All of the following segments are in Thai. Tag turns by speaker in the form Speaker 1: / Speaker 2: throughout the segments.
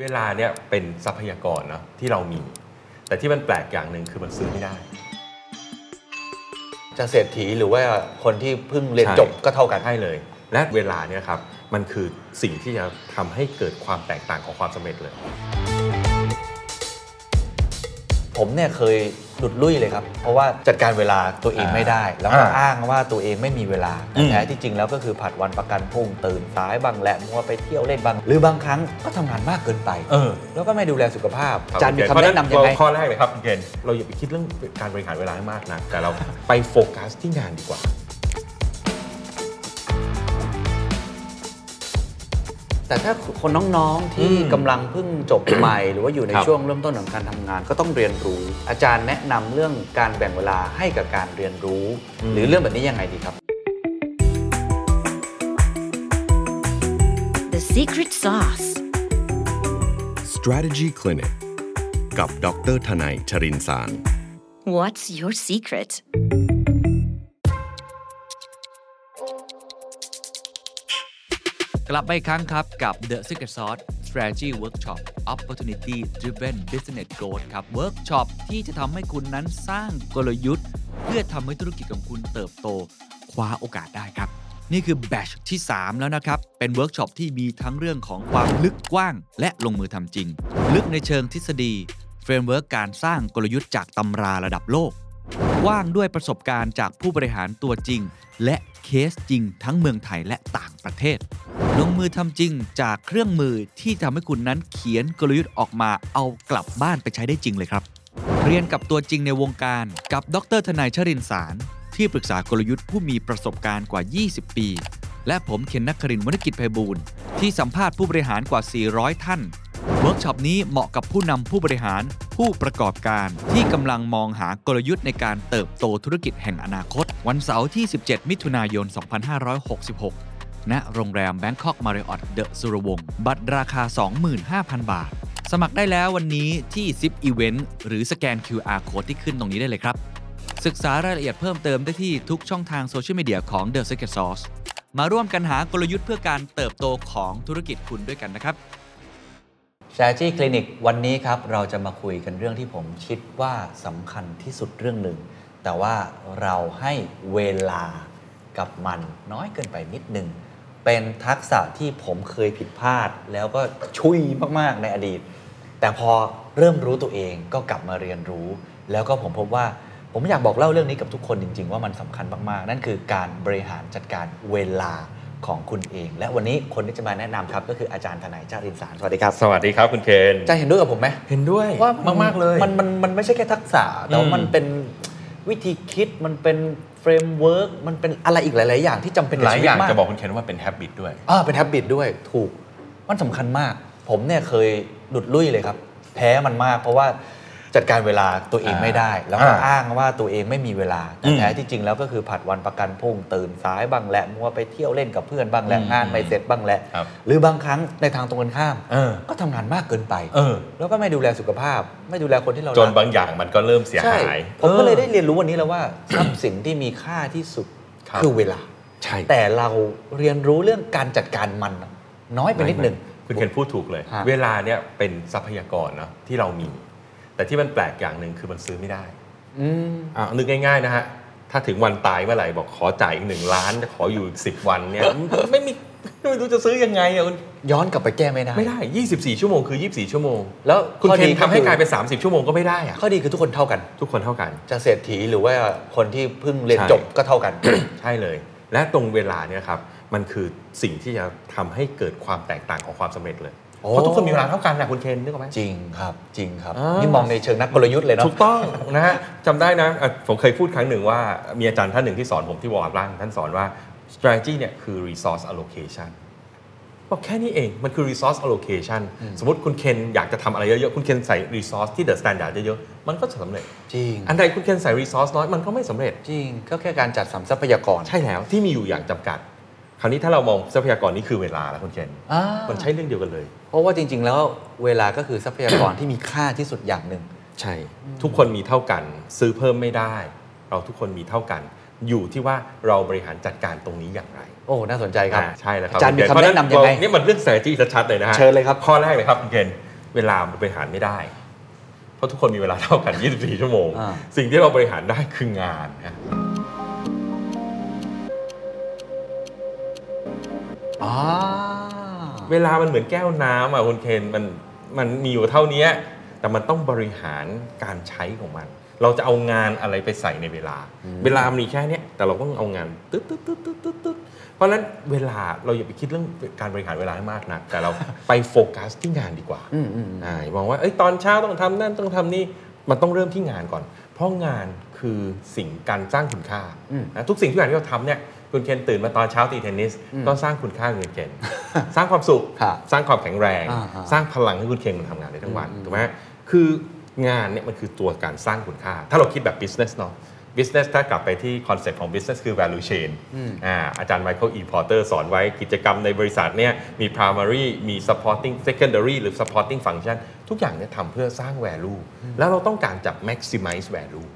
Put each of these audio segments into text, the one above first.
Speaker 1: เวลาเนี่ยเป็นทรัพยากรเนอะที่เรามี แต่ที่มันแปลกอย่างหนึ่งคือมันซื้อไม่ได้
Speaker 2: จะเศรษฐีหรือว่าคนที่เพิ่งเรียน
Speaker 1: ใช่
Speaker 2: จบก็เท่ากัน
Speaker 1: ให้เลย และเวลาเนี่ยครับมันคือสิ่งที่จะทำให้เกิดความแตกต่างของความสำเร็จเลย
Speaker 2: ผมเนี่ยเคยหลุดลุ่ยเลยครับ เพราะว่าจัดการเวลาตัวเองไม่ได้ แล้วก็
Speaker 1: อ่า
Speaker 2: อ้างว่าตัวเองไม่มีเวลา
Speaker 1: อืม
Speaker 2: แท้ที่จริงแล้วก็คือผัดวันประกันพรุ่งตื่นสายบางแหละมัวไปเที่ยวเล่นบาง หรือบางครั้งก็ทำงานมากเกินไป
Speaker 1: เออ
Speaker 2: แล้วก็ไม่ดูแลสุขภาพอาจารย์มีคำแนะนำยังไง
Speaker 1: ข้อแรกเลยครับคุณเกณฑ์เราอย่าไปคิดเรื่องการบริหารเวลาให้มากนะแต่เราไปโฟกัสที่งานดีกว่า
Speaker 2: แต่ถ้าคนน้องๆที่
Speaker 1: อืม
Speaker 2: กำลังเพิ่งจบ ใหม่ หรือว่าอยู่ใน
Speaker 1: ครับ
Speaker 2: ช่วงเริ่มต้นของการทำงาน ก็ต้องเรียนรู้ อาจารย์แนะนำเรื่องการแบ่งเวลาให้กับการเรียนรู้
Speaker 1: อืม
Speaker 2: หรือเรื่องแบบนี้ยังไงดีครับ
Speaker 3: The secret sauce.
Speaker 4: Strategy Clinic กับดรทนายชรินสาร
Speaker 3: What's your secret?
Speaker 5: กลับมาอีกครั้งครับ กับ The Secret Sauce Strategy Workshop Opportunity Driven Business Growth ครับ เวิร์กช็อปที่จะทำให้คุณนั้นสร้างกลยุทธ์ เพื่อทำให้ธุรกิจของคุณเติบโต คว้าโอกาสได้ครับ นี่คือแบชที่ 3 แล้วนะครับ เป็นเวิร์กช็อปที่มีทั้งเรื่องของความลึกกว้าง และลงมือทำจริง ลึกในเชิงทฤษฎีเฟรมเวิร์กการสร้างกลยุทธ์จากตำราระดับโลก กว้างด้วยประสบการณ์จากผู้บริหารตัวจริง และเคสจริงทั้งเมืองไทยและต่างประเทศ ลงมือทำจริงจากเครื่องมือที่ทำให้คุณนั้นเขียนกลยุทธ์ออกมาเอากลับบ้านไปใช้ได้จริงเลยครับ เรียนกับตัวจริงในวงการกับดรทนายชรินสาร ที่ปรึกษากลยุทธ์ผู้มีประสบการณ์กว่า 20 ปี และผมเคนนักครินทร์วรรณกิจไพบูลย์ที่สัมภาษณ์ผู้บริหารกว่า 400 ท่าน เวิร์กช็อปนี้เหมาะกับผู้นำผู้บริหาร ผู้ประกอบการที่กำลังมองหากลยุทธ์ในการเติบโตธุรกิจแห่งอนาคต วันเสาร์ที่ 17 มิถุนายน 2566 ณ โรงแรม Bangkok Marriott The สุรวงศ์บัตรราคา 25,000 บาท สมัครได้แล้ววันนี้ที่ Zip Event หรือสแกน QR Code ที่ขึ้นตรงนี้ได้เลยครับ ศึกษารายละเอียดเพิ่มเติมได้ที่ทุกช่องทางโซเชียลมีเดียของ The Secret Sauce มาร่วมกันหากลยุทธ์เพื่อการเติบโตของธุรกิจคุณด้วยกันนะครับ
Speaker 2: s t r a t e g y Clinic วันนี้ครับ เราจะมาคุยกันเรื่องที่ผมคิดว่าสำคัญที่สุดเรื่องหนึ่ง แต่ว่าเราให้เวลากับมันน้อยเกินไปนิดนึง เป็นทักษะที่ผมเคยผิดพลาด แล้วก็ชุยมาก ๆ ในอดีต แต่พอเริ่มรู้ตัวเองก็กลับมาเรียนรู้ แล้วก็ผมพบว่าผมอยากบอกเล่าเรื่องนี้กับทุกคนจริง ๆ ว่ามันสำคัญมาก ๆ นั่นคือการบริหารจัดการเวลาของคุณเอง และวันนี้คนที่จะมาแนะนำครับก็คืออาจารย์ทนายชาตินสารสวัสดีครับ
Speaker 1: สวัสดีครับคุณเคน
Speaker 2: อาจารย์เห็นด้วยกับผมไหม
Speaker 1: เห็นด้วย
Speaker 2: ว่าม
Speaker 1: า
Speaker 2: มาม
Speaker 1: กากๆเลย
Speaker 2: มันมันมันไม่ใช่แค่ทักษะ แต่ว่า
Speaker 1: อืม
Speaker 2: มันเป็นวิธีคิดมันเป็นเฟรมเวิร์กมันเป็นอะไรอีกหลาย ๆ อย่างที่จำเป็น
Speaker 1: หลายอย่างจะ
Speaker 2: บบอ
Speaker 1: อก กคุณเคนว่าเป็น habit ด้วย
Speaker 2: อ่าเป็น h a บ i t ด้วยถูกมันสำคัญมาก ผมเนี่ยเคยหลุดลุ่ยเลยครับ แพ้มันมาก เพราะว่าจัดการเวลาตัวเองไม่ได้ แล้วก็
Speaker 1: อ่า
Speaker 2: อ้างว่าตัวเองไม่มีเวลาแต่
Speaker 1: อืม
Speaker 2: แท้ที่จริงแล้วก็คือผัดวันประกันพรุ่งตื่นสายบ้างแหละมัวไปเที่ยวเล่นกับเพื่อนบ้างแหละ
Speaker 1: อืม
Speaker 2: งานไม่เสร็จบ้างแหละ
Speaker 1: ครับ
Speaker 2: หรือบางครั้งในทางตรงกันข้าม
Speaker 1: เออ
Speaker 2: ก็ทำงานมากเกินไป
Speaker 1: เออ
Speaker 2: แล้วก็ไม่ดูแลสุขภาพ ไม่ดูแลคนที่เรา
Speaker 1: จน
Speaker 2: รัก
Speaker 1: บางอย่างมันก็เริ่มเสีย
Speaker 2: ใช่
Speaker 1: หาย
Speaker 2: ผมก็เล
Speaker 1: อ
Speaker 2: ย
Speaker 1: อ
Speaker 2: ได้เรียนรู้วันนี้แล้วว่า ทรัพย์สินที่มีค่าที่สุด
Speaker 1: ครับ
Speaker 2: คือเวลา
Speaker 1: ใช่
Speaker 2: แต่เราเรียนรู้เรื่องการจัดการมันน่ะน้อยไปนิดหนึ่ง
Speaker 1: คุณเคนพูดถูกเลย
Speaker 2: ฮะ
Speaker 1: เวลาเนี่ยเป็นทรัพยากรเนอะที่เรามี แต่ที่มันแปลกอย่างหนึ่งคือมันซื้อไม่ได้
Speaker 2: อืม
Speaker 1: อ่ะนึกง่ายๆนะฮะ ถ้าถึงวันตายเมื่อไหร่บอกขอจ่ายอีกหนึ่งล้าน ขออยู่อีกสิบวันเนี่ย ไม่มีไม่รู้จะซื้อยังไงอ่ะคุณ
Speaker 2: ย้อนกลับไปแก้ไม่ได้
Speaker 1: ไม่ได้ 24 ชั่วโมงคือ 24 ชั่วโมง
Speaker 2: แล้ว
Speaker 1: คุณ
Speaker 2: ข้อ
Speaker 1: เคน
Speaker 2: ดี
Speaker 1: ทำให้กลายเป็น 30 ชั่วโมงก็ไม่ได้อ่ะ
Speaker 2: ข้อดีคือทุกคนเท่ากัน
Speaker 1: ทุกคนเท่ากัน
Speaker 2: จะเศรษฐีหรือว่าคนที่เพิ่งเรียน
Speaker 1: ใช่
Speaker 2: จบก็เท่ากัน
Speaker 1: ใช่เลย และตรงเวลาเนี่ยครับ มันคือสิ่งที่จะทำให้เกิดความแตกต่างของความสำเร็จเลย
Speaker 2: โอ้
Speaker 1: เพราะทุกคนมีเวลาเท่ากันนะคุณเคนนึกออกไหม
Speaker 2: จริงครับจริงครับ
Speaker 1: อ่านี่
Speaker 2: นี่มองในเชิงนักกลยุทธ์เลยเนาะ
Speaker 1: ถูกต้อง นะฮะจำได้นะอ่ะผมเคยพูดครั้งหนึ่งว่า มีอาจารย์ท่านหนึ่งที่สอนผมที่วอร์ดล่างท่านสอนว่า strategy เนี่ยคือ resource allocation บอกแค่นี้เองมันคือ resource allocation สมมติคุณเคนอยากจะทำอะไรเยอะๆ คุณเคนใส่ resource ที่ the standard เยอะๆ มันก็จะสำเร็จ
Speaker 2: จริง
Speaker 1: อันใดคุณเคนใส่ resource น้อย มันก็ไม่สำเร็จ
Speaker 2: จริงก็แค่การจัดสรรทรัพยากร
Speaker 1: ใช่แล้วที่มีอยู่อย่างจำกัด คราวนี้ถ้าเรามองทรัพยากรนี่คือเวลาแล้วคุณเคน
Speaker 2: อ่า
Speaker 1: มันใช้เรื่องเดียวกันเลย
Speaker 2: เพราะว่าจริง ๆ แล้วเวลาก็คือทรัพยากร ที่มีค่าที่สุดอย่างหนึ่ง
Speaker 1: ใช่ ทุกคนมีเท่ากัน ซื้อเพิ่มไม่ได้ เราทุกคนมีเท่ากัน อยู่ที่ว่าเราบริหารจัดการตรงนี้อย่างไร
Speaker 2: โอ้น่าสนใจครับ
Speaker 1: อ่าใช่แล้วครับ
Speaker 2: อาจารย์
Speaker 1: ณ
Speaker 2: มี
Speaker 1: เกณฑ์
Speaker 2: คำแนะนำยั
Speaker 1: เพ
Speaker 2: งไง
Speaker 1: ราะฉะนี่มันเรื่อง strategy ชัดๆเลยนะฮะ
Speaker 2: เชิญเลยครับ
Speaker 1: ข้อแรกเลยครับคุณเกณฑ์เวลามันบริหารไม่ได้ เพราะทุกคนมีเวลาเท่ากัน 24 ชั่วโมง
Speaker 2: อ่า
Speaker 1: สิ่งที่เราบริหารได้คืองานนะ
Speaker 2: อ๋อ
Speaker 1: เวลามันเหมือนแก้วน้ำอ่ะคุณเคนมันมันมีอยู่เท่านี้แต่มันต้องบริหารการใช้ของมัน เราจะเอางานอะไรไปใส่ในเวลา
Speaker 2: อืม
Speaker 1: เวลามีแค่เนี้ยแต่เราก็ต้องเอางานตึ๊ดตึ๊ดตึ๊ดตึ๊ดตึ๊ดตึ๊ดเพราะฉะนั้นเวลาเราอย่าไปคิดเรื่องการบริหารเวลาให้มากนัก แต่เรา ไปโฟกัสที่งานดีกว่า
Speaker 2: อืมอืมอืม
Speaker 1: อ่ามองว่าเอ้ยตอนเช้าต้องทำนั่นต้องทำนี่มันต้องเริ่มที่งานก่อน เพราะงานคือสิ่งการสร้างคุณค่า
Speaker 2: อืม
Speaker 1: นะทุกสิ่งทุกอย่างที่เราทำเนี่ยคุณเคนตื่นมาตอนเช้าตีเทนนิส
Speaker 2: อืม
Speaker 1: ก็สร้างคุณค่าเงินเคนสร้างความสุข
Speaker 2: ค่ะ
Speaker 1: สร้างความแข็งแรง
Speaker 2: อ่าฮะ
Speaker 1: สร้างพลังให้คุณเคงมันทำงานได้ทั้งวัน
Speaker 2: อืม
Speaker 1: ถูกไหมฮะคืองานเนี่ยมันคือตัวการสร้างคุณค่า ถ้าเราคิดแบบ business เนาะ business ถ้ากลับไปที่คอนเซ็ปต์ของ business คือ value chain
Speaker 2: อืม
Speaker 1: อ่าอาจารย์ไมเคิลอีพอร์เตอร์สอนไว้กิจกรรมในบริษัทเนี่ยมี primary มี supporting secondary หรือ supporting function ทุกอย่างเนี่ยทำเพื่อสร้าง value แล้วเราต้องการจะ maximize value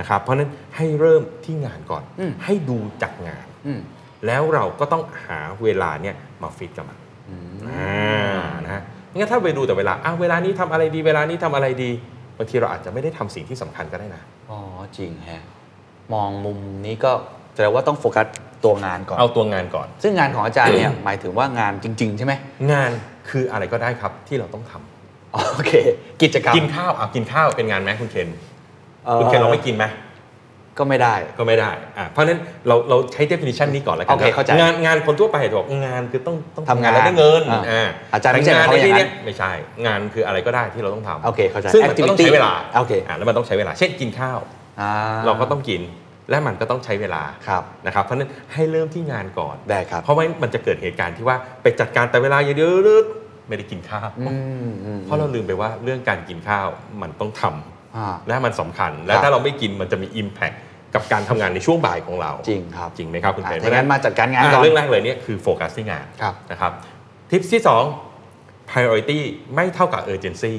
Speaker 1: นะครับเพราะฉะนั้นให้เริ่มที่งานก่อน
Speaker 2: อืม
Speaker 1: ให้ดูจากงาน
Speaker 2: อืม
Speaker 1: แล้วเราก็ต้องหาเวลาเนี่ยมาฟิตกับมัน
Speaker 2: อืม
Speaker 1: อ่านะฮะงั้นถ้าไปดูแต่เวลาอ่ะเวลานี้ทำอะไรดี เวลานี้ทำอะไรดี บางทีเราอาจจะไม่ได้ทำสิ่งที่สำคัญก็ได้นะ
Speaker 2: อ๋อ จริงแฮะ มองมุมนี้ก็แสดงว่าต้องโฟกัสตัวงานก่อน
Speaker 1: เอาตัวงานก่อน
Speaker 2: ซึ่งงานของอาจารย์เนี่ย หมายถึงว่างานจริง ๆ ใช่ไหม
Speaker 1: งานคืออะไรก็ได้ครับที่เราต้องทำ
Speaker 2: อ๋อโอเค กิจกรรม
Speaker 1: กินข้าวอ่ะกินข้าวเป็นงานไหมคุณเคน
Speaker 2: อ่อ
Speaker 1: คุณเคนเราไม่กินไหม
Speaker 2: ก็ไม่ได้
Speaker 1: ก็ไม่ได้อ่ะเพราะฉะนั้นเราเราใช้ definition นี้ก่อนแล้วกัน
Speaker 2: โอเคเข้าใจ
Speaker 1: งานงานคนทั่วไปจะบอกงานคือต้องต้อง
Speaker 2: ทำงาน
Speaker 1: แล้วได้เงิน
Speaker 2: อ่า
Speaker 1: อ่า
Speaker 2: อาจารย์ไม่ใช่
Speaker 1: แต่งาน
Speaker 2: เขาอย่างนั้น
Speaker 1: ใที่เนี่ยไม่ใช่งานคืออะไรก็ได้ที่เราต้องทำ
Speaker 2: โอเค เข้าใจ
Speaker 1: ซึ่งมันก็ต้อง
Speaker 2: Activity
Speaker 1: ใช้เวลา
Speaker 2: โอเค
Speaker 1: อ่ะแล้วมันต้องใช้เวลา เช่นกินข้าว
Speaker 2: อ่า
Speaker 1: เราก็ต้องกินและมันก็ต้องใช้เวลา
Speaker 2: ครับ
Speaker 1: นะครับเพราะฉะนั้นให้เริ่มที่งานก่อน
Speaker 2: ได้ครับ
Speaker 1: เพราะไม่งั้นมันจะเกิดเหตุการณ์ที่ว่าไปจัดการแต่เวลาอย่างเดียวไม่ได้กินข้าว
Speaker 2: อืมอืม
Speaker 1: เพราะเราลืมไปว่าเรื่องการกินข้าวมันต้องทำ
Speaker 2: อ่า
Speaker 1: และมันสำคัญ และ
Speaker 2: ครับ
Speaker 1: ถ้าเราไม่กินมันจะมี Impact กับการทำงานในช่วงบ่ายของเรา
Speaker 2: จริงครับ
Speaker 1: จริงไหมครับคุณ
Speaker 2: อ่า
Speaker 1: เพน
Speaker 2: ถ้างั้นมาจัดการงานก่อน
Speaker 1: อ่าเรื่องแรกเลยเนี่ยคือโฟกัสที่งาน
Speaker 2: ครับ
Speaker 1: นะครับทิปที่ 2 priority ไม่เท่ากับ urgency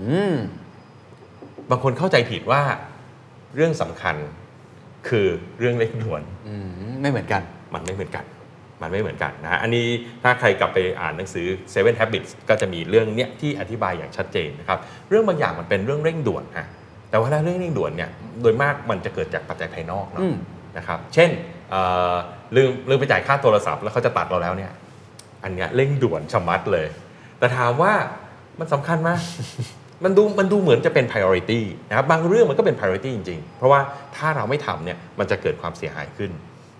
Speaker 2: อืม
Speaker 1: บางคนเข้าใจผิดว่าเรื่องสำคัญคือเรื่องเร่งด่วน
Speaker 2: อืม ไม่เหมือนกัน
Speaker 1: มันไม่เหมือนกัน มันไม่เหมือนกันนะฮะ อันนี้ถ้าใครกลับไปอ่านหนังสือ Seven Habits ก็จะมีเรื่องเนี้ยที่อธิบายอย่างชัดเจนนะครับ เรื่องบางอย่างมันเป็นเรื่องเร่งด่วนฮะ แต่ว่าถ้าเรื่องเร่งด่วนเนี่ย โดยมากมันจะเกิดจากปัจจัยภายนอกเนาะ
Speaker 2: อืม
Speaker 1: นะครับ เช่นเอ่อลืมลืมไปจ่ายค่าโทรศัพท์แล้วเขาจะตัดเราแล้วเนี่ย อันเนี้ยเร่งด่วนชะมัดเลย แต่ถามว่ามันสำคัญไหม มันดูมันดูเหมือนจะเป็น priority นะครับบางเรื่องมันก็เป็น priority จริง ๆ เพราะว่าถ้าเราไม่ทำเนี่ยมันจะเกิดความเสียหายขึ้น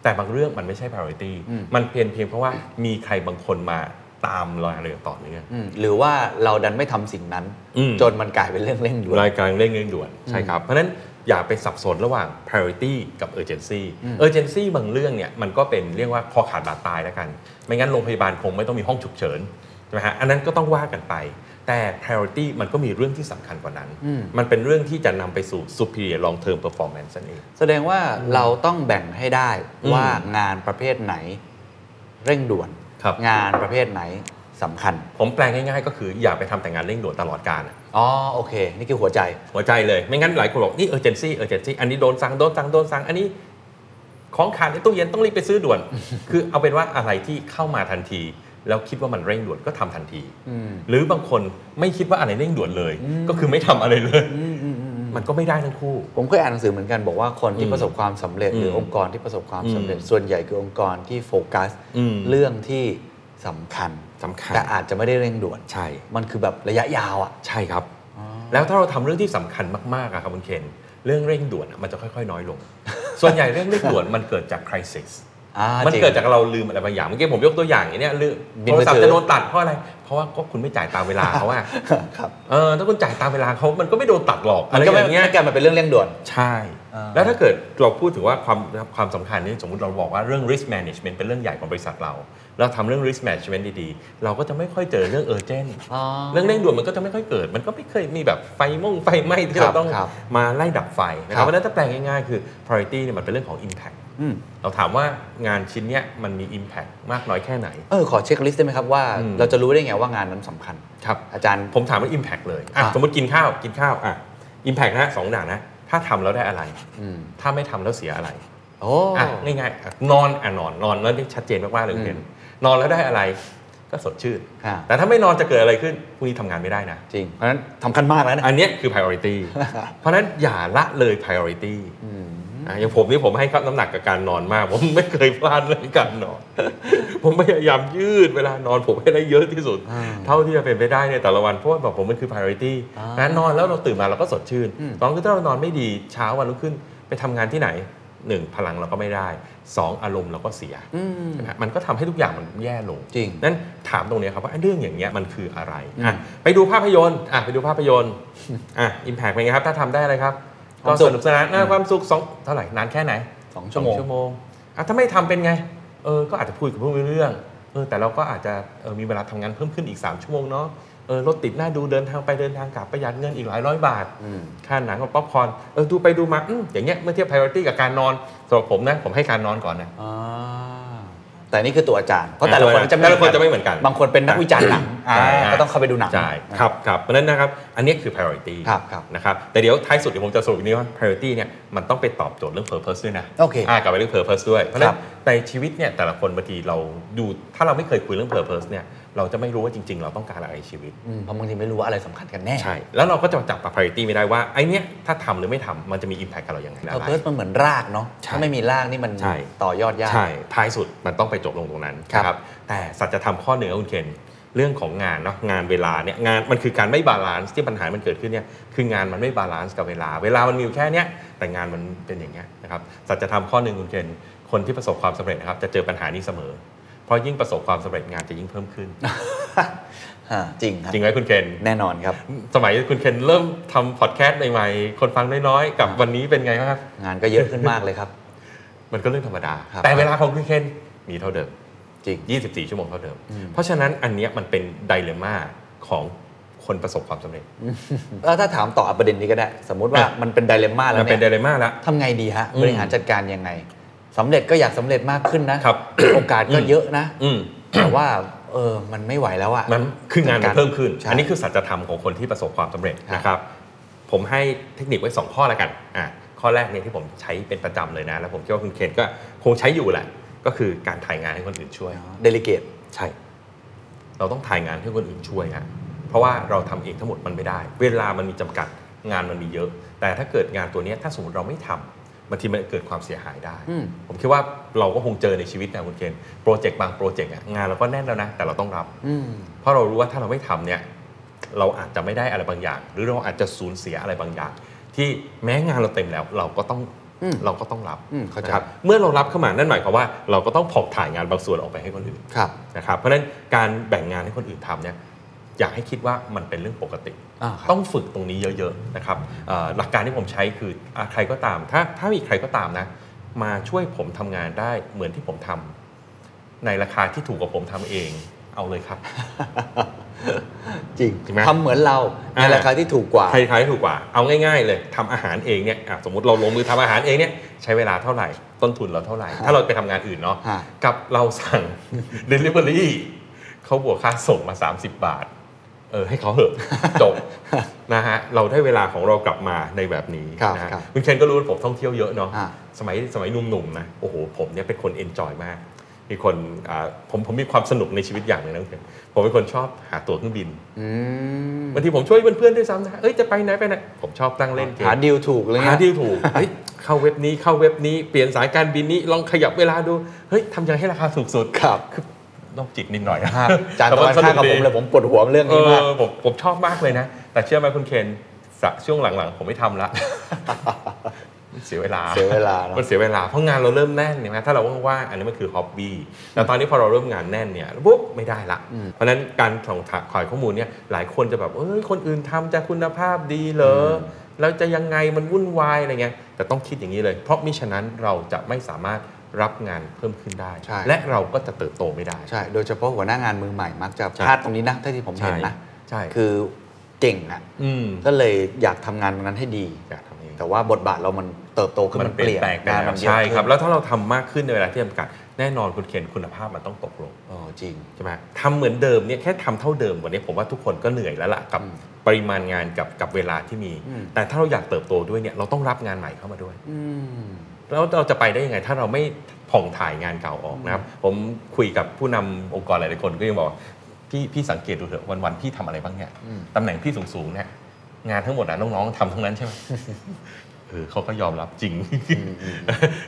Speaker 1: แต่บางเรื่องมันไม่ใช่ priority
Speaker 2: อืม
Speaker 1: มันเพียงเพียงเพราะว่ามีใครบางคนมาตามเราเรื่องต่อเนื่อง
Speaker 2: อืมหรือว่าเราดันไม่ทำสิ่งนั้น
Speaker 1: อืม
Speaker 2: จนมันกลายเป็นเรื่องเร่งด่วน
Speaker 1: รายการเร่งเร่งด่วนใช่ครับ เพราะฉะนั้นอย่าไปสับสนระหว่าง priority กับ urgency urgency บางเรื่องเนี่ยมันก็เป็นเรียกว่าคอขาดบาดตายแล้วกัน ไม่งั้นโรงพยาบาลคงไม่ต้องมีห้องฉุกเฉินใช่ไหมฮะอันนั้นก็ต้องว่ากันไป แต่ priority มันก็มีเรื่องที่สำคัญกว่านั้น
Speaker 2: อืม
Speaker 1: มันเป็นเรื่องที่จะนำไปสู่ superior long term performance นั่นเอง
Speaker 2: แสดงว่าเราต้องแบ่งให้ได้
Speaker 1: อืม
Speaker 2: ว่างานประเภทไหน เร่งด่วน
Speaker 1: ครับ
Speaker 2: งานประเภทไหนสำคัญ
Speaker 1: ผมแปลง่ายๆ ก็คืออย่าไปทำแต่งานเร่งด่วนตลอดการอะ
Speaker 2: อ๋อ โอเค นี่คือหัวใจ
Speaker 1: หัวใจเลย ไม่งั้นหลายคนบอก นี่ urgency urgency อันนี้โดนสั่งโดนสั่งโดนสั่งอันนี้ ของขาดในตู้เย็นต้องรีบไปซื้อด่วน คือเอาเป็นว่าอะไรที่เข้ามาทันที แล้วคิดว่ามันเร่งด่วนก็ทำทันที
Speaker 2: อืม
Speaker 1: หรือบางคนไม่คิดว่าอะไรเร่งด่วนเลย ก็คือไม่ทำอะไรเลย
Speaker 2: อืมอืมอืมอืม
Speaker 1: มันก็ไม่ได้ทั้งคู่
Speaker 2: ผมเคยอ่านหนังสือเหมือนกันบอกว่าคนที่
Speaker 1: อืม
Speaker 2: ประสบความสำเร็จ หรือ
Speaker 1: ม
Speaker 2: องค์กรที่ประสบความ
Speaker 1: อืม
Speaker 2: สำเร็จ ส่วนใหญ่คือองค์กรที่โฟกัส
Speaker 1: อืม
Speaker 2: เรื่องที่สำคัญ
Speaker 1: สำคัญ
Speaker 2: แต่อาจจะไม่ได้เร่งด่วน
Speaker 1: ใช่
Speaker 2: มันคือแบบระยะยาวอ่ะ
Speaker 1: ใช่ครับ แล้วถ้าเราทำเรื่องที่สำคัญมากๆอะครับคุณเคนเรื่องเร่งด่วนอะมันจะค่อยๆ น้อยลง ส่วนใหญ่เรื่องเร่งด่วนมันเกิดจาก crisis
Speaker 2: อ่า
Speaker 1: มัน
Speaker 2: จริง
Speaker 1: เกิดจากเราลืมอะไรบางอย่าง เมื่อกี้ผมยกตัวอย่างอย่างเนี้ยลืม
Speaker 2: บิน
Speaker 1: โทร
Speaker 2: มือ
Speaker 1: ศัพ
Speaker 2: ถื
Speaker 1: ท์
Speaker 2: อ
Speaker 1: จะโดนตัดเพราะอะไร เพราะว่าก็คุณไม่จ่ายตามเว ลาเขาอะ
Speaker 2: ครับ
Speaker 1: เออถ้าคุณจ่ายตามเวลาเขามันก็ไม่โดนตัดหรอก
Speaker 2: มั
Speaker 1: อะ
Speaker 2: น
Speaker 1: ไร
Speaker 2: ก็
Speaker 1: อ
Speaker 2: ไม่
Speaker 1: ย่างเงี้ย
Speaker 2: ไม่กลายมาเป็นเรื่องเร่งด่วน
Speaker 1: ใช่
Speaker 2: อ่า
Speaker 1: แล้วถ้าเกิดเราพูดถึงว่าความความสำคัญนี่สมมติเราบอกว่าเรื่อง risk management เป็นเรื่องใหญ่ของบริษัทเรา เราทำเรื่อง risk management ดีๆ เราก็จะไม่ค่อยเจอเรื่อง urgent
Speaker 2: อ๋อ
Speaker 1: เรื่องเร่งด่วนมันก็จะไม่ค่อยเกิด มันก็ไม่เคยมีแบบไฟม่งไฟไหม้ที่เราต้อง
Speaker 2: ครับ
Speaker 1: มาไล่ดับไฟนะค
Speaker 2: ค
Speaker 1: รั
Speaker 2: รับบ
Speaker 1: เพราะฉะนั้นถ้าแปลงง่ายๆ คือ priority เนี่ยมันเป็นเรื่องของ impact
Speaker 2: อืม
Speaker 1: เราถามว่างานชิ้นเนี้ยมันมี impact มากน้อยแค่ไหน
Speaker 2: เออขอเช็คลิสต์ได้ไหมครับว่า
Speaker 1: อืม
Speaker 2: เราจะรู้ได้ไงว่างานนั้นสำคัญ
Speaker 1: ครับ
Speaker 2: อาจารย์
Speaker 1: ผมถามว่า Impact เลยอ่ะ
Speaker 2: อ่ะ
Speaker 1: สมมติกินข้าวกินข้าวอ่ะ Impact นะสองด่างนะ ถ้าทำแล้วได้อะไร
Speaker 2: อืม
Speaker 1: ถ้าไม่ทำแล้วเสียอะไร
Speaker 2: โอ้
Speaker 1: อ่ะง่ายๆอ่ะนอนอ่ะนอนนอนแล้วนี่ชัดเจนมากๆเลยคุณเห็นนอนแล้วได้อะไรก็สดชื่น
Speaker 2: ค่ะ
Speaker 1: แต่ถ้าไม่นอนจะเกิดอะไรขึ้นพรุ่งนี้ทำงานไม่ได้นะ
Speaker 2: จริง เพราะฉะนั้นสำคัญมากแล้วนะ
Speaker 1: อันเนี้ยคือ priority เพราะฉะนั้นอย่าละเลย priority
Speaker 2: อืม
Speaker 1: อ่ะอย่างผมนี่ผมให้น้ำหนักกับการนอนมาก ผมไม่เคยพลาดเรื่องการนอน ผมพยายามยืดเวลานอนผมให้ได้เยอะที่สุด
Speaker 2: อ่า
Speaker 1: เท่าที่จะเป็นไปได้ในแต่ละวันเพราะว่าบอกผมมันคือ priority
Speaker 2: อ่าน
Speaker 1: นะนอนแล้วเราตื่นมาเราก็สดชื่น
Speaker 2: อืม
Speaker 1: ตอนก็ถ้าเรานอนไม่ดีเช้าวันรุ่งขึ้นไปทำงานที่ไหนหนึ่งพลังเราก็ไม่ได้สองอารมณ์เราก็เสีย
Speaker 2: อืม
Speaker 1: นะฮะมันก็ทำให้ทุกอย่างมันแย่ลง
Speaker 2: จริง
Speaker 1: นั้นถามตรงเนี้ยครับว่าเรื่องอย่างเงี้ยมันคืออะไร
Speaker 2: อืม
Speaker 1: อ่ะไปดูภาพยนตร์อ่ะไปดูภาพยนตร์อ่ะอิมแพกเป็นไงครับ ถ้าทำได้อะไรครับ
Speaker 2: ค
Speaker 1: ก็
Speaker 2: วามสุ
Speaker 1: ส
Speaker 2: ข
Speaker 1: นุกสนานอ่ะความสุขสองเท่าไหร่นานแค่ไหน
Speaker 2: สองชั่วโมง
Speaker 1: สอชั่วโมงอ่ะถ้าไม่ทำเป็นไงเออก็อาจจะพูดกับเพื่อนไม่รู้เรื่องเออแต่เราก็อาจจะเออมีเวลาทำงานเพิ่มขึ้นอีก 3 ชั่วโมงเนาะเออรถติดหน้าดูเดินทางไปเดินทางกลับประหยัดเงินอีกหลายร้อยบาท
Speaker 2: อืม
Speaker 1: ค่าหนังกับป๊อปคอร์นเออดูไปดูมาอืมอย่างเงี้ยเมื่อเทียบ priority กับการนอนสำหรับผมนะผมให้การนอนก่อนนะ
Speaker 2: อ่าแต่นี่คือตัวอาจารย์ เพราะแต่ละ
Speaker 1: อ่า
Speaker 2: คนจะ
Speaker 1: แต่ละคนจะไม่เหมือนกัน
Speaker 2: บางคนเป็นนักวิจารณ์หนังอ่า
Speaker 1: ใช่ฮะ
Speaker 2: ก็ต้องเข้าไปดูหนัง
Speaker 1: ใช่ครับครับเพราะฉะนั้นนะครับ อันนี้คือ priority
Speaker 2: ครับครับ
Speaker 1: นะครับแต่เดี๋ยวท้ายสุดเดี๋ยวผมจะสรุปอีกนี้ว่า priority เนี่ยมันต้องไปตอบโจทย์เรื่อง purpose ด้วยนะ
Speaker 2: โอเค
Speaker 1: อ่ากลับไปเรื่อง purpose ด้วย เพราะฉะ
Speaker 2: ครั
Speaker 1: นั้น
Speaker 2: บ
Speaker 1: ในชีวิตเนี่ยแต่ละคนบางทีเราดูถ้าเราไม่เคยคุยเรื่อง purpose เนี่ยเราจะไม่รู้ว่าจริง ๆ เราต้องการอะไรในชีวิต
Speaker 2: อืมเพราะบางทีไม่รู้ว่าอะไรสำคัญกันแน่
Speaker 1: ใช่ แล้วเราก็จะจับ priority ไม่ได้ว่าไอเนี้ยถ้าทำหรือไม่ทำมันจะมี impact กับเราอย่างไร
Speaker 2: เออเพิร์สมันเหมือนรากเนาะ
Speaker 1: ใช่
Speaker 2: ถ้าไม่มีรากนี่มัน
Speaker 1: ใช่
Speaker 2: ต่อยอดยาก
Speaker 1: ใช่ ท้ายสุดมันต้องไปจบลงตรงนั้น
Speaker 2: ครับ
Speaker 1: นะแต่สัจธรรมข้อหนึ่งครับคุณเคนเรื่องของงานเนาะงานเวลาเนี่ยงานมันคือการไม่บาลานซ์ที่ปัญหามันเกิดขึ้นเนี่ยคืองานมันไม่บาลานซ์กับเวลา เวลามันมีอยู่แค่เนี้ยแต่งานมันเป็นอย่างเงี้ยนะครับสัจธรรมข้อหนึ่งคุณเคนคนที่ประสบความสำเร็จนะครับจะเจอปัญหานี้เสมอ เพราะยิ่งประสบความสำเร็จงานจะยิ่งเพิ่มขึ้น
Speaker 2: อ่าจริงครับ
Speaker 1: จริงไหมคุณเคน
Speaker 2: แน่นอนครับ
Speaker 1: สมัยคุณเคนเริ่มทำพอดแคสต์ใหม่ๆคนฟังน้อยๆกับวันนี้เป็นไงบ้างครับ
Speaker 2: งานก็เยอะขึ้นมากเลยครับ
Speaker 1: มันก็เรื่องธรรมดา
Speaker 2: ครับ
Speaker 1: แต่เวลาของคุณเคนมีเท่าเดิม
Speaker 2: จริง
Speaker 1: 24 ชั่วโมงเท่าเดิม
Speaker 2: อืม
Speaker 1: เพราะฉะนั้นอันเนี้ยมันเป็นไดเลม่าของคนประสบความสำเร็จ
Speaker 2: แล้วถ้าถามต่ออ่ะประเด็นนี้ก็ได้ สมมุติว่า
Speaker 1: อ่ะ
Speaker 2: มันเป็นไดเลมม่าแล้
Speaker 1: มั
Speaker 2: วน
Speaker 1: เป็นได
Speaker 2: เนี่ย
Speaker 1: เลม่าละ
Speaker 2: ทำไงดีฮะ
Speaker 1: อืม
Speaker 2: บริหารจัดการยังไงสำเร็จก็อยากสำเร็จมากขึ้นนะครับ โอกาสก็เยอะนะ
Speaker 1: อืม
Speaker 2: แต่ว่าเออมันไม่ไหวแล้วอะ
Speaker 1: มันคืองานมันเพิ่มขึ้น
Speaker 2: ใช่
Speaker 1: อันนี้คือสัจธรรมของคนที่ประสบความสำเร็จนะครับ ผมให้เทคนิคไว้ 2 ข้อแล้วกันอ่ะข้อแรกเนี่ยที่ผมใช้เป็นประจำเลยนะ แล้วผมคิดว่าคุณเคนก็คงใช้อยู่แหละ ก็คือการถ่ายงานให้คนอื่นช่วย
Speaker 2: เดลิเกต
Speaker 1: ใช่ เราต้องถ่ายงานให้คนอื่นช่วยฮะเพราะว่าเราทำเองทั้งหมดมันไม่ได้ เวลามันมีจำกัดงานมันมีเยอะ แต่ถ้าเกิดงานตัวเนี้ยถ้าสมมติเราไม่ทำบางทีมันเกิดความเสียหายได้
Speaker 2: อืม
Speaker 1: ผมคิดว่าเราก็คงเจอในชีวิตนะคุณเคนโปรเจกต์บางโปรเจกต์อะงานเราก็แน่นแล้วนะ แต่เราต้องรับ
Speaker 2: อืม
Speaker 1: เพราะเรารู้ว่าถ้าเราไม่ทำเนี่ยเราอาจจะไม่ได้อะไรบางอย่าง หรือเราอาจจะสูญเสียอะไรบางอย่าง ที่แม้งานเราเต็มแล้ว เราก็ต้อง
Speaker 2: อืม
Speaker 1: เราก็ต้องรับ
Speaker 2: อืมเข้าใจ
Speaker 1: นะครับเมื่อเรารับเข้ามานั่นหมายความว่าเราก็ต้องผ่องถ่ายงานบางส่วนออกไปให้คนอื่น
Speaker 2: ครับ
Speaker 1: นะครับเพราะฉะนั้นการแบ่งงานให้คนอื่นทำเนี่ยอยากให้คิดว่ามันเป็นเรื่องปกติ
Speaker 2: อ่าครับ
Speaker 1: ต้องฝึกตรงนี้เยอะๆนะครับเอ่อหลักการที่ผมใช้คืออ่ะใครก็ตาม ถ้าถ้ามีใครก็ตามนะ มาช่วยผมทำงานได้เหมือนที่ผมทำในราคาที่ถูกกว่าผมทำเองเอาเลยครับ
Speaker 2: จริง
Speaker 1: จริงไหม
Speaker 2: ทำเหมือนเราใน
Speaker 1: อ่า
Speaker 2: ราคาที่ถูกกว่า
Speaker 1: ใครขายถูกกว่าเอาง่ายๆเลยทำอาหารเองเนี่ยอ่ะสมมติเราลงมือทำอาหารเองเนี่ยใช้เวลาเท่าไหร่ ต้นทุนเราเท่าไหร่ ถ้าเราไปทำงานอื่นเนาะ
Speaker 2: ฮะ
Speaker 1: กับเราสั่ง Delivery เขาบวกค่าส่งมา 30 บาท เออให้เขาเหอะ จ บนะฮะเราได้เวลาของเรากลับมาในแบบนี้
Speaker 2: ครับ
Speaker 1: นะฮะ
Speaker 2: ครับ
Speaker 1: คุณเคนก็รู้ว่าผมท่องเที่ยวเยอะเนาะ
Speaker 2: ฮะ
Speaker 1: สมัยสมัยหนุ่มๆนะโอ้โหผมเนี่ยเป็นคนเอนจอยมาก มีคนอ่าผมผมมีความสนุกในชีวิตอย่างหนึ่งนะคุณเคนผมเป็นคนชอบหาตั๋วเครื่องบิน
Speaker 2: อืม
Speaker 1: บางทีผมช่วยเพื่อนๆด้วยซ้ำนะ เอ้ยจะไปไหนไปไหน ผมชอบตั้งเล่นเกม
Speaker 2: หาดีลถูกเลย
Speaker 1: หา
Speaker 2: เงี้ย
Speaker 1: ดีลถูก เฮ้ยเข้าเว็บนี้เข้าเว็บนี้เปลี่ยนสายการบินนี้ลองขยับเวลาดู เฮ้ยทำยังไงให้ราคาถูกสุด
Speaker 2: ครับ
Speaker 1: นอกจิตนิดหน่อยนะ
Speaker 2: ฮะจานตะวันข้ามกับผมเลยผมปวดหัวเรื่อง
Speaker 1: เอ
Speaker 2: นี้มาก
Speaker 1: อผมผมชอบมากเลยนะ แต่เชื่อไหมคุณเคนสะช่วงหลังๆ ผมไม่ทำละ มันเสียเวลา
Speaker 2: เสียเวลาเนอะ
Speaker 1: มันเสียเวลา เพราะงานเราเริ่มแน่นเนี่ยนะถ้าเราว่างๆ อันนี้มันคือฮ็อบบี้ แต่ตอนนี้พอเราเริ่มงานแน่นเนี่ยปุ๊บไม่ได้ละ
Speaker 2: อืม
Speaker 1: เพราะฉะนั้นการส่งถ่ายขอยข้อมูลเนี่ยหลายคนจะแบบเอ้ยคนอื่นทำจะคุณภาพดีเหรอ
Speaker 2: อืม
Speaker 1: แล้วจะยังไงมันวุ่นวายอะไรเงี้ยแต่ต้องคิดอย่างนี้เลย เพราะมิฉะนั้นเราจะไม่สามารถรับงานเพิ่มขึ้นได้
Speaker 2: ใช่
Speaker 1: และเราก็จะเติบโตไม่ได้
Speaker 2: ใช่ โดยเฉพาะหัวหน้างานมือใหม่มักจะ
Speaker 1: ใช่
Speaker 2: พลาดตรงนี้นะเท่าที่ผมเห็นนะ
Speaker 1: ใช่คือ
Speaker 2: คือเก่งอ่ะ
Speaker 1: อืม
Speaker 2: ก็เลยอยากทำงานตรงนั้นให้ดี
Speaker 1: อยากทำเอง
Speaker 2: แต่ว่าบทบาทเรามันเติบโตขึ้น
Speaker 1: มัน
Speaker 2: มัน
Speaker 1: เป
Speaker 2: เป
Speaker 1: ลี่
Speaker 2: ลี่
Speaker 1: ย
Speaker 2: ย
Speaker 1: น
Speaker 2: น
Speaker 1: แปลงไป
Speaker 2: งาน
Speaker 1: แล้ว
Speaker 2: มันเยอะ
Speaker 1: ใช่
Speaker 2: ขึ้น
Speaker 1: ครับแล้วถ้าเราทำมากขึ้นในเวลาที่จำกัด แน่นอนคุณเขียนคุณภาพมันต้องตกลง
Speaker 2: โอ้จริง
Speaker 1: ใช่ไหมทำเหมือนเดิมเนี่ยแค่ทำเท่าเดิมวันนี้ผมว่าทุกคนก็เหนื่อยแล้วล่ะกับ
Speaker 2: อืม
Speaker 1: ปริมาณงานกับกับเวลาที่มี
Speaker 2: อืม
Speaker 1: แต่ถ้าเราอยากเติบโตด้วยเนี่ยเราต้องรับงานใหม่เข้ามาด้วย
Speaker 2: อืม
Speaker 1: แล้วเราจะไปได้ยังไง ถ้าเราไม่ผ่องถ่ายงานเก่าออกนะครับ ผมคุยกับผู้นำองค์กรหลายๆคนก็ยังบอกพี่พี่สังเกตดูเถอะวันๆพี่ทำอะไรบ้างเนี่ย
Speaker 2: อืม
Speaker 1: ตำแหน่งพี่สูงๆเนี่ยงานทั้งหมดนะน้องๆทำทั้งนั้นใช่ไหม เออเขาก็ยอมรับจริง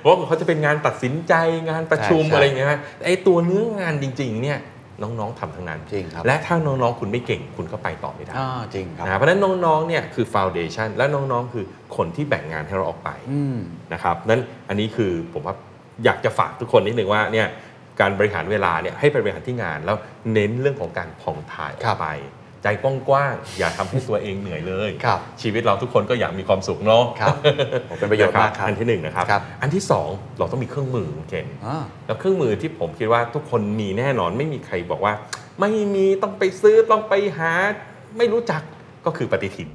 Speaker 1: เพราะเขาจะเป็นงานตัดสินใจงานประชุม
Speaker 2: ใช่ใช่
Speaker 1: อะไรอย่างเงี้ยฮะไอตัวเนื้องานจริง ๆ เนี่ยน้องๆทำทั้งนั้น
Speaker 2: จริงครับ
Speaker 1: และถ้าน้องๆคุณไม่เก่งคุณก็ไปต่อไม่ได้
Speaker 2: อ่าจริงค
Speaker 1: นะ
Speaker 2: รับ
Speaker 1: เพราะฉะนั้นน้องๆเนี่ยคือฟาวเดชันและน้องๆคือคนที่แบ่งงานให้เราออกไป
Speaker 2: อืม
Speaker 1: นะครับนั้นอันนี้คือผมว่าอยากจะฝากทุกคนนิดนึงว่าเนี่ยการบริหารเวลาเนี่ยให้ไปบริหารที่งาน แล้วเน้นเรื่องของการผ่องถ่ายอ
Speaker 2: ครั
Speaker 1: อบ กไป ใจกว้างๆอย่าทำให้ตัวเองเหนื่อยเลย
Speaker 2: ครับ
Speaker 1: ชีวิตเราทุกคนก็อยากมีความสุขเนาะ
Speaker 2: ครับผมเป็นประโยชน์มากครับ
Speaker 1: อันที่หนึ่งนะครับ
Speaker 2: ครับ
Speaker 1: อันที่สองเราต้องมีเครื่องมือเจน
Speaker 2: อ่า
Speaker 1: แล้วเครื่องมือที่ผมคิดว่าทุกคนมีแน่นอนไม่มีใครบอกว่า ไม่มีต้องไปซื้อต้องไปหา ไม่รู้จักก็คือปฏิทิน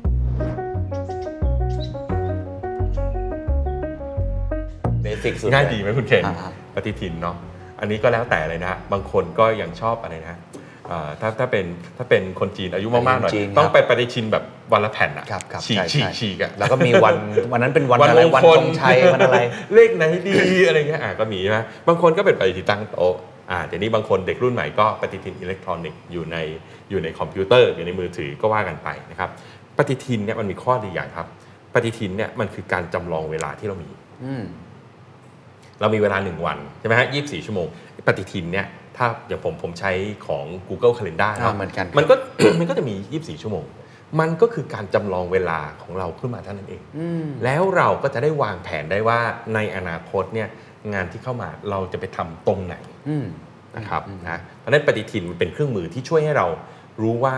Speaker 2: เบสิกสุด
Speaker 1: ง่ายดีไหมคุณเคน
Speaker 2: อ่า
Speaker 1: ปฏิทินเนาะอันนี้ก็แล้วแต่เลยนะฮะบางคนก็ยังชอบอะไรนะฮะเอ่อถ้าถ้าเป็นถ้าเป็นคนจีนอายุมากๆหน่อย
Speaker 2: จีนครับ
Speaker 1: ต้องไปปฏิทินแบบวันละแผ่นอะ
Speaker 2: ครับครับ
Speaker 1: ฉีก
Speaker 2: ใช่
Speaker 1: ฉีก
Speaker 2: ใช่
Speaker 1: ฉีกอะ
Speaker 2: แล้วก็มีวันวันนั้นเป็นวันอะไร
Speaker 1: มง
Speaker 2: วัน
Speaker 1: ค
Speaker 2: ธ
Speaker 1: ล
Speaker 2: ง ชัยวันอะไร
Speaker 1: เลขไหนดี อะไรเงี้ยอ่ะก็มีใช่ไหมบางคนก็เป็นปฏิทินตั้งโต๊ะอ่าเดี๋ยวนี้บางคนเด็กรุ่นใหม่ก็ปฏิทินอิเล็กทรอนิกส์อยู่ในอยู่ในคอมพิวเตอร์อยู่ในมือถือก็ว่ากันไปนะครับปฏิทินเนี่ยมันมีข้อดีอย่างครับ ปฏิทินเนี่ยมันคือการจำลองเวลาที่เรามี
Speaker 2: อืม
Speaker 1: เรามีเวลา 1 วัน ใช่ไหมฮะยีชั่วโมง ปฏิทินเนี่ย ถ้าอย่างผมผมใช้ของ Google Calendar
Speaker 2: อ่าเหมือนกันครับ
Speaker 1: มันก็ มันก็จะมี 24 ชั่วโมง มันก็คือการจำลองเวลาของเราขึ้นมาเท่านั้นเอง
Speaker 2: อืม
Speaker 1: แล้วเราก็จะได้วางแผนได้ว่าในอนาคตเนี่ยงานที่เข้ามาเราจะไปทำตรงไหน
Speaker 2: อืม
Speaker 1: นะครับ
Speaker 2: อืม
Speaker 1: นะเพราะฉะนั้นปฏิทินมันเป็นเครื่องมือที่ช่วยให้เรารู้ว่า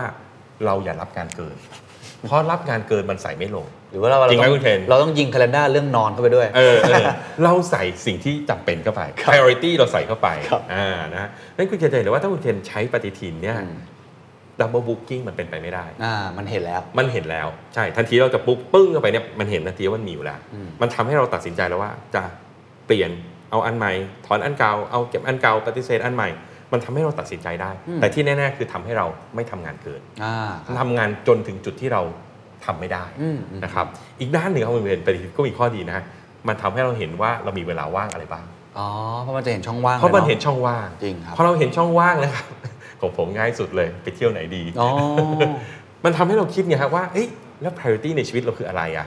Speaker 1: เราอย่ารับงานเกิ น เพราะรับงานเกินมันใส่ไม่ลง
Speaker 2: หรือว่าเรา
Speaker 1: จริงไหม
Speaker 2: เรา
Speaker 1: คุณเทน
Speaker 2: เราต้องยิงคาล endar เรื่องนอนเข้าไปด้วย
Speaker 1: เออเออ เราใส่สิ่งที่จำเป็นเข้าไป priority เราใส่เข้าไป
Speaker 2: ครับ
Speaker 1: อ่านะนั่นคุณเคนจะเห็นเลยว่าถ้าคุณเคนใช้ปฏิทินเนี่ย
Speaker 2: อืม
Speaker 1: double booking มันเป็นไปไม่ได้
Speaker 2: อ่า มันเห็นแล้ว
Speaker 1: มันเห็นแล้ว ใช่ ทันทีเราจะปุ๊บปึ้งเข้าไปเนี่ยมันเห็นทันทีว่ามันมีอยู่แล้ว
Speaker 2: อืม
Speaker 1: มันทำให้เราตัดสินใจแล้วว่าจะเปลี่ยนเอาอันใหม่ ถอนอันเก่าเอาเก็บอันเก่าปฏิเสธอันใหม่ มันทำให้เราตัดสินใจได้
Speaker 2: อืม
Speaker 1: แต่ที่แน่ๆคือทำให้เราไม่ทำงานเกิน
Speaker 2: อ่า
Speaker 1: ทำงานจนถึงจุดที่เราทำไม่ได้
Speaker 2: อืมอืม
Speaker 1: นะครับอีกด้านหนึ่งของเวรปฏิทินก็มีข้อดีนะ มันทำให้เราเห็นว่าเรามีเวลาว่างอะไรบ้าง
Speaker 2: อ๋อ เพราะมันจะเห็นช่องว่าง
Speaker 1: เพราะมันเห็น
Speaker 2: ลย
Speaker 1: ช่องว่าง
Speaker 2: จริงครับ
Speaker 1: พอเราเห็นช่องว่างแล้วครับ ของผมง่ายสุดเลยไปเที่ยวไหนดี
Speaker 2: อ๋อ
Speaker 1: มันทำให้เราคิดไงครับว่าเอ๊ะแล้ว priority ในชีวิตเราคืออะไรอะ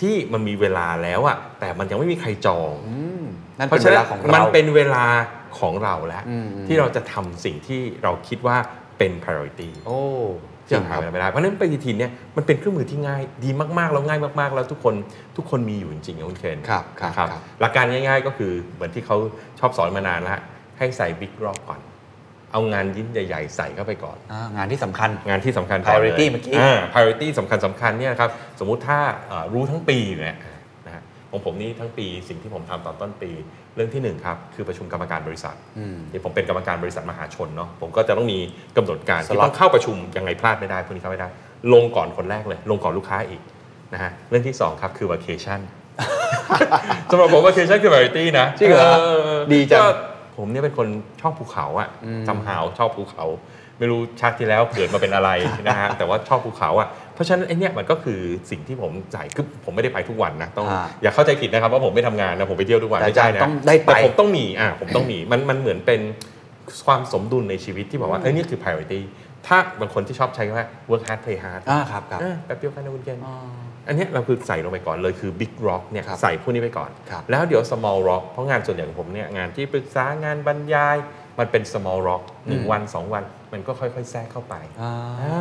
Speaker 1: ที่มันมีเวลาแล้วอะแต่มันยังไม่มีใครจอง
Speaker 2: อืมนั่น
Speaker 1: เพ
Speaker 2: เป็น
Speaker 1: ราะฉะ
Speaker 2: เว
Speaker 1: นั้
Speaker 2: ลาน ของเรา
Speaker 1: มันเป็นเวลาของเราแล้ว
Speaker 2: อืมอืม
Speaker 1: ที่เราจะทำสิ่งที่เราคิดว่าเป็น priority
Speaker 2: โอ้จ
Speaker 1: จะ
Speaker 2: ริง
Speaker 1: หา
Speaker 2: ครับ
Speaker 1: เวลาไม่ได้เพราะฉะนั้นปฏิทินเนี่ยมันเป็นเครื่องมือที่ง่ายดีมากๆ แล้วง่ายมากๆ แล้วทุกคนทุกคนมีอยู่จริงๆนะคุณเคน
Speaker 2: ครับครับ
Speaker 1: นะ
Speaker 2: ค
Speaker 1: ค
Speaker 2: รั
Speaker 1: รั
Speaker 2: บบ
Speaker 1: หลักการง่ายๆ ก็คือเหมือนที่เขาชอบสอนมานานแล้วให้ใส่บิ๊กรอบก่อน เอางานยิ้นใหญ่ๆ ใส่เข้าไปก่อน
Speaker 2: อ่างานที่สำคัญ
Speaker 1: งานที่สำคัญก่อนเลย
Speaker 2: Priority เมื่อกี้
Speaker 1: า priority สำคัญสำคัญเนี่ยนะครับสมมุติถ้าเอ่อรู้ทั้งปีเนี่ยนะฮะของผมนี่ทั้งปีสิ่งที่ผมทำตอนต้นปีเรื่องที่หนึ่งครับคือประชุมกรรมการบริษัท
Speaker 2: อืม
Speaker 1: เดี๋ยวผมเป็นกรรมการบริษัทมหาชนเนาะผมก็จะต้องมีกำหนดการที่
Speaker 2: Slot
Speaker 1: ต้องเข้าประชุมยังไงพลาดไม่ได้พวกนี้เข้าไม่ได้ ลงก่อนคนแรกเลย ลงก่อนลูกค้าอีกนะฮะเรื่องที่ 2 ครับคือ vacation สำหรับผม vacation คือ variety นะ
Speaker 2: จริงเหรอดีจัง
Speaker 1: ก็ผมเนี่ยเป็นคนชอบภูเขาอะ
Speaker 2: อืม
Speaker 1: จำหาวชอบภูเขา ไม่รู้ชาติที่แล้วเกิดมาเป็นอะไร นะฮะแต่ว่าชอบภูเขาอะเพราะฉะนั้นไอเนี่ยมันก็คือสิ่งที่ผมจ่ายคือผมไม่ได้ไปทุกวันนะต้อง อย่าเข้าใจผิดนะครับว่าผมไม่ทำงานนะผมไปเที่ยวทุกวัน
Speaker 2: แต่
Speaker 1: ไม่ใช่
Speaker 2: อาจารย์
Speaker 1: นะ
Speaker 2: ต้องได้ไป
Speaker 1: แต่ผมต้องมีอ่าผมต้องมีมันมันเหมือนเป็นความสมดุลในชีวิตที่บอกว่าเอ้ยนี่คือ priority ถ้าบางคนที่ชอบใช้คำว่า work hard play hard
Speaker 2: อ่าครับครับ
Speaker 1: อ่าแบบเดียวกันนะคุณเกณฑ์
Speaker 2: อ๋อ
Speaker 1: อันเนี้ยเราคือใส่ลงไปก่อนเลยคือ big rock เนี่ย
Speaker 2: ครับ
Speaker 1: ใส่พวกนี้ไปก่อน
Speaker 2: ครับ
Speaker 1: แล้วเดี๋ยว small rock เพราะงานส่วนใหญ่ของผมเนี่ยงานที่ปรึกษางานบรรยาย มันเป็น small rock หนึ่ง
Speaker 2: อืม
Speaker 1: วัน 2 วัน มันก็ค่อย ๆ แทรกเข้าไป
Speaker 2: อ่า
Speaker 1: อ่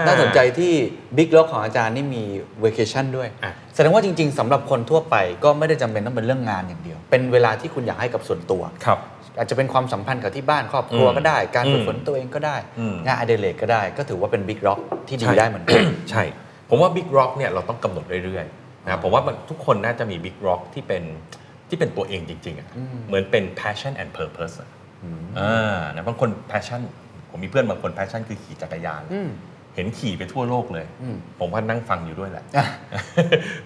Speaker 1: า
Speaker 2: น่าสนใจที่บิ๊กล็อกของอาจารย์นี่มีเวกชันด้วย
Speaker 1: อ่ะ
Speaker 2: แสดงว่าจริง ๆสำหรับคนทั่วไปก็ไม่ได้จำเป็นต้องเป็นเรื่องงานอย่างเดียว เป็นเวลาที่คุณอยากให้กับส่วนตัว
Speaker 1: ครับ
Speaker 2: อาจจะเป็นความสัมพันธ์กับที่บ้านครอบครัว
Speaker 1: อืม
Speaker 2: ก็ได้ การ
Speaker 1: อืม
Speaker 2: ฝึกฝนตัวเองก็ได้
Speaker 1: อืม
Speaker 2: งานอดิเรกก็ได้ ก็ถือว่าเป็นบิ๊กล็อกที่ดี
Speaker 1: ใช่
Speaker 2: ได้เหมือนกัน
Speaker 1: ใช่ ผมว่า Big Rock เนี่ยเราต้องกำหนดเรื่อยๆนะครับผมว่ามันทุกคนน่าจะมี Big Rock ที่เป็นที่เป็นตัวเองจริงๆอะ
Speaker 2: อืม
Speaker 1: เหมือนเป็น passion and purpose อะอ่านะบางคน passion ผมมีเพื่อนบางคน passion คือขี่จักรยาน
Speaker 2: อืม
Speaker 1: เห็นขี่ไปทั่วโลกเลย
Speaker 2: อืม
Speaker 1: ผมว่านั่งฟังอยู่ด้วยแหละ
Speaker 2: อ่ะ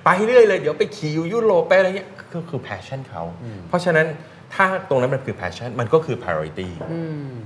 Speaker 1: ไปเรื่อยเลยเดี๋ยวไปขี่อยู่ยุโรปไปอะไรเงี้ยก็คือ passion เขา เพราะฉะนั้นถ้าตรงนั้นมันคือ passion มันก็คือ priority
Speaker 2: อืม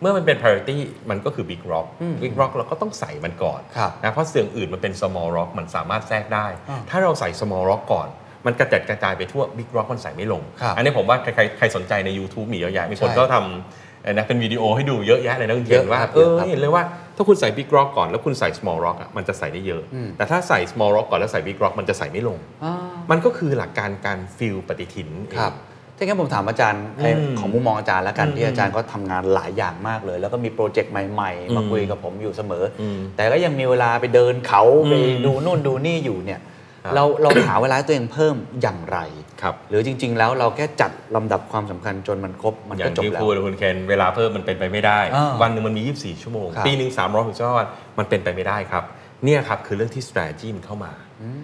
Speaker 1: เมื่อมันเป็น priority มันก็คือ big rock
Speaker 2: อืม
Speaker 1: big rock เราก็ต้องใส่มันก่อน
Speaker 2: ครับ
Speaker 1: นะเพราะเสื่องอื่นมันเป็น small rock มันสามารถแทรกได้
Speaker 2: อ่า
Speaker 1: ถ้าเราใส่ small rock ก่อน มันกระจัดกระจายไปทั่วบิ๊กร็อกมันใส่ไม่ลง
Speaker 2: ครับ
Speaker 1: อันนี้ผมว่าใครๆใครสนใจใน YouTube มีเยอะแยะมีคน
Speaker 2: ใช่
Speaker 1: ก็ทำเอ่อนะเป็นวิดีโอให้ดูเยอะแยะเลยนะคุณเทีย
Speaker 2: เย
Speaker 1: น
Speaker 2: อะ
Speaker 1: ว่า
Speaker 2: ครับ
Speaker 1: เอ
Speaker 2: เย
Speaker 1: อ
Speaker 2: อะครับ
Speaker 1: เห็นเลยว่าถ้าคุณใส่บิ๊กร็อกก่อนแล้วคุณใส่ small rock อะมันจะใส่ได้เยอะ
Speaker 2: อืม
Speaker 1: แต่ถ้าใส่ small rock ก่อนแล้วใส่บิ๊กร็อกมันจะใส่ไม่ลง
Speaker 2: อ่า
Speaker 1: มันก็คือหลักการการฟิลปฏิทินเอง
Speaker 2: ครับถ้างั้นผมถามอาจารย์ใน
Speaker 1: อืม
Speaker 2: ของมุมมองอาจารย์แล้วกัน
Speaker 1: อืม
Speaker 2: ที่อาจารย์ก็ทำงานหลายอย่างมากเลย แล้วก็มีโปรเจกต์ใหม่
Speaker 1: อื
Speaker 2: ๆ
Speaker 1: ม
Speaker 2: มาคุยกับผมอยู่เสมออ
Speaker 1: อืม
Speaker 2: แต่ก็ยังมีเวลาไปเดินเขา
Speaker 1: อืม
Speaker 2: ไปดูนู่นดูนี่อยู่เนี่ย
Speaker 1: ครับ
Speaker 2: เราเราหาเวลาให้ตัวเองเพิ่มอย่างไร
Speaker 1: ครับ
Speaker 2: หรือจริง ๆ แล้วเราแค่จัดลำดับความสำคัญจนมันครบมัน
Speaker 1: อ
Speaker 2: ก็
Speaker 1: ย่าง
Speaker 2: จบ
Speaker 1: ที่
Speaker 2: แล้ว
Speaker 1: พูดคุณเคนเวลาเพิ่มมันเป็นไปไม่ได้
Speaker 2: อ่า
Speaker 1: วันหนึ่งมันมี 24 ชั่วโมง
Speaker 2: ครับ
Speaker 1: ปีหนึ่ง365วันมันเป็นไปไม่ได้ครับ เนี่ยครับคือเรื่องที่ strategy มันเข้ามา
Speaker 2: อืม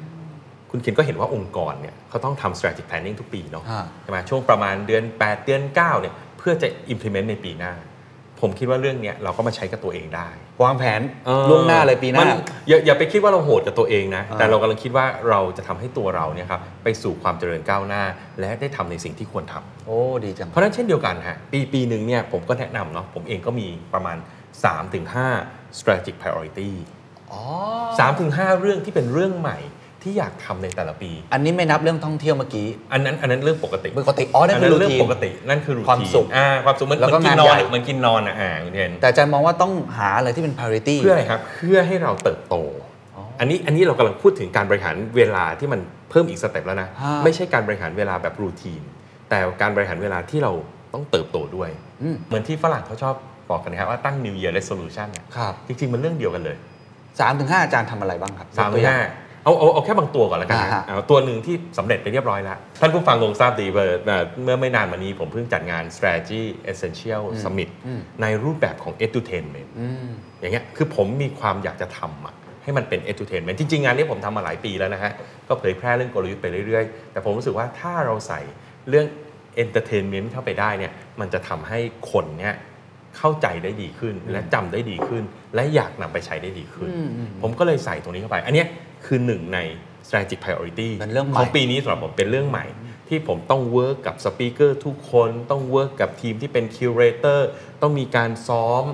Speaker 1: คุณเคนก็เห็นว่าองค์กรเนี่ยเขาต้องทำ strategic planning ทุกปีเนาะ
Speaker 2: อ่า
Speaker 1: ใช่ไหมช่วงประมาณเดือน 8 เดือน 9เนี่ยเพื่อจะ implement ในปีหน้า ผมคิดว่าเรื่องเนี้ยเราก็มาใช้กับตัวเองได้
Speaker 2: วางแผนล่วงหน้าเลยปีหน้า
Speaker 1: มัอย่าอย่าไปคิดว่าเราโหดกับตัวเองนะ
Speaker 2: อ่า
Speaker 1: แต่เรากำลังคิดว่าเราจะทำให้ตัวเราเนี่ยครับไปสู่ความเจริญก้าวหน้า และได้ทำในสิ่งที่ควรทำ
Speaker 2: โอ้ดีจัง
Speaker 1: เพราะฉะนั้นเช่นเดียวกันฮะปีปีหนึ่งเนี่ยผมก็แนะนำเนาะผมเองก็มีประมาณ 3-5 strategic priority
Speaker 2: อ๋อ
Speaker 1: 3-5 เรื่องที่เป็นเรื่องใหม่ที่อยากทำในแต่ละปี
Speaker 2: อันนี้ไม่นับเรื่องท่องเที่ยวเมื่อกี้
Speaker 1: อันนั้นอันนั้นเรื่องปกติ
Speaker 2: ปกติอ๋อนั่น
Speaker 1: อัน
Speaker 2: คื
Speaker 1: นั้
Speaker 2: อนรู
Speaker 1: เรื่อง
Speaker 2: ทีน
Speaker 1: ปกตินั่นคือรูทีน
Speaker 2: ความสุข
Speaker 1: อ่าความสุขเหมัน
Speaker 2: แล้วก็
Speaker 1: เหมือนกิน
Speaker 2: งา
Speaker 1: น
Speaker 2: นให
Speaker 1: อ
Speaker 2: ญ่
Speaker 1: นอะเหมือนกินนอนอะอ่าคุณเทน
Speaker 2: แต่อาจารย์มองว่าต้องหาอะไรที่เป็น priority
Speaker 1: เพื่ออะไรครับเพื่อให้เราเติบโต
Speaker 2: อ๋อ
Speaker 1: อันนี้อันนี้เรากำลังพูดถึงการบริหารเวลาที่มันเพิ่มอีกสเต็ปแล้วนะ
Speaker 2: ฮะ
Speaker 1: ไม่ใช่การบริหารเวลาแบบรูทีน แต่การบริหารเวลาที่เราต้องเติบโตด้วย
Speaker 2: อืม
Speaker 1: เหมือนที่ฝรั่งเขาชอบบอกกันนะครับว่าตั้ง New Year Resolution เนี่ย
Speaker 2: ครับ
Speaker 1: จริง ๆ มันเรื่องเดียวกันเลย
Speaker 2: สามถึงห้าอาจารย์ทำอะไรบ้างครับ
Speaker 1: สาม
Speaker 2: ยกตัวอย่
Speaker 1: ห้าง เอาเอาเอาแค่บางตัวก่อนแล้วกันนะ
Speaker 2: อ่าฮะ
Speaker 1: เอาตัวหนึ่งที่สำเร็จไปเรียบร้อยแล้ว ท่านผู้ฟังคงทราบดีว่าเอ่อเมื่อไม่นานมานี้ผมเพิ่งจัดงาน Strategy Essential Summit
Speaker 2: อืม
Speaker 1: ในรูปแบบของ Edutainment
Speaker 2: อืม
Speaker 1: อย่างเงี้ยคือผมมีความอยากจะทำอะให้มันเป็น Edutainment จริง ๆ งานนี้ผมทำมาหลายปีแล้วนะฮะ ก็เผยแพร่เรื่องกลยุทธ์ไปเรื่อย ๆ แต่ผมรู้สึกว่าถ้าเราใส่เรื่อง Entertainment เข้าไปได้เนี่ยมันจะทำให้คนเนี่ยเข้าใจได้ดีขึ้น และจำได้ดีขึ้น และอยากนำไปใช้ได้ดีขึ้น
Speaker 2: อืมอืม
Speaker 1: ผมก็เลยใส่ตรงนี้เข้าไป อันเนี้ยคือหนึ่งใน strategic priority
Speaker 2: เป็นเรื่องใหม่
Speaker 1: ของปีนี้สำหรับผมเป็นเรื่องใหม่ ที่ผมต้องเวิร์กกับสปีกเกอร์ทุกคนต้องเวิร์กกับทีมที่เป็นคิวเรเตอร์ต้องมีการซ้อม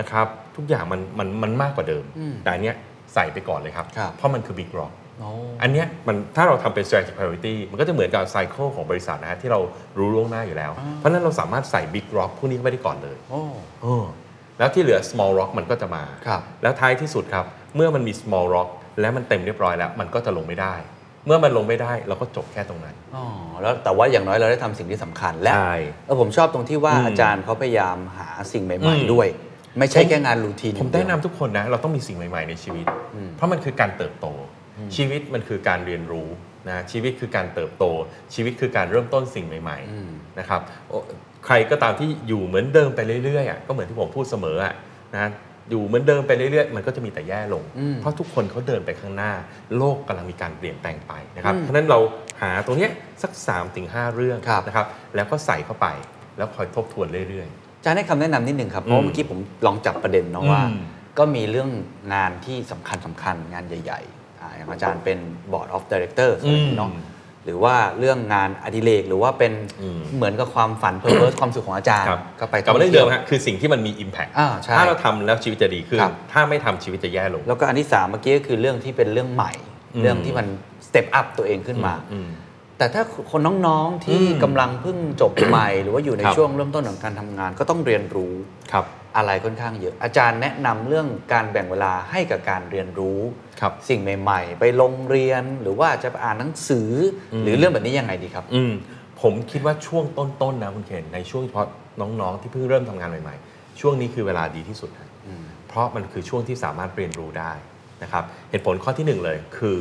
Speaker 1: นะครับ ทุกอย่างมันมันมันมากกว่าเดิม
Speaker 2: อืม
Speaker 1: แต่อันเนี้ยใส่ไปก่อนเลยครับ
Speaker 2: ครับ
Speaker 1: เพราะมันคือ Big Rock
Speaker 2: โอ้
Speaker 1: อันเนี้ยมันถ้าเราทำเป็น strategic priority มันก็จะเหมือนกับไซเคิลของบริษัทนะฮะที่เรารู้ล่วงหน้าอยู่แล้ว
Speaker 2: อ่า
Speaker 1: เพราะฉะนั้นเราสามารถใส่ Big Rock พวกนี้เข้าไปได้ก่อนเลย
Speaker 2: โอ้
Speaker 1: เออแล้วที่เหลือ small rock มันก็จะมา
Speaker 2: ครับ
Speaker 1: แล้วท้ายที่สุดครับ เมื่อมันมี small rock และมันเต็มเรียบร้อยแล้ว มันก็จะลงไม่ได้ เมื่อมันลงไม่ได้เราก็จบแค่ตรงนั้น
Speaker 2: อ๋อแล้วแต่ว่าอย่างน้อยเราได้ทำสิ่งที่สำคัญและ
Speaker 1: ใช่
Speaker 2: เออผมชอบตรงที่ว่า
Speaker 1: อืม
Speaker 2: อาจารย์เขาพยายามหาสิ่งให
Speaker 1: อื
Speaker 2: ม่
Speaker 1: ม
Speaker 2: ๆด้วย ไม่ใช่แค่งานรูทีน
Speaker 1: ผมแนะนำ
Speaker 2: อย่างเดียว
Speaker 1: ทุกคนนะ เราต้องมีสิ่งใหม่ ๆ ในชีวิต
Speaker 2: อืม
Speaker 1: เพราะมันคือการเติบโต ชีวิตมันคือการเรียนรู้นะชีวิตคือการเติบโต ชีวิตคือการเริ่มต้นสิ่งใหม่
Speaker 2: อืม
Speaker 1: ๆ นะครับโอใครก็ตามที่อยู่เหมือนเดิมไปเรื่อยๆอ่ะก็เหมือนที่ผมพูดเสมออ่ะนะอยู่เหมือนเดิมไปเรื่อยๆ มันก็จะมีแต่แย่ลง
Speaker 2: อืม
Speaker 1: เพราะทุกคนเขาเดินไปข้างหน้า โลกกำลังมีการเปลี่ยนแปลงไปนะครับ
Speaker 2: อืม
Speaker 1: เพราะฉะนั้นเราหาตรงเนี้ยสัก 3-5 เรื่อง
Speaker 2: ครับ
Speaker 1: นะครับแล้วก็ใส่เข้าไปแล้วคอยทบทวนเรื่อย
Speaker 2: อาจารย์ให้คำแนะนำนิดหนึ่งครับ เพ
Speaker 1: อื
Speaker 2: ราะ
Speaker 1: ม
Speaker 2: เมื่อกี้ผมลองจับประเด็นเนาะ
Speaker 1: อืม
Speaker 2: ว่า ก็มีเรื่องงานที่สำคัญสำคัญงานใหญ่ๆอ่าอย่างอาจารย์เป็น Board of Directors อะไรอย่างเงี้ยเนาะ
Speaker 1: อืม
Speaker 2: หรือว่าเรื่องงานอดิเรกหรือว่าเป็น
Speaker 1: อืม
Speaker 2: เหมือนกับความฝัน purpose ความสุขของอาจา
Speaker 1: ๆ
Speaker 2: รย์
Speaker 1: ครับ
Speaker 2: ก็ไป
Speaker 1: กลับมาเรื่องเดิม
Speaker 2: ท่
Speaker 1: ฮะคือสิ่งที่มันมี impact
Speaker 2: อ่าใช่
Speaker 1: ถ้าเราทำแล้วชีวิตจะดีขึ้น
Speaker 2: ครับ
Speaker 1: ถ้าไม่ทำชีวิตจะแย่ลง
Speaker 2: แล้วก็อันที่สามเมื่อกี้ก็คือเรื่องที่เป็นเรื่องใหม่
Speaker 1: อืม
Speaker 2: เรื่องที่มันสเต็ปอัพตัวเองขึ้นมา
Speaker 1: อืม
Speaker 2: แต่ถ้าคนน้องๆที่
Speaker 1: อืม
Speaker 2: กำลังเพิ่งจบใหม่ หรือว่าอยู่ใน
Speaker 1: ครับ
Speaker 2: ช่วงเริ่มต้นของการทำงาน ก็ต้องเรียนรู้
Speaker 1: ครับ
Speaker 2: อะไรค่อนข้างเยอะ อาจารย์แนะนำเรื่องการแบ่งเวลาให้กับการเรียนรู้
Speaker 1: ครับ
Speaker 2: สิ่งใหม่ ๆ ไปโรงเรียนหรือว่าจะไปอ่านหนังสืออหรือเรื่องแบบนี้ยังไงดีครับ
Speaker 1: อืมผมคิดว่าช่วงต้นๆนะคุณเคนในช่วงเฉพาะน้องๆ ที่เพิ่งเริ่มทำงานใหม่ๆ ช่วงนี้คือเวลาดีที่สุดนะเพราะมันคือช่วงที่สามารถเรียนรู้ได้นะครับเหตุผลข้อที่หนึ่งเลยคือ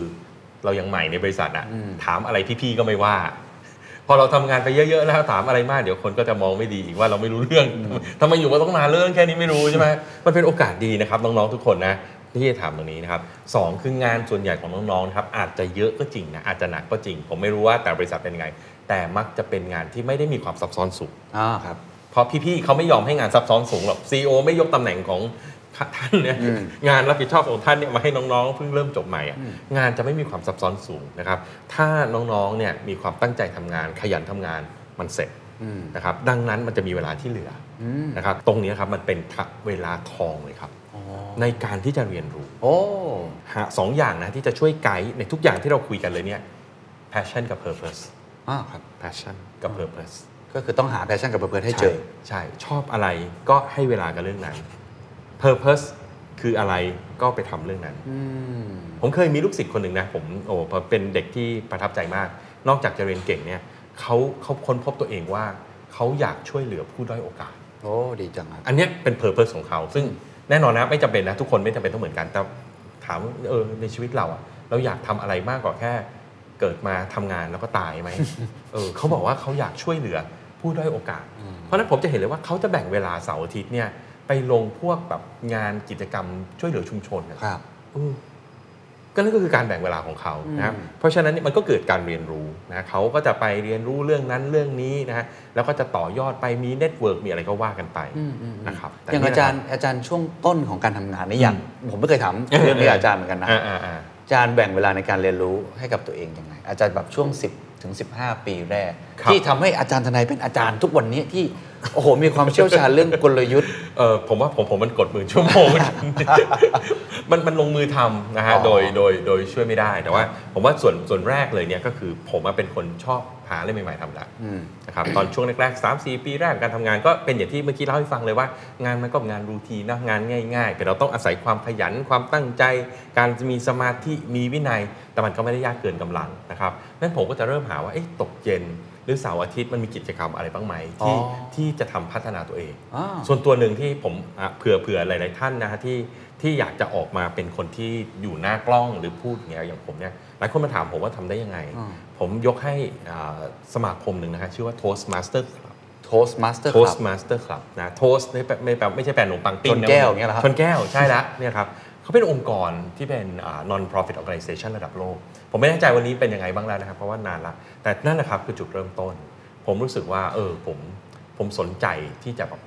Speaker 1: เรายังใหม่ในบริษัทอะ
Speaker 2: อืม
Speaker 1: ถามอะไรพี่ๆก็ไม่ว่า พอเราทำงานไปเยอะๆแล้วถามอะไรมากเดี๋ยวคนก็จะมองไม่ดีอีกว่าเราไม่รู้เรื่องทำไมอยู่มาต้องนานเรื่องแค่นี้ไม่รู้ใช่ไหมมันเป็นโอกาสดีนะครับน้องๆทุกคนนะที่จะถามตรงนี้นะครับสองคืองานส่วนใหญ่ของน้องๆนะครับอาจจะเยอะก็จริงนะอาจจะหนักก็จริง ผมไม่รู้ว่าแต่บริษัทเป็นไง แต่มักจะเป็นงานที่ไม่ได้มีความซับซ้อนสูง
Speaker 2: อ่าครับ
Speaker 1: เพราะพี่ๆเขาไม่ยอมให้งานซับซ้อนสูงหรอกซีอไม่ยกตำแหน่งของ ท่านเนี่ย
Speaker 2: อืม
Speaker 1: งานรับผิดชอบของท่านเนี่ยมาให้น้องๆเพิ่งเริ่มจบใหม่อะ
Speaker 2: อืม
Speaker 1: งานจะไม่มีความซับซ้อนสูงนะครับถ้าน้องๆเนี่ยมีความตั้งใจทำงาน ขยันทำงานมันเสร็จ
Speaker 2: อืม
Speaker 1: นะครับดังนั้นมันจะมีเวลาที่เหลือ
Speaker 2: อืม
Speaker 1: นะครับตรงนี้ครับมันเป็นทะเวลาทองเลยครับ
Speaker 2: อ๋อ
Speaker 1: ในการที่จะเรียนรู้
Speaker 2: โอ้
Speaker 1: หาสองอย่างนะที่จะช่วยไกด์ในทุกอย่างที่เราคุยกันเลยเนี่ย passion กับ purpose
Speaker 2: อ้าวครับ
Speaker 1: passion กับ purpose
Speaker 2: ก็คือต้องหาแพชชั่นกับเพื่อนให้เจอ
Speaker 1: ใช่ ชอบอะไรก็ให้เวลากับเรื่องนั้น purpose คืออะไรก็ไปทำเรื่องนั้น
Speaker 2: อืม
Speaker 1: ผมเคยมีลูกศิษย์คนหนึ่งนะ ผมโอ้เป็นเด็กที่ประทับใจมาก นอกจากจะเรียนเก่งเนี่ยเขาเขาค้นพบตัวเองว่าเขาอยากช่วยเหลือผู้ด้อยโอกาส
Speaker 2: โอ้ ดีจังครับ
Speaker 1: อันเนี้ยเป็นเพอร์เพสของเขา ซึ่งแน่นอนนะไม่จำเป็นนะ ทุกคนไม่จำเป็นต้องเหมือนกัน แต่ถามว่าเออในชีวิตเราอะเราอยากทำอะไรมากกว่าแค่ เกิดมาทำงานแล้วก็ตายไหม เออเขาบอกว่าเขาอยากช่วยเหลือผู้ด้อยโอกาส เพราะฉะนั้นผมจะเห็นเลยว่าเขาจะแบ่งเวลาเสาร์อาทิตย์เนี่ยไปลงพวกแบบงานกิจกรรมช่วยเหลือชุมชนอะ
Speaker 2: ครับ
Speaker 1: อืมก็นั่นก็คือการแบ่งเวลาของเขานะครับ
Speaker 2: อืม
Speaker 1: เพราะฉะนั้นเนี่ยมันก็เกิดการเรียนรู้นะเขาก็จะไปเรียนรู้เรื่องนั้นเรื่องนี้นะฮะแล้วก็จะต่อยอดไปมีเน็ตเวิร์กมีอะไรก็ว่ากันไปนะครับแต่
Speaker 2: อย่างอาจารย์อาจารย์ช่วงต้นของการทำงานนี่ยัง ผมไม่เคยถามเรื่องนี้กับอาจารย์เหมือนกันนะ
Speaker 1: อ่าอ่าอ่า
Speaker 2: อาจารย์แบ่งเวลาในการเรียนรู้ให้กับตัวเองยังไง อาจารย์แบบช่วง 10 ถึง 15 ปีแรก ที่ทำให้อาจารย์ทนายเป็นอาจารย์ทุกวันนี้ที่ โอ้โห มีความเชี่ยวชาญเรื่องกลยุทธ์
Speaker 1: เออผมว่าผมผมมันกดหมื่นชั่วโมง มันมันลงมือทำนะฮะ
Speaker 2: อ๋อ
Speaker 1: โดยโดยโดยช่วยไม่ได้แต่ว่า ผมว่าส่วนส่วนแรกเลยเนี่ยก็คือผมอะเป็นคนชอบหาอะไรใหม่ๆทำละ
Speaker 2: อืม
Speaker 1: นะครับ ตอนช่วงแรกๆ 3 4 ปีแรกของการทำงานก็เป็นอย่างที่เมื่อกี้เล่าให้ฟังเลยว่า งานมันก็เป็นงานรูทีนนะงานง่ายๆ แต่เราต้องอาศัยความขยันความตั้งใจ การมีสมาธิมีวินัย แต่มันก็ไม่ได้ยากเกินกำลังนะครับนั้นผมก็จะเริ่มหาว่าเอ๊ะตกเย็น หรือเสาร์อาทิตย์มันมีกิจกรรมอะไรบ้างไหมที่
Speaker 2: อ๋อ
Speaker 1: ที่จะทำพัฒนาตัวเอง
Speaker 2: อ่า
Speaker 1: ส่วนตัวหนึ่งที่ผมอ่ะเผื่อเผื่อหลาย ๆ ท่านนะฮะที่ที่อยากจะออกมาเป็นคนที่อยู่หน้ากล้องหรือพูดอย่างเงี้ยอย่างผมเนี่ยหลายคนมาถามผมว่าทำได้ยังไง
Speaker 2: อืม
Speaker 1: ผมยกให้อ่าสมาคมหนึ่งนะฮะชื่อว่า Toastmaster Club
Speaker 2: Toastmaster Club
Speaker 1: Toastmaster Club นะ Toast ไม่แปลไม่แปลไม่ใช่แปลขนมปังปิ้ง
Speaker 2: ชนแก้วอย่างเงี้ยเหรอครับ
Speaker 1: บชนแก้ว ใช่ละเนี่ยครับเขาเป็นองค์กรที่เป็นอ่า non profit organization ระดับโลก ผมไม่แน่ใจวันนี้เป็นยังไงบ้างแล้วนะครับ เพราะว่านานละ แต่นั่นแหละครับคือจุดเริ่มต้น ผมรู้สึกว่าเออผมผมสนใจที่จะแบบ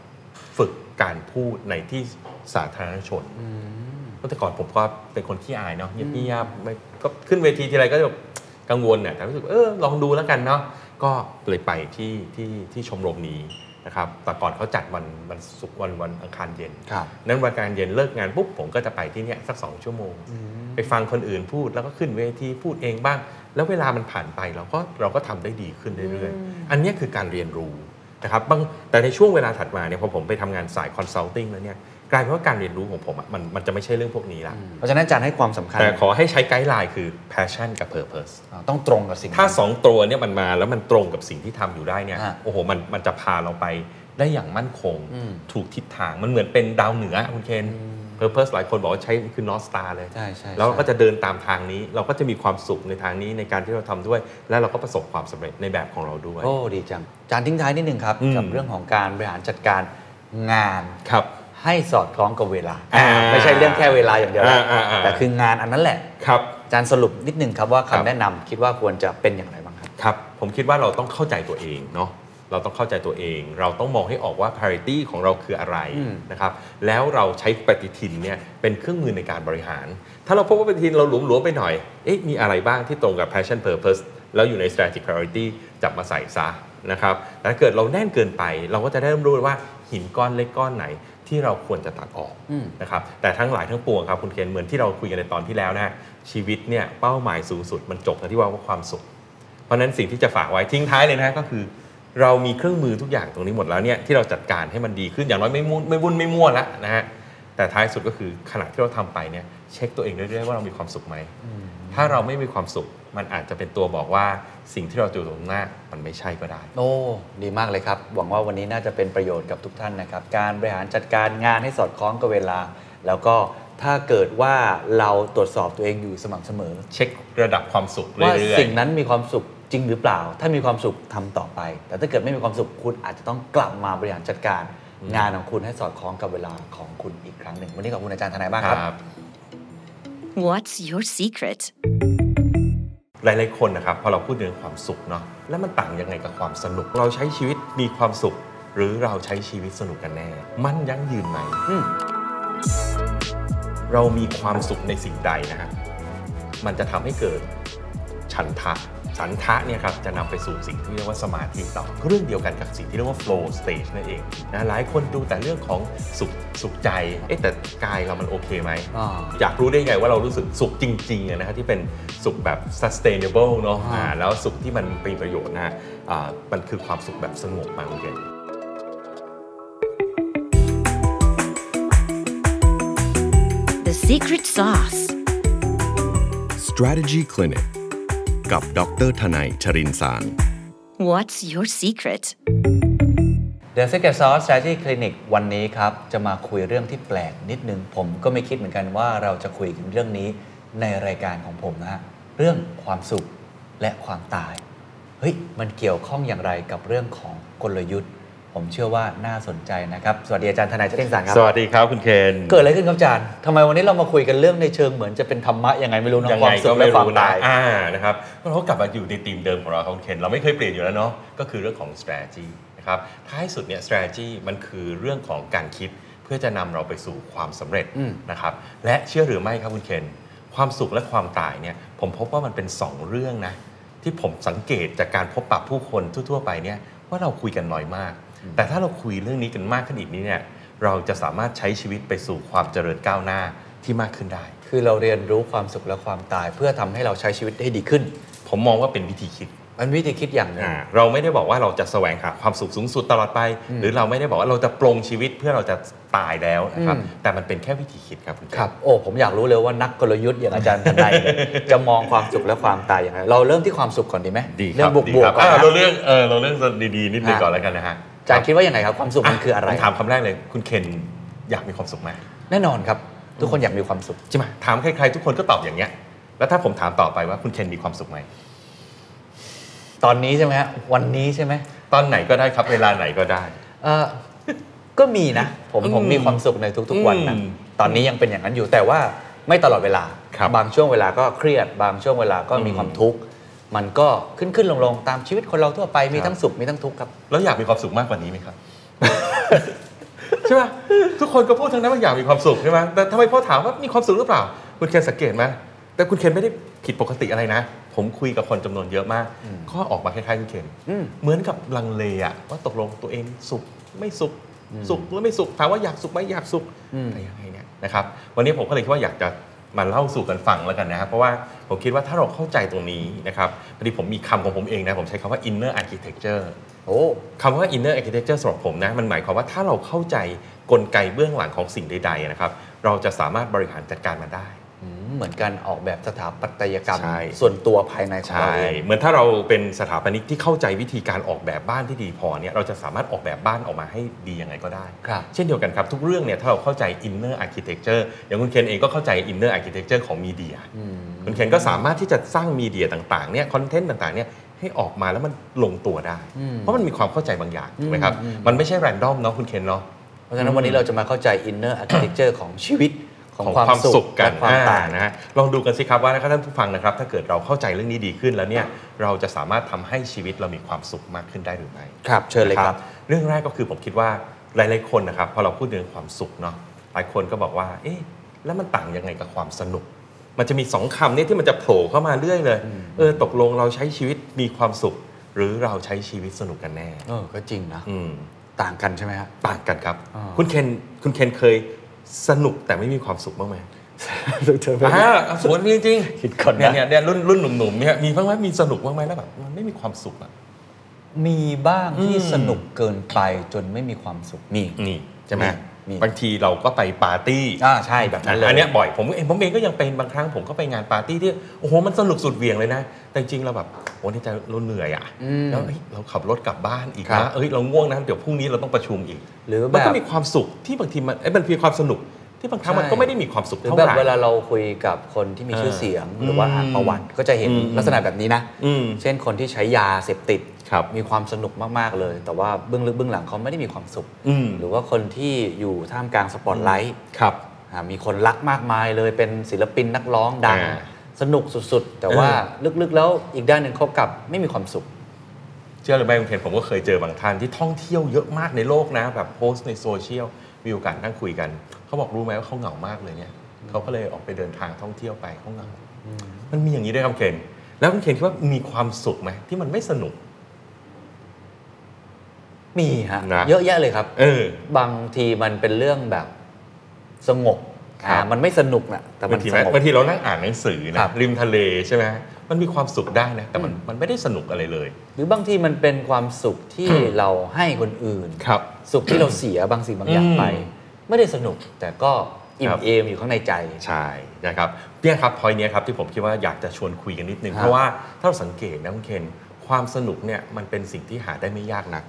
Speaker 1: ฝึกการพูดในที่สาธารณชน
Speaker 2: อืม
Speaker 1: เมื่อแต่ก่อนผมก็เป็นคนขี้อายเนาะเงียบเงียบไม่ก็ขึ้นเวทีทีไรก็จะแบบกังวลเนี่ยแต่รู้สึกเออลองดูแล้วกันเนาะก็เลยไปที่ที่ที่ชมรมนี้นะครับแต่ก่อนเขาจัดวันวันศุกร์วันวันอังคารเย็น
Speaker 2: ครับ
Speaker 1: นั้นวันการเย็นเลิกงานปุ๊บผมก็จะไปที่เนี่ยสักสองชั่วโมง ไปฟังคนอื่นพูดแล้วก็ขึ้นเวทีพูดเองบ้าง แล้วเวลามันผ่านไปเราก็เราก็ทำได้ดีขึ้นเรื่อยๆ อันเนี้ยคือการเรียนรู้นะครับบางแต่ในช่วงเวลาถัดมาเนี่ยพอผมไปทำงานสายคอนซัลทิงแล้วเนี่ยกลายเป็นว่าการเรียนรู้ของผมอะมันมันจะไม่ใช่เรื่องพวกนี้ละ
Speaker 2: เพราะฉะนั้นอาจารย์ให้ความสำคัญ
Speaker 1: แต่ขอให้ใช้ไกด์ไลน์คือ passion กับ purpose
Speaker 2: อ่าต้องตรงกับสิ่ง
Speaker 1: ถ้า
Speaker 2: นั้น
Speaker 1: สองตัวเนี่ยมันมาแล้วมันตรงกับสิ่งที่ทำอยู่ได้เนี่ย
Speaker 2: ฮะ
Speaker 1: โอ้โหมันมันจะพาเราไปได้อย่างมั่นคง
Speaker 2: อืม
Speaker 1: ถูกทิศทางมันเหมือนเป็นดาวเหนือคุณเคนเพอร์เพสหลายคนบอกว่าใช้คือนอสตาเลย
Speaker 2: ใช่ใช่
Speaker 1: แล้ว
Speaker 2: ใช่
Speaker 1: ก็จะเดินตามทางนี้ เราก็จะมีความสุขในทางนี้ในการที่เราทำด้วย และเราก็ประสบความสำเร็จในแบบของเราด้วย
Speaker 2: โอ้ ดีจัง อาจารย์ทิ้งท้ายนิดนึงครับ
Speaker 1: อืม
Speaker 2: กับเรื่องของการบริหารจัดการงาน
Speaker 1: ครับ
Speaker 2: ให้สอดคล้องกับเวลา
Speaker 1: อ่า
Speaker 2: ไม่ใช่เรื่องแค่เวลาอย่างเดียวละ
Speaker 1: อ่าอ่าอ่า
Speaker 2: แต่คืองานอันนั้นแหละ
Speaker 1: ครับ
Speaker 2: อาจารย์สรุปนิดนึงครับว่า
Speaker 1: ครั
Speaker 2: คำ
Speaker 1: บ
Speaker 2: แนะนำคิดว่าควรจะเป็นอย่างไรบ้างครับ
Speaker 1: ครับ ผมคิดว่าเราต้องเข้าใจตัวเองเนาะเราต้องเข้าใจตัวเอง เราต้องมองให้ออกว่า parity ของเราคืออะไร
Speaker 2: อืม
Speaker 1: นะครับแล้วเราใช้ปฏิทินเนี่ยเป็นเครื่องมือในการบริหาร ถ้าเราพบว่าปฏิทินเราหลวมๆไปหน่อยเอ๊ะมีอะไรบ้างที่ตรงกับ passion purpose แล้วอยู่ใน strategic priority จับมาใส่ซะนะครับแต่ถ้าเกิดเราแน่นเกินไป เราก็จะได้เริ่มรู้ว่าหินก้อนเล็กก้อนไหนที่เราควรจะตัดออก
Speaker 2: อืม
Speaker 1: นะครับแต่ทั้งหลายทั้งปวงครับคุณเคนเหมือนที่เราคุยกันในตอนที่แล้วนะฮะชีวิตเนี่ยเป้าหมายสูงสุดมันจบกันที่ว่าความสุข เพราะฉะนั้นสิ่งที่จะฝากไว้ทิ้งท้ายเลยนะฮะก็คือ เรามีเครื่องมือทุกอย่างตรงนี้หมดแล้วเนี่ยที่เราจัดการให้มันดีขึ้นอย่างน้อยไม่มุ่นไม่วุ่นไม่มั่วละนะฮะแต่ท้ายสุดก็คือขณะที่เราทำไปเนี่ยเช็คตัวเองเรื่อยๆว่าเรามีความสุขไหมถ้าเราไม่มีความสุขมันอาจจะเป็นตัวบอกว่าสิ่งที่เราอยู่ตรงหน้ามันไม่ใช่ก็ได้
Speaker 2: โอ้ ดีมากเลยครับ หวังว่าวันนี้น่าจะเป็นประโยชน์กับทุกท่านนะครับ การบริหารจัดการงานให้สอดคล้องกับเวลา แล้วก็ถ้าเกิดว่าเราตรวจสอบตัวเองอยู่สม่ำเสมอ
Speaker 1: เช็คระดับความสุขเรื่
Speaker 2: ว่า
Speaker 1: อยๆ
Speaker 2: สิ่งนั้นมีความสุขจริงหรือเปล่า ถ้ามีความสุขทำต่อไป แต่ถ้าเกิดไม่มีความสุขคุณอาจจะต้องกลับมาบริหารจัดการ งานของคุณให้สอดคล้องกับเวลาของคุณอีกครั้งหนึ่ง วันนี้ขอบคุณอาจารย์ทนายมากครับ
Speaker 3: What's your secret?
Speaker 1: หลายๆคนนะครับพอเราพูดถึงความสุขเนาะแล้วมันต่างยังไงกับความสนุก เราใช้ชีวิตมีความสุข หรือเราใช้ชีวิตสนุกกันแน่ มันยั่งยืนไหม
Speaker 2: อืม
Speaker 1: เรามีความสุขในสิ่งใดนะครับมันจะทำให้เกิดฉันทะ สันทะเนี่ยครับจะนำไปสู่สิ่งที่เรียกว่าสมาธิต่อเรื่องเดียวกันกับสิ่งที่เรียกว่า flow stage นั่นเองนะหลายคนดูแต่เรื่องของสุขสุขใจเอ๊ะแต่กายเรามันโอเคไหม
Speaker 2: อ่า
Speaker 1: อยากรู้ได้ไงว่าเรารู้สึกสุขจริงๆอะนะฮะที่เป็นสุขแบบ sustainable เนาะอ่าแล้วสุขที่มันเป็นประโยชน์นะฮะอ่ามันคือความสุขแบบสงบมาคุณเกณฑ
Speaker 3: The secret sauce.
Speaker 4: Strategy Clinic กับดรทนายชรินสาร
Speaker 3: What's your secret?
Speaker 2: The Secret Sauce Strategy Clinic วันนี้ครับ จะมาคุยเรื่องที่แปลกนิดนึง ผมก็ไม่คิดเหมือนกันว่าเราจะคุยกันเรื่องนี้ในรายการของผมนะฮะเรื่องความสุขและความตาย เฮ้ย มันเกี่ยวข้องอย่างไรกับเรื่องของกลยุทธ์ ผมเชื่อว่าน่าสนใจนะครับ สวัสดีอาจารย์ทนายเจริญสารครับ
Speaker 1: สวัสดีครับคุณเคน
Speaker 2: เกิดอะไรขึ้นครับอาจารย์ทำไมวันนี้เรามาคุยกันเรื่องในเชิงเหมือนจะเป็นธรรมะยังไงไม่รู้นะ
Speaker 1: ยัง
Speaker 2: ค
Speaker 1: ไง
Speaker 2: วามสุ
Speaker 1: ก็
Speaker 2: ขและ
Speaker 1: ไม่
Speaker 2: ความ
Speaker 1: รู้นะ
Speaker 2: ตาย
Speaker 1: อ่านะครับก็เราก็กลับมาอยู่ในธีมเดิมของเราของเคนเราไม่เคยเปลี่ยนอยู่แล้วเนาะก็คือเรื่องของ strategy นะครับท้ายสุดเนี่ย strategy มันคือเรื่องของการคิดเพื่อจะนำเราไปสู่ความสำเร็จ
Speaker 2: อืม
Speaker 1: นะครับและเชื่อหรือไม่ครับคุณเคนความสุขและความตายเนี่ยผมพบว่ามันเป็นสองเรื่องนะที่ผมสังเกตจากการพบปะผู้คนทั่วๆไปเนี่ยว่าเราคุยกันน้อยมาก แต่ถ้าเราคุยเรื่องนี้กันมากขึ้นอีกนี้เนี่ยเราจะสามารถใช้ชีวิตไปสู่ความเจริญก้าวหน้าที่มากขึ้นได้
Speaker 2: คือเราเรียนรู้ความสุขและความตาย เพื่อทำให้เราใช้ชีวิตได้ดีขึ้น
Speaker 1: ผมมองว่าเป็นวิธีคิด
Speaker 2: มันวิธีคิดอย่างหนึ่ง
Speaker 1: อ่าเราไม่ได้บอกว่าเราจะแสวงหาความสุขสูงสุดตลอดไป หรือเราไม่ได้บอกว่าเราจะปรงชีวิตเพื่อเราจะตายแล้วนะครับ
Speaker 2: อืม
Speaker 1: แต่มันเป็นแค่วิธีคิดครับคุณเจ
Speaker 2: ครับ โอ้ ผมอยากรู้เลยว่านักกลยุทธ์อย่างอาจารย์ทนาย เนี่ย จะมองความสุขและความตายอย่างไร เราเริ่มที่ความสุขก่อนดีไหม
Speaker 1: ดีค
Speaker 2: เรื่
Speaker 1: รั
Speaker 2: อบงบวก
Speaker 1: ดี
Speaker 2: บว
Speaker 1: ค
Speaker 2: ก
Speaker 1: รับ
Speaker 2: ก่อน
Speaker 1: อ่า
Speaker 2: นะ
Speaker 1: เราเรื่องเออเราเรื่องดีๆนิดนึง
Speaker 2: ฮะ
Speaker 1: ก่อนแล้วกันนะฮะ
Speaker 2: อาจารย์คิดว่าอย่างไรครับ ความสุขมันคืออะไร
Speaker 1: ผมถามคำแรกเลยคุณเคนอยากมีความสุขไหม
Speaker 2: แน่นอนครับ ทุกคนอยากมีความสุข
Speaker 1: ใช่ไหมถามใครๆทุกคนก็ตอบอย่างเงี้ยแล้วถ้าผมถามต่อไปว่าคุณเคนมีความสุขไหม
Speaker 2: ตอนนี้ใช่ไหมฮะ วันนี้ใช่ไหม
Speaker 1: ตอนไหนก็ได้ครับเวลาไหนก็ได้
Speaker 2: เอ่อก็มีนะ ผม
Speaker 1: อืม
Speaker 2: ผมมีความสุขในทุกๆวันนะ
Speaker 1: อืม
Speaker 2: ตอนนี้ยังเป็นอย่างนั้นอยู่ แต่ว่าไม่ตลอดเวลา
Speaker 1: ครับ
Speaker 2: บางช่วงเวลาก็เครียด บางช่วงเวลาก็มี
Speaker 1: อืม
Speaker 2: ความทุกข์ มันก็ขึ้นขึ้นลงลงๆตามชีวิตคนเราทั่วไป มีทั้งสุข มีทั้งทุกข์ครับ
Speaker 1: แล้วอยากมีความสุขมากกว่านี้ไหมครับ ใช่ไหมทุกคนก็พูดทั้งนั้นว่าอยากมีความสุขใช่ไหมแต่ทำไมพ่อถามว่ามีความสุขหรือเปล่า คุณเคนสังเกตไหมแต่คุณเคนไม่ได้ผิดปกติอะไรนะ ผมคุยกับคนจำนวนเยอะมากก็ออกมาคล้ายๆคุณเคน
Speaker 2: อืม
Speaker 1: เหมือนกับลังเลอะว่าตกลงตัวเองสุขไม่สุขสุขหรือไม่สุขถามว่าอยากสุขไหมอยากสุข
Speaker 2: อืม
Speaker 1: แต่ยังไงเนี่ยนะครับวันนี้ผมก็เลยคิดว่าอยากจะมาเล่าสู่กันฟังแล้วกันนะครับเพราะว่าผมคิดว่าถ้าเราเข้าใจตรงนี้นะครับพอดีผมมีคำของผมเองนะผมใช้คำว่า inner architecture
Speaker 2: โอ้
Speaker 1: คำว่า inner architecture สำหรับผมนะ มันหมายความว่าถ้าเราเข้าใจกลไกเบื้องหลังของสิ่งใดๆนะครับ เราจะสามารถบริหารจัดการมันได้
Speaker 2: อืมเหมือนการออกแบบสถาปัตยกรรม
Speaker 1: ใช่
Speaker 2: ส่วนตัวภายในของ
Speaker 1: ใช่
Speaker 2: เราเอง
Speaker 1: เหมือนถ้าเราเป็นสถาปนิกที่เข้าใจวิธีการออกแบบบ้านที่ดีพอเนี่ยเราจะสามารถออกแบบบ้านออกมาให้ดียังไงก็ได้
Speaker 2: ครับ
Speaker 1: เช่นเดียวกันครับทุกเรื่องเนี่ยถ้าเราเข้าใจ inner architecture อย่างคุณเคนเองก็เข้าใจ inner architecture ของมีเดีย
Speaker 2: อืม
Speaker 1: คุณเคนก็สามารถที่จะสร้างมีเดียต่างๆ เนี่ยคอนเทนต์ต่างๆ เนี่ยให้ออกมาแล้วมันลงตัวได้
Speaker 2: อืม
Speaker 1: เพราะมันมีความเข้าใจบางอย่างถูกไหมครับ
Speaker 2: อืมอืม
Speaker 1: มันไม่ใช่แรนดอมเนาะคุณเคนเนาะ
Speaker 2: เพราะฉะนั้นวันนี้เราจะมาเข้าใจ inner architecture ของชีวิตของความสุข
Speaker 1: กัน
Speaker 2: และความต่าง
Speaker 1: อ่นะฮะลองดูกันสิครับว่านะครับท่านผู้ฟังนะครับ ถ้าเกิดเราเข้าใจเรื่องนี้ดีขึ้นแล้วเนี่ยเราจะสามารถทำให้ชีวิตเรามีความสุขมากขึ้นได้หรือไม่
Speaker 2: ครับ เชิญเลยครับ
Speaker 1: นะเรื่องแรกก็คือผมคิดว่าหลายๆคนนะครับพอเราพูดถึงความสุขเนาะหลายคนก็บอกว่า เอ๊ะแล้วมันต่างยังไงกับความสนุก มันจะมีสองคำเนี้ที่มันจะโผล่เข้ามาเรื่อยเลยเออตกลงเราใช้ชีวิตมีความสุข หรือเราใช้ชีวิตสนุกกันแน่
Speaker 2: เออ ก็จริงนะ
Speaker 1: อืม
Speaker 2: ต่างกันใช่ไหมฮะ
Speaker 1: ต่างกันครับ
Speaker 2: อ่า
Speaker 1: คุณเคนคุณเคนเคยสนุกแต่ไม่มีความสุขบ้างไหม อ่าสวนจริงๆ
Speaker 2: คิดก่อนนะ
Speaker 1: เยเยเนี่ยรุ่นรุ่นหนุ่มๆเนี่ยมีบ้างไหมมีสนุกบ้างไหมแล้วแบบมันไม่มีความสุขอ่ะ
Speaker 2: มีบ้างที่
Speaker 1: อืม
Speaker 2: สนุกเกินไปจนไม่มีความสุขมี
Speaker 1: นี่ใช่ไหม
Speaker 2: มี
Speaker 1: บางทีเราก็ไปปาร์ตี้
Speaker 2: อ่าใช่แบบนั้นเลย
Speaker 1: อันเนี้ยบ่อยผมเองผมเองก็ยังเป็นบางครั้งผมก็ไปงานปาร์ตี้ที่โอ้โหมันสนุกสุดเหวี่ยงเลยนะ แต่จริงๆเราแบบโอ้ในใจเราเหนื่อยอ่ะ
Speaker 2: อืม
Speaker 1: แล้วเอ้ยเราขับรถกลับบ้านอีก
Speaker 2: ครับ
Speaker 1: นะเอ้ยเราง่วงนะเดี๋ยวพรุ่งนี้เราต้องประชุมอีก
Speaker 2: หรือ
Speaker 1: มั
Speaker 2: แบ
Speaker 1: นก็
Speaker 2: บ
Speaker 1: มีความสุขที่บางทีมันเอ้ยมันมีความสนุกที่บางครั้งมัน
Speaker 2: ใช่
Speaker 1: ก็ไม่ได้มีความสุข
Speaker 2: หรือ
Speaker 1: เท่า
Speaker 2: แบบ
Speaker 1: ไหร่
Speaker 2: เวลาเราคุยกับคนที่มีชื่อเสียง หรือว่าอ่านประวัติก็จะเห็น
Speaker 1: อืม
Speaker 2: ลักษณะแบบนี้นะ
Speaker 1: อืม
Speaker 2: เช่นคนที่ใช้ยาเสพติด
Speaker 1: ครับ
Speaker 2: มีความสนุกมาก ๆ เลย แต่ว่าเบื้องลึกเบื้องหลังเขาไม่ได้มีความสุข
Speaker 1: อืม
Speaker 2: หรือว่าคนที่อยู่ท่ามกลางสปอตไลท์
Speaker 1: ครับ
Speaker 2: อ่ามีคนรักมากมายเลยเป็นศิลปินนักร้องดัง
Speaker 1: อ่า
Speaker 2: สนุกสุด ๆ แต่ว่า
Speaker 1: เ
Speaker 2: ลึก ๆ แล้วอีกด้านหนึ่งเขากลับไม่มีความสุข
Speaker 1: เชื่อหรือไม่คุณเคนผมก็เคยเจอบางท่านที่ท่องเที่ยวเยอะมากในโลกนะ แบบโพสต์ในโซเชียลมีโอกาสนั่งคุยกัน เขาบอกรู้ไหมว่าเขาเหงามากเลยเนี่ยเขาก็เลยออกไปเดินทางท่องเที่ยวไปเขาเหงา มันมีอย่างนี้ด้วยครับเคน แล้วคุณเคนคิดว่ามีความสุขไหมที่มันไม่สนุก
Speaker 2: มีฮะ
Speaker 1: นะ
Speaker 2: เยอะแยะเลยครับ
Speaker 1: เออ
Speaker 2: บางทีมันเป็นเรื่องแบบสงบ
Speaker 1: ครั
Speaker 2: อ่า
Speaker 1: บ
Speaker 2: มันไม่สนุกนะแต่มั
Speaker 1: บาน งที
Speaker 2: ส
Speaker 1: ไหม
Speaker 2: งบ
Speaker 1: บางทีเรานั่งอ่านหนังสือนะครับ ริมทะเลใช่ไหมมันมีความสุขได้นะแต่มันมันไม่ได้สนุกอะไรเลย
Speaker 2: หรือบางทีมันเป็นความสุขที่ เราให้คนอื่น
Speaker 1: ครับ
Speaker 2: สุขที่เราเสียบางสิ่งบางอย่างไป
Speaker 1: อืม
Speaker 2: ไม่ได้สนุกแต่ก็อิ่
Speaker 1: ครั
Speaker 2: ม
Speaker 1: บ
Speaker 2: เอมอยู่ข้างในใจ
Speaker 1: ใช่นะครับเนี่ยครับพอยนี้ยครับที่ผมคิดว่าอยากจะชวนคุยกันนิดนึง
Speaker 2: ครับ
Speaker 1: เพราะว่าถ้าเราสังเกตนะคุณเคนความสนุกเนี่ยมันเป็นสิ่งที่หาได้ไม่ยากนัก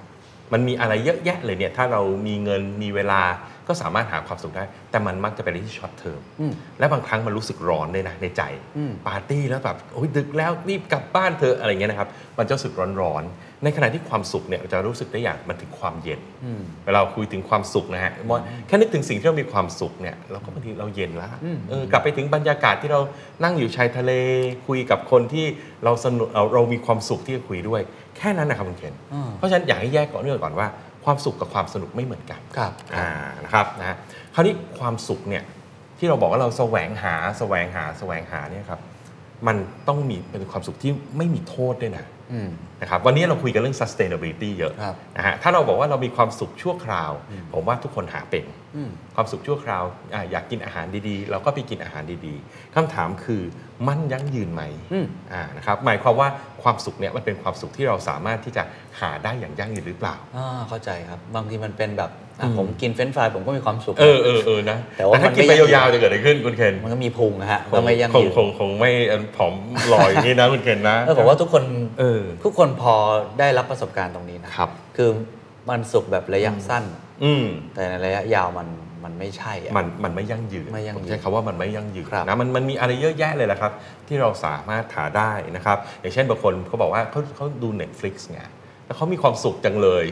Speaker 1: มันมีอะไรเยอะแยะเลยเนี่ยถ้าเรามีเงินมีเวลาก็สามารถหาความสุขได้ แต่มันมักจะเป็นอะไรที่ช็อตเทอม
Speaker 2: อืม
Speaker 1: และบางครั้งมันรู้สึกร้อนเลยนะในใจ
Speaker 2: อืม
Speaker 1: ปาร์ตี้แล้วแบบโอ้ยดึกแล้วรีบกลับบ้านเธอะอะไรเงี้ยนะครับ มันจะรู้สึกร้อนๆ ในขณะที่ความสุขเนี่ยจะรู้สึกได้อย่างมันถึงความเย็น
Speaker 2: อืม
Speaker 1: เวลาเราคุยถึงความสุขนะฮะว่าแค่นึกถึงสิ่งที่เรามีความสุขเนี่ยเราก็บางทีเราเย็นละ
Speaker 2: อืม
Speaker 1: เออกลับไปถึงบรรยากาศที่เรานั่งอยู่ชายทะเล คุยกับคนที่เราสนุกเราเรามีความสุขที่จะคุยด้วย แค่นั้นนะครับคุณเคน
Speaker 2: อ่า
Speaker 1: เพราะฉะนั้นอยากให้แยกก่อนเรื่องก่อนว่าความสุขกับความสนุกไม่เหมือนกัน
Speaker 2: ครับ
Speaker 1: อ่านะครับนะฮะคราวนี้ความสุขเนี่ยที่เราบอกว่าเราแสวงหาแสวงหาแสวงหาเนี่ยครับมันต้องมีเป็นความสุขที่ไม่มีโทษด้วยนะ
Speaker 2: อืม
Speaker 1: นะครับวันนี้เราคุยกันเรื่อง sustainability เยอะ
Speaker 2: ครับ
Speaker 1: นะฮะถ้าเราบอกว่าเรามีความสุขชั่วคราว ผมว่าทุกคนหาเป็น
Speaker 2: อืม
Speaker 1: ความสุขชั่วคราวอาอยากกินอาหารดีๆ เราก็ไปกินอาหารดีๆคำถามคือมันยั่งยืนไหม
Speaker 2: อืม
Speaker 1: อ่านะครับหมายความว่าความสุขเนี่ยมันเป็นความสุขที่เราสามารถที่จะหาได้อย่างยั่งยืนหรือเปล่า
Speaker 2: อ่าเข้าใจครับ บางทีมันเป็นแบบอ่ะ
Speaker 1: อืม
Speaker 2: ผมกินเฟรนช์ฟรายผมก็มีความสุข
Speaker 1: เออเออเออนะ
Speaker 2: แต่ว่า
Speaker 1: ถ้ากินไป
Speaker 2: มันไม่ยั่งยืน
Speaker 1: ยาวๆจะเกิดอะไรขึ้นคุณเคน
Speaker 2: มันก็มีพุงนะฮะก็ไม่ยั่ง
Speaker 1: คง
Speaker 2: ยืน
Speaker 1: คงคงไม่ผอมลอยอย่างนี้นะคุณเคนนะ
Speaker 2: เออผมว่าทุกคน
Speaker 1: เออ
Speaker 2: ทุกคนพอได้รับประสบการณ์ตรงนี้นะครับ คือมันสุขแบบระยะสั้น
Speaker 1: อืม
Speaker 2: แต่ในระยะยาวมันมันไม่ใช่อะ
Speaker 1: มันมันไม่ยั่งยืน
Speaker 2: ไม่ยั่งยืน
Speaker 1: ผใช้คำว่ามันไม่ยั่งยืน
Speaker 2: ครับ
Speaker 1: นะมันมันมีอะไรเยอะแยะเลยแหละครับ ที่เราสามารถหาได้นะครับ อย่างเช่นบางคนเขาบอกว่าเขาเขาดู Netflix ไงแล้วเขามีความสุขจังเลย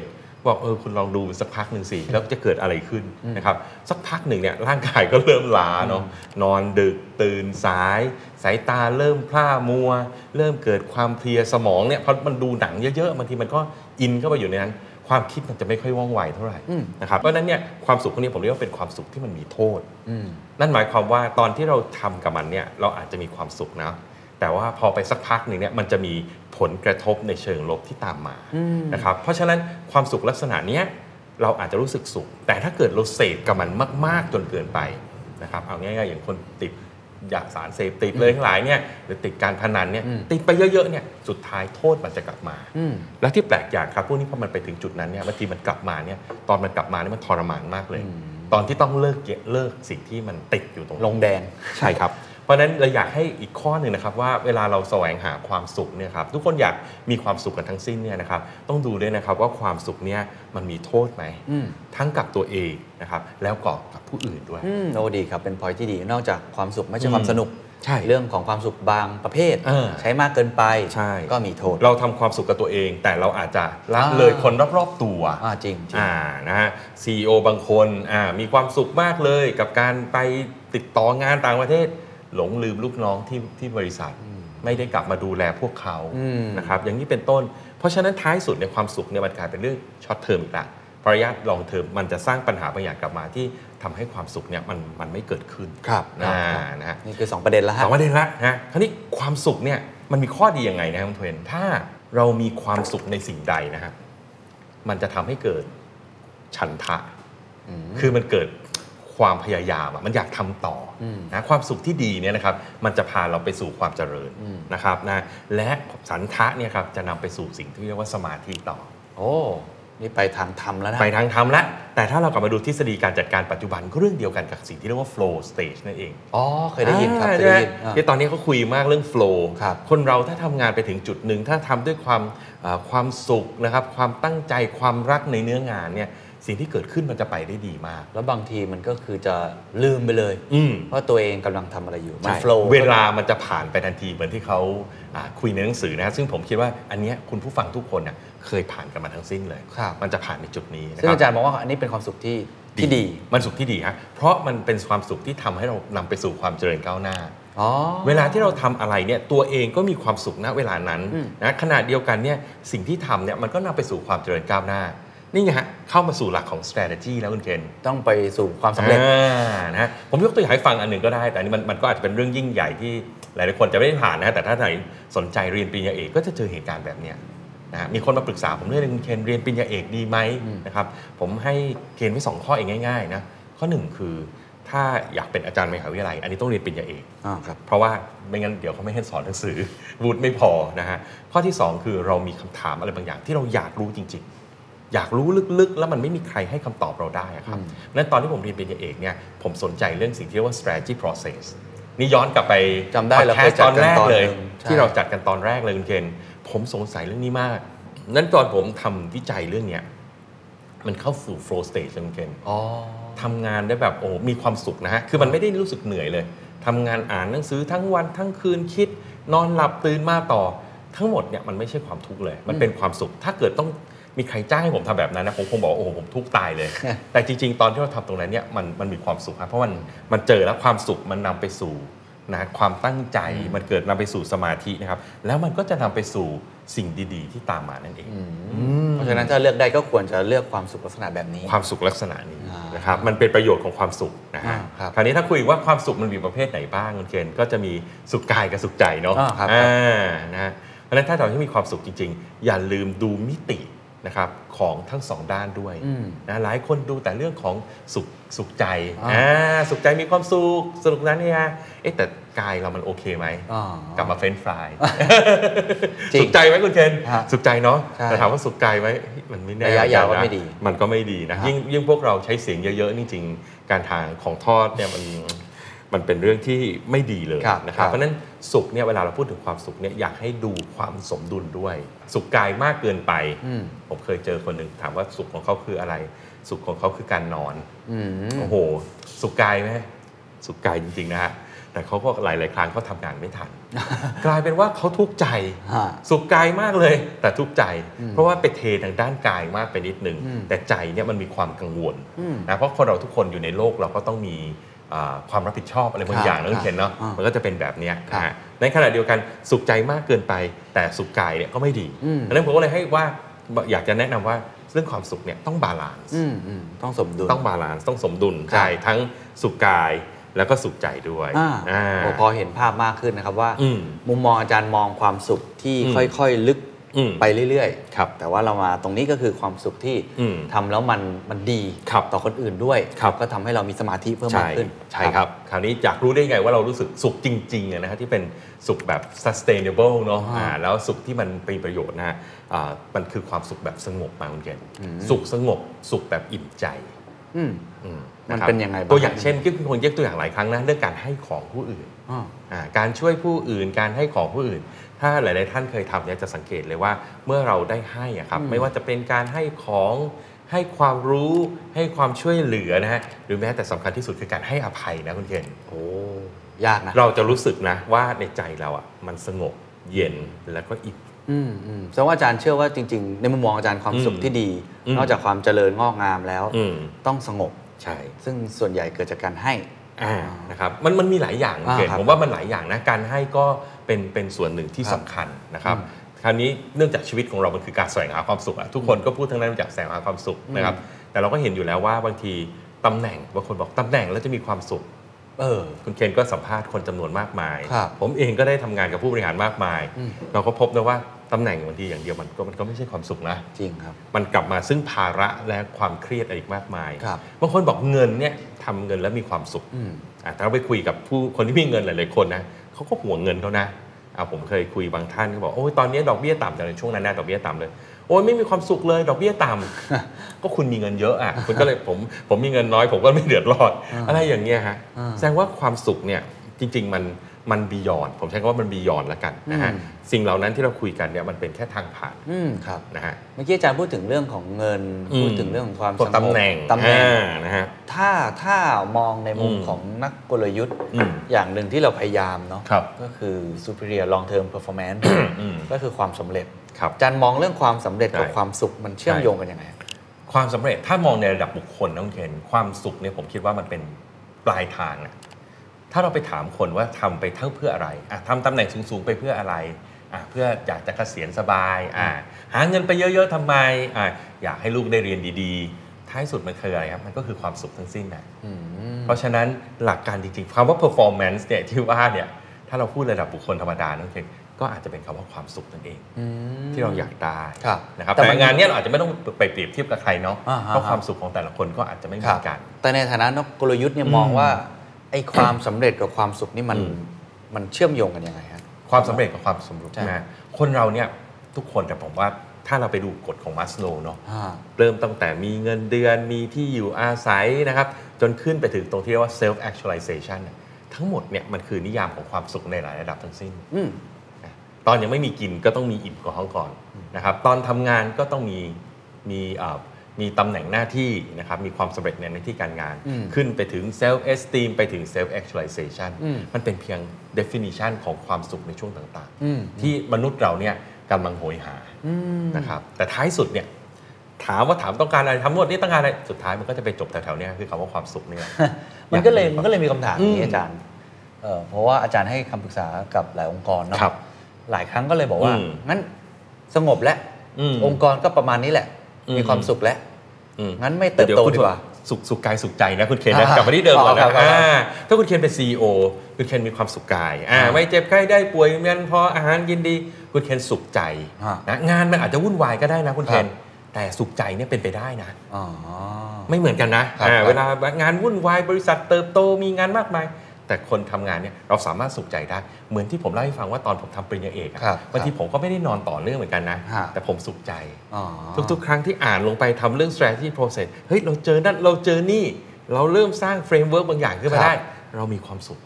Speaker 1: บอกเออคุณลองดูสักพักหนึ่งสิ แล้วจะเกิดอะไรขึ้นนะครับสักพักหนึ่งเนี่ยร่างกายก็เริ่มล้าเนาะนอนดึกตื่นสาย สายตาเริ่มพร่ามัว เริ่มเกิดความเพลียสมองเนี่ยเพราะมันดูหนังเยอะๆบางทีมันก็อินเข้าไปอยู่ในนั้น ความคิดมันจะไม่ค่อยว่องไวเท่าไหร่
Speaker 2: อืม
Speaker 1: นะครับเพราะฉะนั้นเนี่ยความสุขพวกนี้ผมเรียกว่าเป็นความสุขที่มันมีโทษ
Speaker 2: อืม
Speaker 1: นั่นหมายความว่าตอนที่เราทำกับมันเนี่ยเราอาจจะมีความสุขนะ แต่ว่าพอไปสักพักหนึ่งเนี่ยมันจะมีผลกระทบในเชิงลบที่ตามมา
Speaker 2: อืม
Speaker 1: นะครับเพราะฉะนั้นความสุขลักษณะเนี้ยเราอาจจะรู้สึกสุข แต่ถ้าเกิดเราเสพกับมันมาก ๆ จนเกินไปนะครับเอาง่ายๆ อย่างคนติดยาสารเสพติดเลยทั้งหลายเนี่ยหรือติดการพนันเนี่ยติดไปเยอะๆเนี่ยสุดท้ายโทษมันจะกลับมา
Speaker 2: อืม
Speaker 1: และที่แปลกอย่างครับพวกนี้พอมันไปถึงจุดนั้นเนี่ยบางทีมันกลับมาเนี่ยตอนมันกลับมาเนี่ยมันทรมานมากเลย
Speaker 2: อืม
Speaker 1: ตอนที่ต้องเลิกเยเลิกสิ่งที่มันติดอยู่ตรงนั้น
Speaker 2: ลงแดง
Speaker 1: ใช่ครับ เพราะฉะนั้นเราอยากให้อีกข้อหนึ่งนะครับว่าเวลาเราแสวงหาความสุขเนี่ยครับทุกคนอยากมีความสุขกันทั้งสิ้นเนี่ยนะครับต้องดูด้วยนะครับว่าความสุขเนี่ยมันมีโทษไหม
Speaker 2: อืม
Speaker 1: ทั้งกับตัวเองนะครับแล้วก็กับผู้อื่นด้วย
Speaker 2: อืมโอ้ดีครับ เป็นพอยที่ดี นอกจากความสุขไม่ใช่
Speaker 1: อืม
Speaker 2: ความสนุก
Speaker 1: ใช่
Speaker 2: เรื่องของความสุขบางประเภท
Speaker 1: เออ
Speaker 2: ใช้มากเกินไป
Speaker 1: ใช่
Speaker 2: ก็มีโทษ
Speaker 1: เราทำความสุขกับตัวเอง แต่เราอาจจะละ
Speaker 2: อ่า
Speaker 1: เลยคนรอบๆตัว
Speaker 2: อ่าจริงจริง
Speaker 1: อ่านะฮะซีอบางคนอ่ามีความสุขมากเลยกับการไปติดต่องานต่างประเทศ หลงลืมลูกน้องที่ที่บริษัท ไม่ได้กลับมาดูแลพวกเขา
Speaker 2: อืม
Speaker 1: นะครับอย่างนี้เป็นต้น เพราะฉะนั้นท้ายสุดในยความสุขเนี่ยมันกลายเป็นเรื่องช็อตเทอมอีกละเพราะระยะลองเทอมมันจะสร้างปัญหาบางอย่างกลับมาที่ทำให้ความสุขเนี่ยมันมันไม่เกิดขึ้น
Speaker 2: ครับค
Speaker 1: อ่า
Speaker 2: รับ
Speaker 1: นะฮะ
Speaker 2: นี่คือ 2 ประเด็นแล้วฮะ
Speaker 1: สองประเด็นละนะคราวนี้ความสุขเนี่ยมันมีข้อดียังไงนะครับคุณเทรนถ้าเรามีความสุขในสิ่งใดนะครับมันจะทำให้เกิดฉันทะ คือมันเกิดความพยายามอะมันอยากทำต่ออ
Speaker 2: ม
Speaker 1: นะความสุขที่ดีเนี่ยนะครับ มันจะพาเราไปสู่ความเจริญ
Speaker 2: อืม
Speaker 1: นะครับนะและสันทะเนี่ยครับจะนำไปสู่สิ่งที่เรียกว่าสมาธิต่อ
Speaker 2: โอ้ นี่ไปทางธรรมแล้วนะ
Speaker 1: ไปทางธรรมละแต่ถ้าเรากลับมาดูทฤษฎีการจัดการปัจจุบันก็เรื่องเดียวกันกับสิ่งที่เรียกว่า flow stage นั่นเอง
Speaker 2: อ๋อ เคยได้ยินครับ
Speaker 1: อ่า
Speaker 2: เคย
Speaker 1: ใช่ไหม
Speaker 2: ได้ยินอ่า
Speaker 1: ที่ตอนนี้เขาคุยมากเรื่อง flow
Speaker 2: ครับ
Speaker 1: คนเราถ้าทำงานไปถึงจุดหนึ่ง ถ้าทำด้วยความเอ่อความสุขนะครับ ความตั้งใจความรักในเนื้องานเนี่ย สิ่งที่เกิดขึ้นมันจะไปได้ดีมาก
Speaker 2: แล้วบางทีมันก็คือจะลืมไปเลย
Speaker 1: อืม
Speaker 2: ว่าตัวเองกำลังทำอะไรอยู่ มัน
Speaker 1: ใช่
Speaker 2: โฟลว์
Speaker 1: เวลามันจะผ่านไปทันทีเหมือนที่เขาอ่าคุยในหนังสือนะซึ่งผมคิดว่าอันเนี้ยคุณผู้ฟังทุกคนน่ะเคยผ่านกันมาทั้งสิ้นเลย
Speaker 2: ครับ
Speaker 1: มันจะผ่านในจุดนี้นะ
Speaker 2: ซึ่ง
Speaker 1: ครั
Speaker 2: อา
Speaker 1: บ
Speaker 2: จารย์มองว่าอันนี้เป็นความสุขที่ที่ดี
Speaker 1: มันสุขที่ดีฮะเพราะมันเป็นความสุขที่ทำให้เรานำไปสู่ความเจริญก้าวหน้า
Speaker 2: อ๋อ
Speaker 1: เวลาที่เราทำอะไรเนี่ยตัวเองก็มีความสุขณเวลานั้น
Speaker 2: อืม
Speaker 1: นะขณะเดียวกันเนี่ยสิ่งที่ทำเนี่ยมันก็นำไปสู่ความเจริญก้าวหน้า นี่ไงฮะเข้ามาสู่หลักของ strategy แล้วคุณเคน
Speaker 2: ต้องไปสู่ความสำเร็จ
Speaker 1: อ่านะฮะผมยกตัวอย่างให้ฟังอันหนึ่งก็ได้ แต่อันนี้มันมันก็อาจจะเป็นเรื่องยิ่งใหญ่ที่หลายๆคนจะไม่ได้ผ่านนะฮะแต่ถ้าไหนสนใจเรียนปริญญาเอกก็จะเจอเหตุการณ์แบบเนี้ยนะฮะมีคนมาปรึกษาผมเรื่องคุณเคนเรียนปริญญาเอกดีไหมนะครับผมให้เกณฑ์ไว้สองข้อเองง่ายๆนะข้อหนึ่งคือถ้าอยากเป็นอาจารย์มหาวิทยาลัย อันนี้ต้องเรียนปริญญาเอก
Speaker 2: อ่าครับ
Speaker 1: เพราะว่าไม่งั้นเดี๋ยวเขาไม่ให้สอนหนังสือ วุฒิไม่พอนะฮะข้อที่ 2 คือเรามีคำถามอะไรบางอย่างที่เราอยากรู้จริง ๆ อยากรู้ลึกๆ แล้วมันไม่มีใครให้คำตอบเราได้อะครับนั้นตอนที่ผมเรียนปริญญาเอกเนี่ยผมสนใจเรื่องสิ่งที่เรียกว่า strategy process นี่ย้อนกลับไป
Speaker 2: จำได้เราเคย
Speaker 1: podcast
Speaker 2: จั
Speaker 1: ต
Speaker 2: ด
Speaker 1: อน
Speaker 2: กัน
Speaker 1: แรก
Speaker 2: ตอนหนึ่ง
Speaker 1: เลย
Speaker 2: ใช่
Speaker 1: ที่เราจัดกันตอนแรกเลยคุณเคนผมสงสัยเรื่องนี้มาก นั้นตอนผมทำวิจัยเรื่องเนี้ยมันเข้าสู่ flow stage เลยคุณเคน
Speaker 2: อ๋อ
Speaker 1: ทำงานได้แบบโอ้มีความสุขนะฮะ คือมันไม่ได้รู้สึกเหนื่อยเลยทำงานอ่านหนังสือทั้งวันทั้งคืนคิด นอนหลับตื่นมาต่อ ทั้งหมดเนี่ยมันไม่ใช่ความทุกข์เลย มันเป็นความสุข ถ้าเกิดต้องมีใครจ้างให้ผมทำแบบนั้นนะผมคงบอกว่าโอ้โหผมทุกข์ตาย เลย แต่จริง ๆ ตอนที่เราทำตรงนั้นเนี่ยมันมันมีความสุขครับเพราะมันมันเจอแล้วความสุขมันนำไปสู่นะความตั้งใจมันเกิดนำไปสู่สมาธินะครับแล้วมันก็จะนำไปสู่สิ่งดี ๆ ที่ตามมานั่นเอง
Speaker 2: เพราะฉะนั้นถ้าเลือกได้ก็ควรจะเลือกความสุขลักษณะแบบนี้
Speaker 1: ความสุขลักษณะนี้
Speaker 2: อ่าน
Speaker 1: นะครับมันเป็นประโยชน์ของความสุขนะฮะ
Speaker 2: อ่าครับ
Speaker 1: คราวนี้ถ้าคุยว่าความสุขมันมีประเภทไหนบ้างคุณเคนก็จะมีสุขกายกับสุขใจเนาะ
Speaker 2: อ่าครับ
Speaker 1: อ่านะฮะเพราะฉะนั้นถ้าเราที่มีความสุขจริง ๆ อย่าลืมดูมิตินะครับของทั้งสองด้านด้วย
Speaker 2: อืม
Speaker 1: นะหลายคนดูแต่เรื่องของสุขสุขใจ
Speaker 2: อ่า
Speaker 1: อ่าสุขใจมีความสุขสนุกนั้นเนี่ยเอ๊ะแต่กายเรามันโอเคไหม
Speaker 2: อ๋อ
Speaker 1: กลับมาเฟรนช์ฟราย
Speaker 2: จริง
Speaker 1: สุขใจไหมคุณเคน
Speaker 2: ฮะ
Speaker 1: สุขใจเนาะ
Speaker 2: ใช่
Speaker 1: แต่ถามว่าสุขกายไหมมันไม่แน่
Speaker 2: ระยะยาวก็ไม่ดี
Speaker 1: มันก็ไม่ดีนะ
Speaker 2: ฮะ
Speaker 1: ยิ่งยิ่งพวกเราใช้เสียงเยอะๆนี่จริงการทางของทอดเนี่ยมันมันเป็นเรื่องที่ไม่ดีเลย
Speaker 2: ครับ
Speaker 1: นะครับ
Speaker 2: ครับ
Speaker 1: เพราะฉะนั้นสุขเนี่ยเวลาเราพูดถึงความสุขเนี่ยอยากให้ดูความสมดุลด้วย สุขกายมากเกินไป
Speaker 2: อืม
Speaker 1: ผมเคยเจอคนหนึ่งถามว่าสุขของเขาคืออะไร สุขของเขาคือการนอน
Speaker 2: อืม
Speaker 1: โอ้โห สุกกายไหมสุกกายจริง ๆ นะฮะ แต่เขาก็หลาย ๆ ครั้งเขาทำงานไม่ ทัน กลายเป็นว่าเขาทุกข์ใจ
Speaker 2: ฮะ
Speaker 1: สุขกายมากเลย แต่ทุกข์ใจ เพราะว่าไปเททางด้านกายมากไปนิดนึง
Speaker 2: อืม
Speaker 1: แต่ใจเนี่ยมันมีความกังวล
Speaker 2: อืม
Speaker 1: นะเพราะคนเราทุกคนอยู่ในโลกเราก็ต้องมีอ่าความรับผิดชอบอะไรบาง
Speaker 2: ครับ
Speaker 1: อย่างนะคุณเห็นเนาะ
Speaker 2: อ่ามั
Speaker 1: มันก็จะเป็นแบบเนี้ย
Speaker 2: ครับ
Speaker 1: นะฮะในขณะเดียวกันสุขใจมากเกินไป แต่สุขกายเนี่ยก็ไม่ดี
Speaker 2: อืม
Speaker 1: ดังนั้นผมก็เลยให้ว่าอยากจะแนะนำว่าเรื่องความสุขเนี่ยต้องบาลานซ์
Speaker 2: อืมอืมต้องสมดุล
Speaker 1: ต้องบาลานซ์ต้องสมดุล
Speaker 2: ครับ
Speaker 1: ใช่ทั้งสุขกายแล้วก็สุขใจด้วย
Speaker 2: อ่า
Speaker 1: อ่า
Speaker 2: โอ้พอเห็นภาพมากขึ้นนะครับว่า
Speaker 1: อืม
Speaker 2: มุมมองอาจารย์มองความสุขที่
Speaker 1: อืม
Speaker 2: ค่อยๆ ลึก
Speaker 1: อืม
Speaker 2: ไปเรื่อย
Speaker 1: ครับ
Speaker 2: แต่ว่าเรามาตรงนี้ก็คือความสุขที่
Speaker 1: อืม
Speaker 2: ทำแล้วมันมันดี
Speaker 1: ครับ
Speaker 2: ต่อคนอื่นด้วย
Speaker 1: ครับ
Speaker 2: ก็ทำให้เรามีสมาธิเพิ่มมา
Speaker 1: ใช่
Speaker 2: กขึ้น
Speaker 1: ใช่ครับ คราวนี้อยากรู้ได้ไงว่าเรารู้สึกสุขจริงๆอะนะฮะที่เป็นสุขแบบ sustainable เนาะ
Speaker 2: อ่า
Speaker 1: อ่าแล้วสุขที่มันเป็นประโยชน์นะฮะอ่ามันคือความสุขแบบสงบมาคุณเกณฑ์สุขสงบสุขแบบอิ่มใจ
Speaker 2: อืม
Speaker 1: อื
Speaker 2: มันะครับ เป็นยังไงบ้าง
Speaker 1: ตัวอย่างเช่นที่คุณคนยกตัวอย่างหลายครั้งนะเรื่องการให้ของผู้อื่น
Speaker 2: อ่า
Speaker 1: อ่าการช่วยผู้อื่นการให้ของผู้อื่น ถ้าหลาย ๆ ท่านเคยทำเนี่ยจะสังเกตเลยว่าเมื่อเราได้ให้อะครับไม่ว่าจะเป็นการให้ของให้ความรู้ให้ความช่วยเหลือนะฮะหรือแม้แต่สำคัญที่สุดคือการให้อภัยนะคุณเคน
Speaker 2: โอ้ยากนะ
Speaker 1: เราจะรู้สึกนะว่าในใจเราอ่ะมันสงบเย็นแล้วก็อิ่ม
Speaker 2: อืมอืมแสดงว่าอาจารย์เชื่อว่าจริง ๆ ในมุมมองอาจารย์ความสุข
Speaker 1: อืม
Speaker 2: ที่ดี
Speaker 1: อืม
Speaker 2: นอกจากความเจริญงอกงามแล้ว
Speaker 1: อืม
Speaker 2: ต้องสงบ
Speaker 1: ใช่
Speaker 2: ซึ่งส่วนใหญ่เกิดจากการให้
Speaker 1: อ่านะครับมันมันมีหลายอย่างคุณเคน
Speaker 2: อ่าครับ
Speaker 1: ผมว่ามันหลายอย่างนะการให้ก็เป็นเป็นส่วนหนึ่งที่
Speaker 2: ครั
Speaker 1: สำ
Speaker 2: บ
Speaker 1: คัญนะครับคราวนี้เนื่องจากชีวิตของเรามันคือการแสวงหาความสุขอะทุกคนก็พูดทั้งนั้นจากแสวงหาความสุขนะครับ แต่เราก็เห็นอยู่แล้วว่าบางทีตำแหน่งบางคนบอกตำแหน่งแล้วจะมีความสุข
Speaker 2: เออ
Speaker 1: คุณเคนก็สัมภาษณ์คนจำนวนมากมาย
Speaker 2: ครับ
Speaker 1: ผมเองก็ได้ทำงานกับผู้บริหารมากมาย
Speaker 2: อืม
Speaker 1: เราก็พบนะว่าตำแหน่งบางทีอย่างเดียวมันก็มันก็ไม่ใช่ความสุขนะ
Speaker 2: จริงครับ
Speaker 1: มันกลับมาซึ่งภาระและความเครียดอะไรอีกมากมาย
Speaker 2: ครับ
Speaker 1: บางคนบอกเงินเนี่ยทำเงินแล้วมีความสุข
Speaker 2: อืม
Speaker 1: อ่ะถ้าเราไปคุยกับผู้คนที่มีเงินหลาย ๆ คนนะเขาก็ห่วงเงินเขานะอ่ะผมเคยคุยบางท่านก็บอกโอ้ยตอนนี้ดอกเบี้ยต่ำจังเลยช่วงนั้นนะดอกเบี้ยต่ำเลยโอ้ยไม่มีความสุขเลย ดอกเบี้ยต่ ำ ก็คุณมีเงินเยอะอ่ะคุณก็เลยผมผมมีเงินน้อยผมก็ไม่เดือดร้อนอะไรอย่างเงี้ยฮะ
Speaker 2: อ่า
Speaker 1: แสดงว่าความสุขเนี่ยจริง ๆ มันมันบียอนผมใช้คำว่ามันบียอนละกันนะฮะ
Speaker 2: อืม
Speaker 1: สิ่งเหล่านั้นที่เราคุยกันเนี่ยมันเป็นแค่ทางผ่าน
Speaker 2: อืมครับ
Speaker 1: นะฮะ
Speaker 2: เมื่อกี้อาจารย์พูดถึงเรื่องของเงิน พูดถึงเรื่องของความ
Speaker 1: ตัว
Speaker 2: สงบ
Speaker 1: ตำแหน่ง
Speaker 2: ตำแหน่ง
Speaker 1: อ่านะฮะ
Speaker 2: ถ้าถ้ามองในมุม
Speaker 1: อืม
Speaker 2: ของนักกลยุทธ์
Speaker 1: อืม
Speaker 2: อย่างหนึ่งที่เราพยายามเนาะ
Speaker 1: ครับ
Speaker 2: ก็คือ superior long term performance
Speaker 1: อืม
Speaker 2: ก็คือความสำเร็จ
Speaker 1: ครับ
Speaker 2: อาจารย์มองเรื่องความสำเร็จกับ
Speaker 1: ใช่
Speaker 2: ความสุขมันเชื่อมโยงกันยังไง
Speaker 1: ความสำเร็จถ้ามองในระดับบุคคลนะคุณเคนความสุขเนี่ยผมคิดว่ามันเป็นปลายทางอะถ้าเราไปถามคนว่าทำไปเท่าเพื่ออะไรอะทำตำแหน่งสูง ๆ ไปเพื่ออะไร อ่ะเพื่ออยากจะเกษียณสบายอ่ะหาเงินไปเยอะๆทำไมอ่ะอยากให้ลูกได้เรียนดีๆ ท้ายสุดมันคืออะไรครับ มันก็คือความสุขทั้งสิ้นนะ
Speaker 2: อืม
Speaker 1: เพราะฉะนั้นหลักการจริงๆคำว่า performance เนี่ยที่ว่าเนี่ยถ้าเราพูดระดับบุคคลธรรมดานั่นเองก็อาจจะเป็นคำว่าความสุขนั่นเอง ที่เราอยากได้
Speaker 2: ครับ
Speaker 1: นะครับ
Speaker 2: แต่มัน
Speaker 1: แต่งานเนี้ยเราอาจจะไม่ต้องไปเปรียบเทียบกับใครเนาะ
Speaker 2: อ่าฮะ
Speaker 1: เพราะความสุขของแต่ละคนก็อาจจะไม่เหมือนกัน
Speaker 2: แต่ในฐานะนกกลยุทธ์เนี่ยมองว่าไอ้ความสำเร็จกับความสุขนี่มัน
Speaker 1: อืม
Speaker 2: มันเชื่อมโยงกันยังไงฮะ
Speaker 1: ความสำเร็จกับความสมรุ้
Speaker 2: ใช่
Speaker 1: นะคนเราเนี่ยทุกคนแต่ผมว่าถ้าเราไปดูกฎของมัสโลว์เนาะ
Speaker 2: อ่า
Speaker 1: เริ่มตั้งแต่มีเงินเดือนมีที่อยู่อาศัยนะครับ จนขึ้นไปถึงตรงที่เรียกว่า self actualization เนี่ยทั้งหมดเนี่ยมันคือนิยามของความสุขในหลายระดับทั้งสิ้น
Speaker 2: อืม
Speaker 1: ตอนยังไม่มีกินก็ต้องมีอิ่มของเขาก่อนนะครับตอนทำงานก็ต้องมีมีเอ่อมีตำแหน่งหน้าที่นะครับมีความสำเร็จในหน้าที่การงาน
Speaker 2: อืม
Speaker 1: ขึ้นไปถึง self esteem ไปถึง self actualization
Speaker 2: อืม
Speaker 1: มันเป็นเพียง definition ของความสุขในช่วงต่าง
Speaker 2: อืม
Speaker 1: ๆ ที่มนุษย์เราเนี่ยกำลังโหยหา
Speaker 2: อืม
Speaker 1: นะครับแต่ท้ายสุดเนี่ยถามว่าถามต้องการอะไรทั้งหมดนี่ต้องการอะไรสุดท้ายมันก็จะไปจบแถวๆเนี้คือคำว่าความสุขเนี่ย
Speaker 2: มันก็เลยมันก็เลยมีคำถาม
Speaker 1: อื
Speaker 2: นี้
Speaker 1: ม
Speaker 2: อาจารย์เอ่อเพราะว่าอาจารย์ให้คำปรึกษากับหลายองค์กรเนาะ
Speaker 1: ครับ
Speaker 2: หลายครั้งก็เลยบอกว่า
Speaker 1: อืม
Speaker 2: งั้นสงบแล้ว
Speaker 1: อืม
Speaker 2: องค์กรก็ประมาณนี้แหละ
Speaker 1: อืม
Speaker 2: มีความสุขแล้ว
Speaker 1: อืม
Speaker 2: งั้นไม่เติบโตดีกว่า
Speaker 1: สุขสุขกายสุขใจนะคุณเคนนะ
Speaker 2: อ่าก
Speaker 1: ลับมาที่เดิมก่อน
Speaker 2: อ๋
Speaker 1: นะ
Speaker 2: อครับครับ
Speaker 1: อ่าถ้าคุณเคนเป็น CEO คุณเคนมีความสุขกายอ่า
Speaker 2: อ่า
Speaker 1: ไม่เจ็บไข้ได้ป่วยเงินพออาหารกินดีคุณเคนสุขใจ
Speaker 2: ฮะ
Speaker 1: นะงานมันอาจจะวุ่นวายก็ได้นะคุณเค
Speaker 2: ครั
Speaker 1: น
Speaker 2: บ
Speaker 1: แต่สุขใจเนี่ยเป็นไปได้นะ
Speaker 2: อ๋อ
Speaker 1: ไม่เหมือนกันนะครับ อ่า
Speaker 2: ครับ
Speaker 1: เวลางานวุ่นวายบริษัทเติบโตมีงานมากมาย แต่คนทำงานเนี่ยเราสามารถสุขใจได้ เหมือนที่ผมเล่าให้ฟังว่าตอนผมทำปริญญาเอกอะ
Speaker 2: ครับ
Speaker 1: บางทีผมก็ไม่ได้นอนต่อเนื่องเหมือนกันนะ
Speaker 2: ฮะ
Speaker 1: แต่ผมสุขใจ
Speaker 2: อ๋อ
Speaker 1: ทุกๆ ครั้งที่อ่านลงไปทำเรื่อง strategy process เฮ้ย เราเจอนั่น เราเจอนี่ เราเริ่มสร้าง framework บางอย่างขึ้นมา
Speaker 2: ครับ
Speaker 1: ได้ เรามีความสุข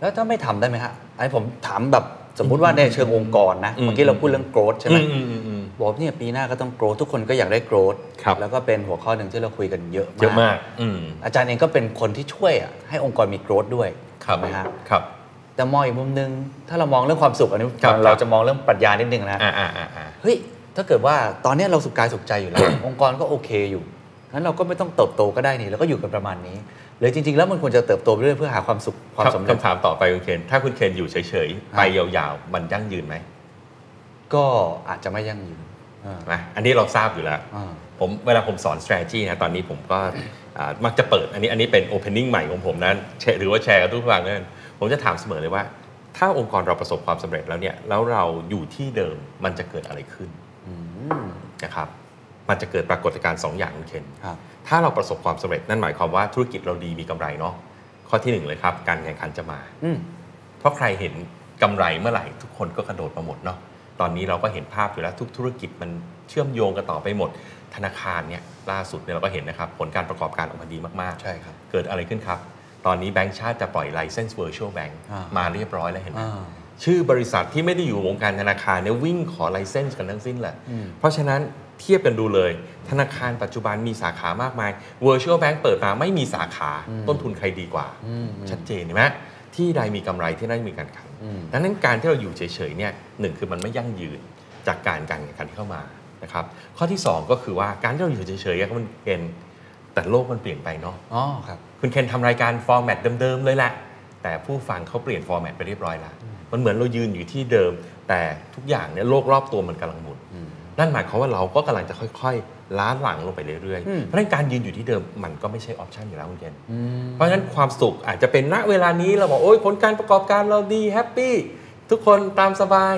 Speaker 2: แล้วถ้าไม่ทำได้ไหมฮะไอนนี้ผมถามแบบสมมุติว่าในเชิงองค์กรนะ
Speaker 1: อืม
Speaker 2: เมื่อกี้เราพูดเรื่อง growth ใช่ไหม
Speaker 1: อืมอืมอืม
Speaker 2: บอกว่าเนี่ยปีหน้าก็ต้อง growth ทุกคนก็อยากได้ growth
Speaker 1: ครับ
Speaker 2: แล้วก็เป็นหัวข้อหนึ่งที่เราคุยกันเยอะมาก
Speaker 1: เยอะมากอืม
Speaker 2: อาจารย์เองก็เป็นคนที่ช่วยอะให้องค์กรมี growth ด้วย
Speaker 1: ครับ
Speaker 2: ถูกไหมฮะ
Speaker 1: ครับ
Speaker 2: แต่มองอีกมุมหนึง ถ้าเรามองเรื่องความสุขอันนี้
Speaker 1: ครับ
Speaker 2: เราจะมองเรื่องปรัชญานิดนึงนะ
Speaker 1: อ่าอ่าอ่าอ่า
Speaker 2: เฮ้ยถ้าเกิดว่าตอนเนี้ยเราสุขกายสุขใจอยู่ แล้ว องค์กรก็โอเคอยู่งั้นเราก็ไม่ต้องเติบโตก็ได้นี่แล้วก็อยู่กันประมาณนี้หรือจริง ๆ แล้วมันควรจะเติบโตไปเรื่อยเพื่อหาความสุขความสำเร็จ
Speaker 1: คำถามต่อไปคุณเคน ถ้าคุณเคนอยู่เฉย
Speaker 2: ฮะ
Speaker 1: ๆ ไปยาวๆ มันยั่งยืนไหม
Speaker 2: ก็อาจจะไม่ยั่งยืนอ่า
Speaker 1: นะอันนี้เราทราบอยู่แล้ว
Speaker 2: อ่า
Speaker 1: ผมเวลาผมสอน strategy นะตอนนี้ผมก็ อ่ามักจะเปิดอันนี้อันนี้เป็น opening ใหม่ของผมนะแชร์หรือว่าแชร์กับทุกฝั่งนั่นผมจะถามเสมอเลยว่า ถ้าองค์กรเราประสบความสำเร็จแล้วเนี่ยแล้วเราอยู่ที่เดิมมันจะเกิดอะไรขึ้นนะครับมันจะเกิดปรากฏการณ์สองอย่างคุณเคน
Speaker 2: ครับ
Speaker 1: ถ้าเราประสบความสำเร็จนั่นหมายความว่าธุรกิจเราดีมีกำไรเนาะข้อที่หนึ่งเลยครับการแข่งขันจะมา
Speaker 2: อืม
Speaker 1: เพราะใครเห็นกำไรเมื่อไหร่ทุกคนก็กระโดดมาหมดเนาะ ตอนนี้เราก็เห็นภาพอยู่แล้วทุกธุรกิจมันเชื่อมโยงกันต่อไปหมด ธนาคารเนี่ยล่าสุดเนี่ยเราก็เห็นนะครับ ผลการประกอบการออกมาดีมากๆ
Speaker 2: ใช่ครับ
Speaker 1: เกิดอะไรขึ้นครับ ตอนนี้แบงก์ชาติจะปล่อย license virtual bank
Speaker 2: อ่าม
Speaker 1: มาเรียบร้อยแล้วเห็นไหม
Speaker 2: อ่า
Speaker 1: ชื่อบริษัทที่ไม่ได้อยู่วงการธนาคารเนี่ยวิ่งขอไลเซนส์กันทั้งสิ้นแหละ
Speaker 2: อืม
Speaker 1: เพราะฉะนั้นเทียบกันดูเลย ธนาคารปัจจุบันมีสาขามากมาย Virtual Bank เปิดมาไม่มีสาขา
Speaker 2: อืม
Speaker 1: ต้นทุนใครดีกว่า
Speaker 2: อืม
Speaker 1: ชัดเจนเห็นไหมที่ใดมีกำไรที่นั่นมีการแข่ง
Speaker 2: อืม
Speaker 1: ดังนั้นการที่เราอยู่เฉยๆเนี่ยหนึ่งคือมันไม่ยั่งยืนจากการการแข่งขันที่เข้ามานะครับข้อที่สองก็คือว่าการที่เราอยู่เฉยๆอะมันเป็นแต่โลกมันเปลี่ยนไปเนาะ
Speaker 2: อ๋อครับ
Speaker 1: คุณเคนทำรายการฟอร์แมตเดิม ๆ เลยแหละ แต่ผู้ฟังเขาเปลี่ยนฟอร์แมตไปเรียบร้อยแล้ว มันเหมือนเรายืนอยู่ที่เดิม แต่ทุกอย่างเนี่ยโลกรอบตัวมันกำลังหมุน นั่นหมายความว่าเราก็กำลังจะค่อย ๆ ล้าหลังลงไปเรื่อย
Speaker 2: อืม
Speaker 1: ๆ เพราะฉะนั้นการยืนอยู่ที่เดิมมันก็ไม่ใช่ออปชันอยู่แล้วคุณเคน เพราะฉะนั้นความสุขอาจจะเป็นณเวลานี้เราบอกโอ้ยผลการประกอบการเราดีแฮปปี้ทุกคนตามสบาย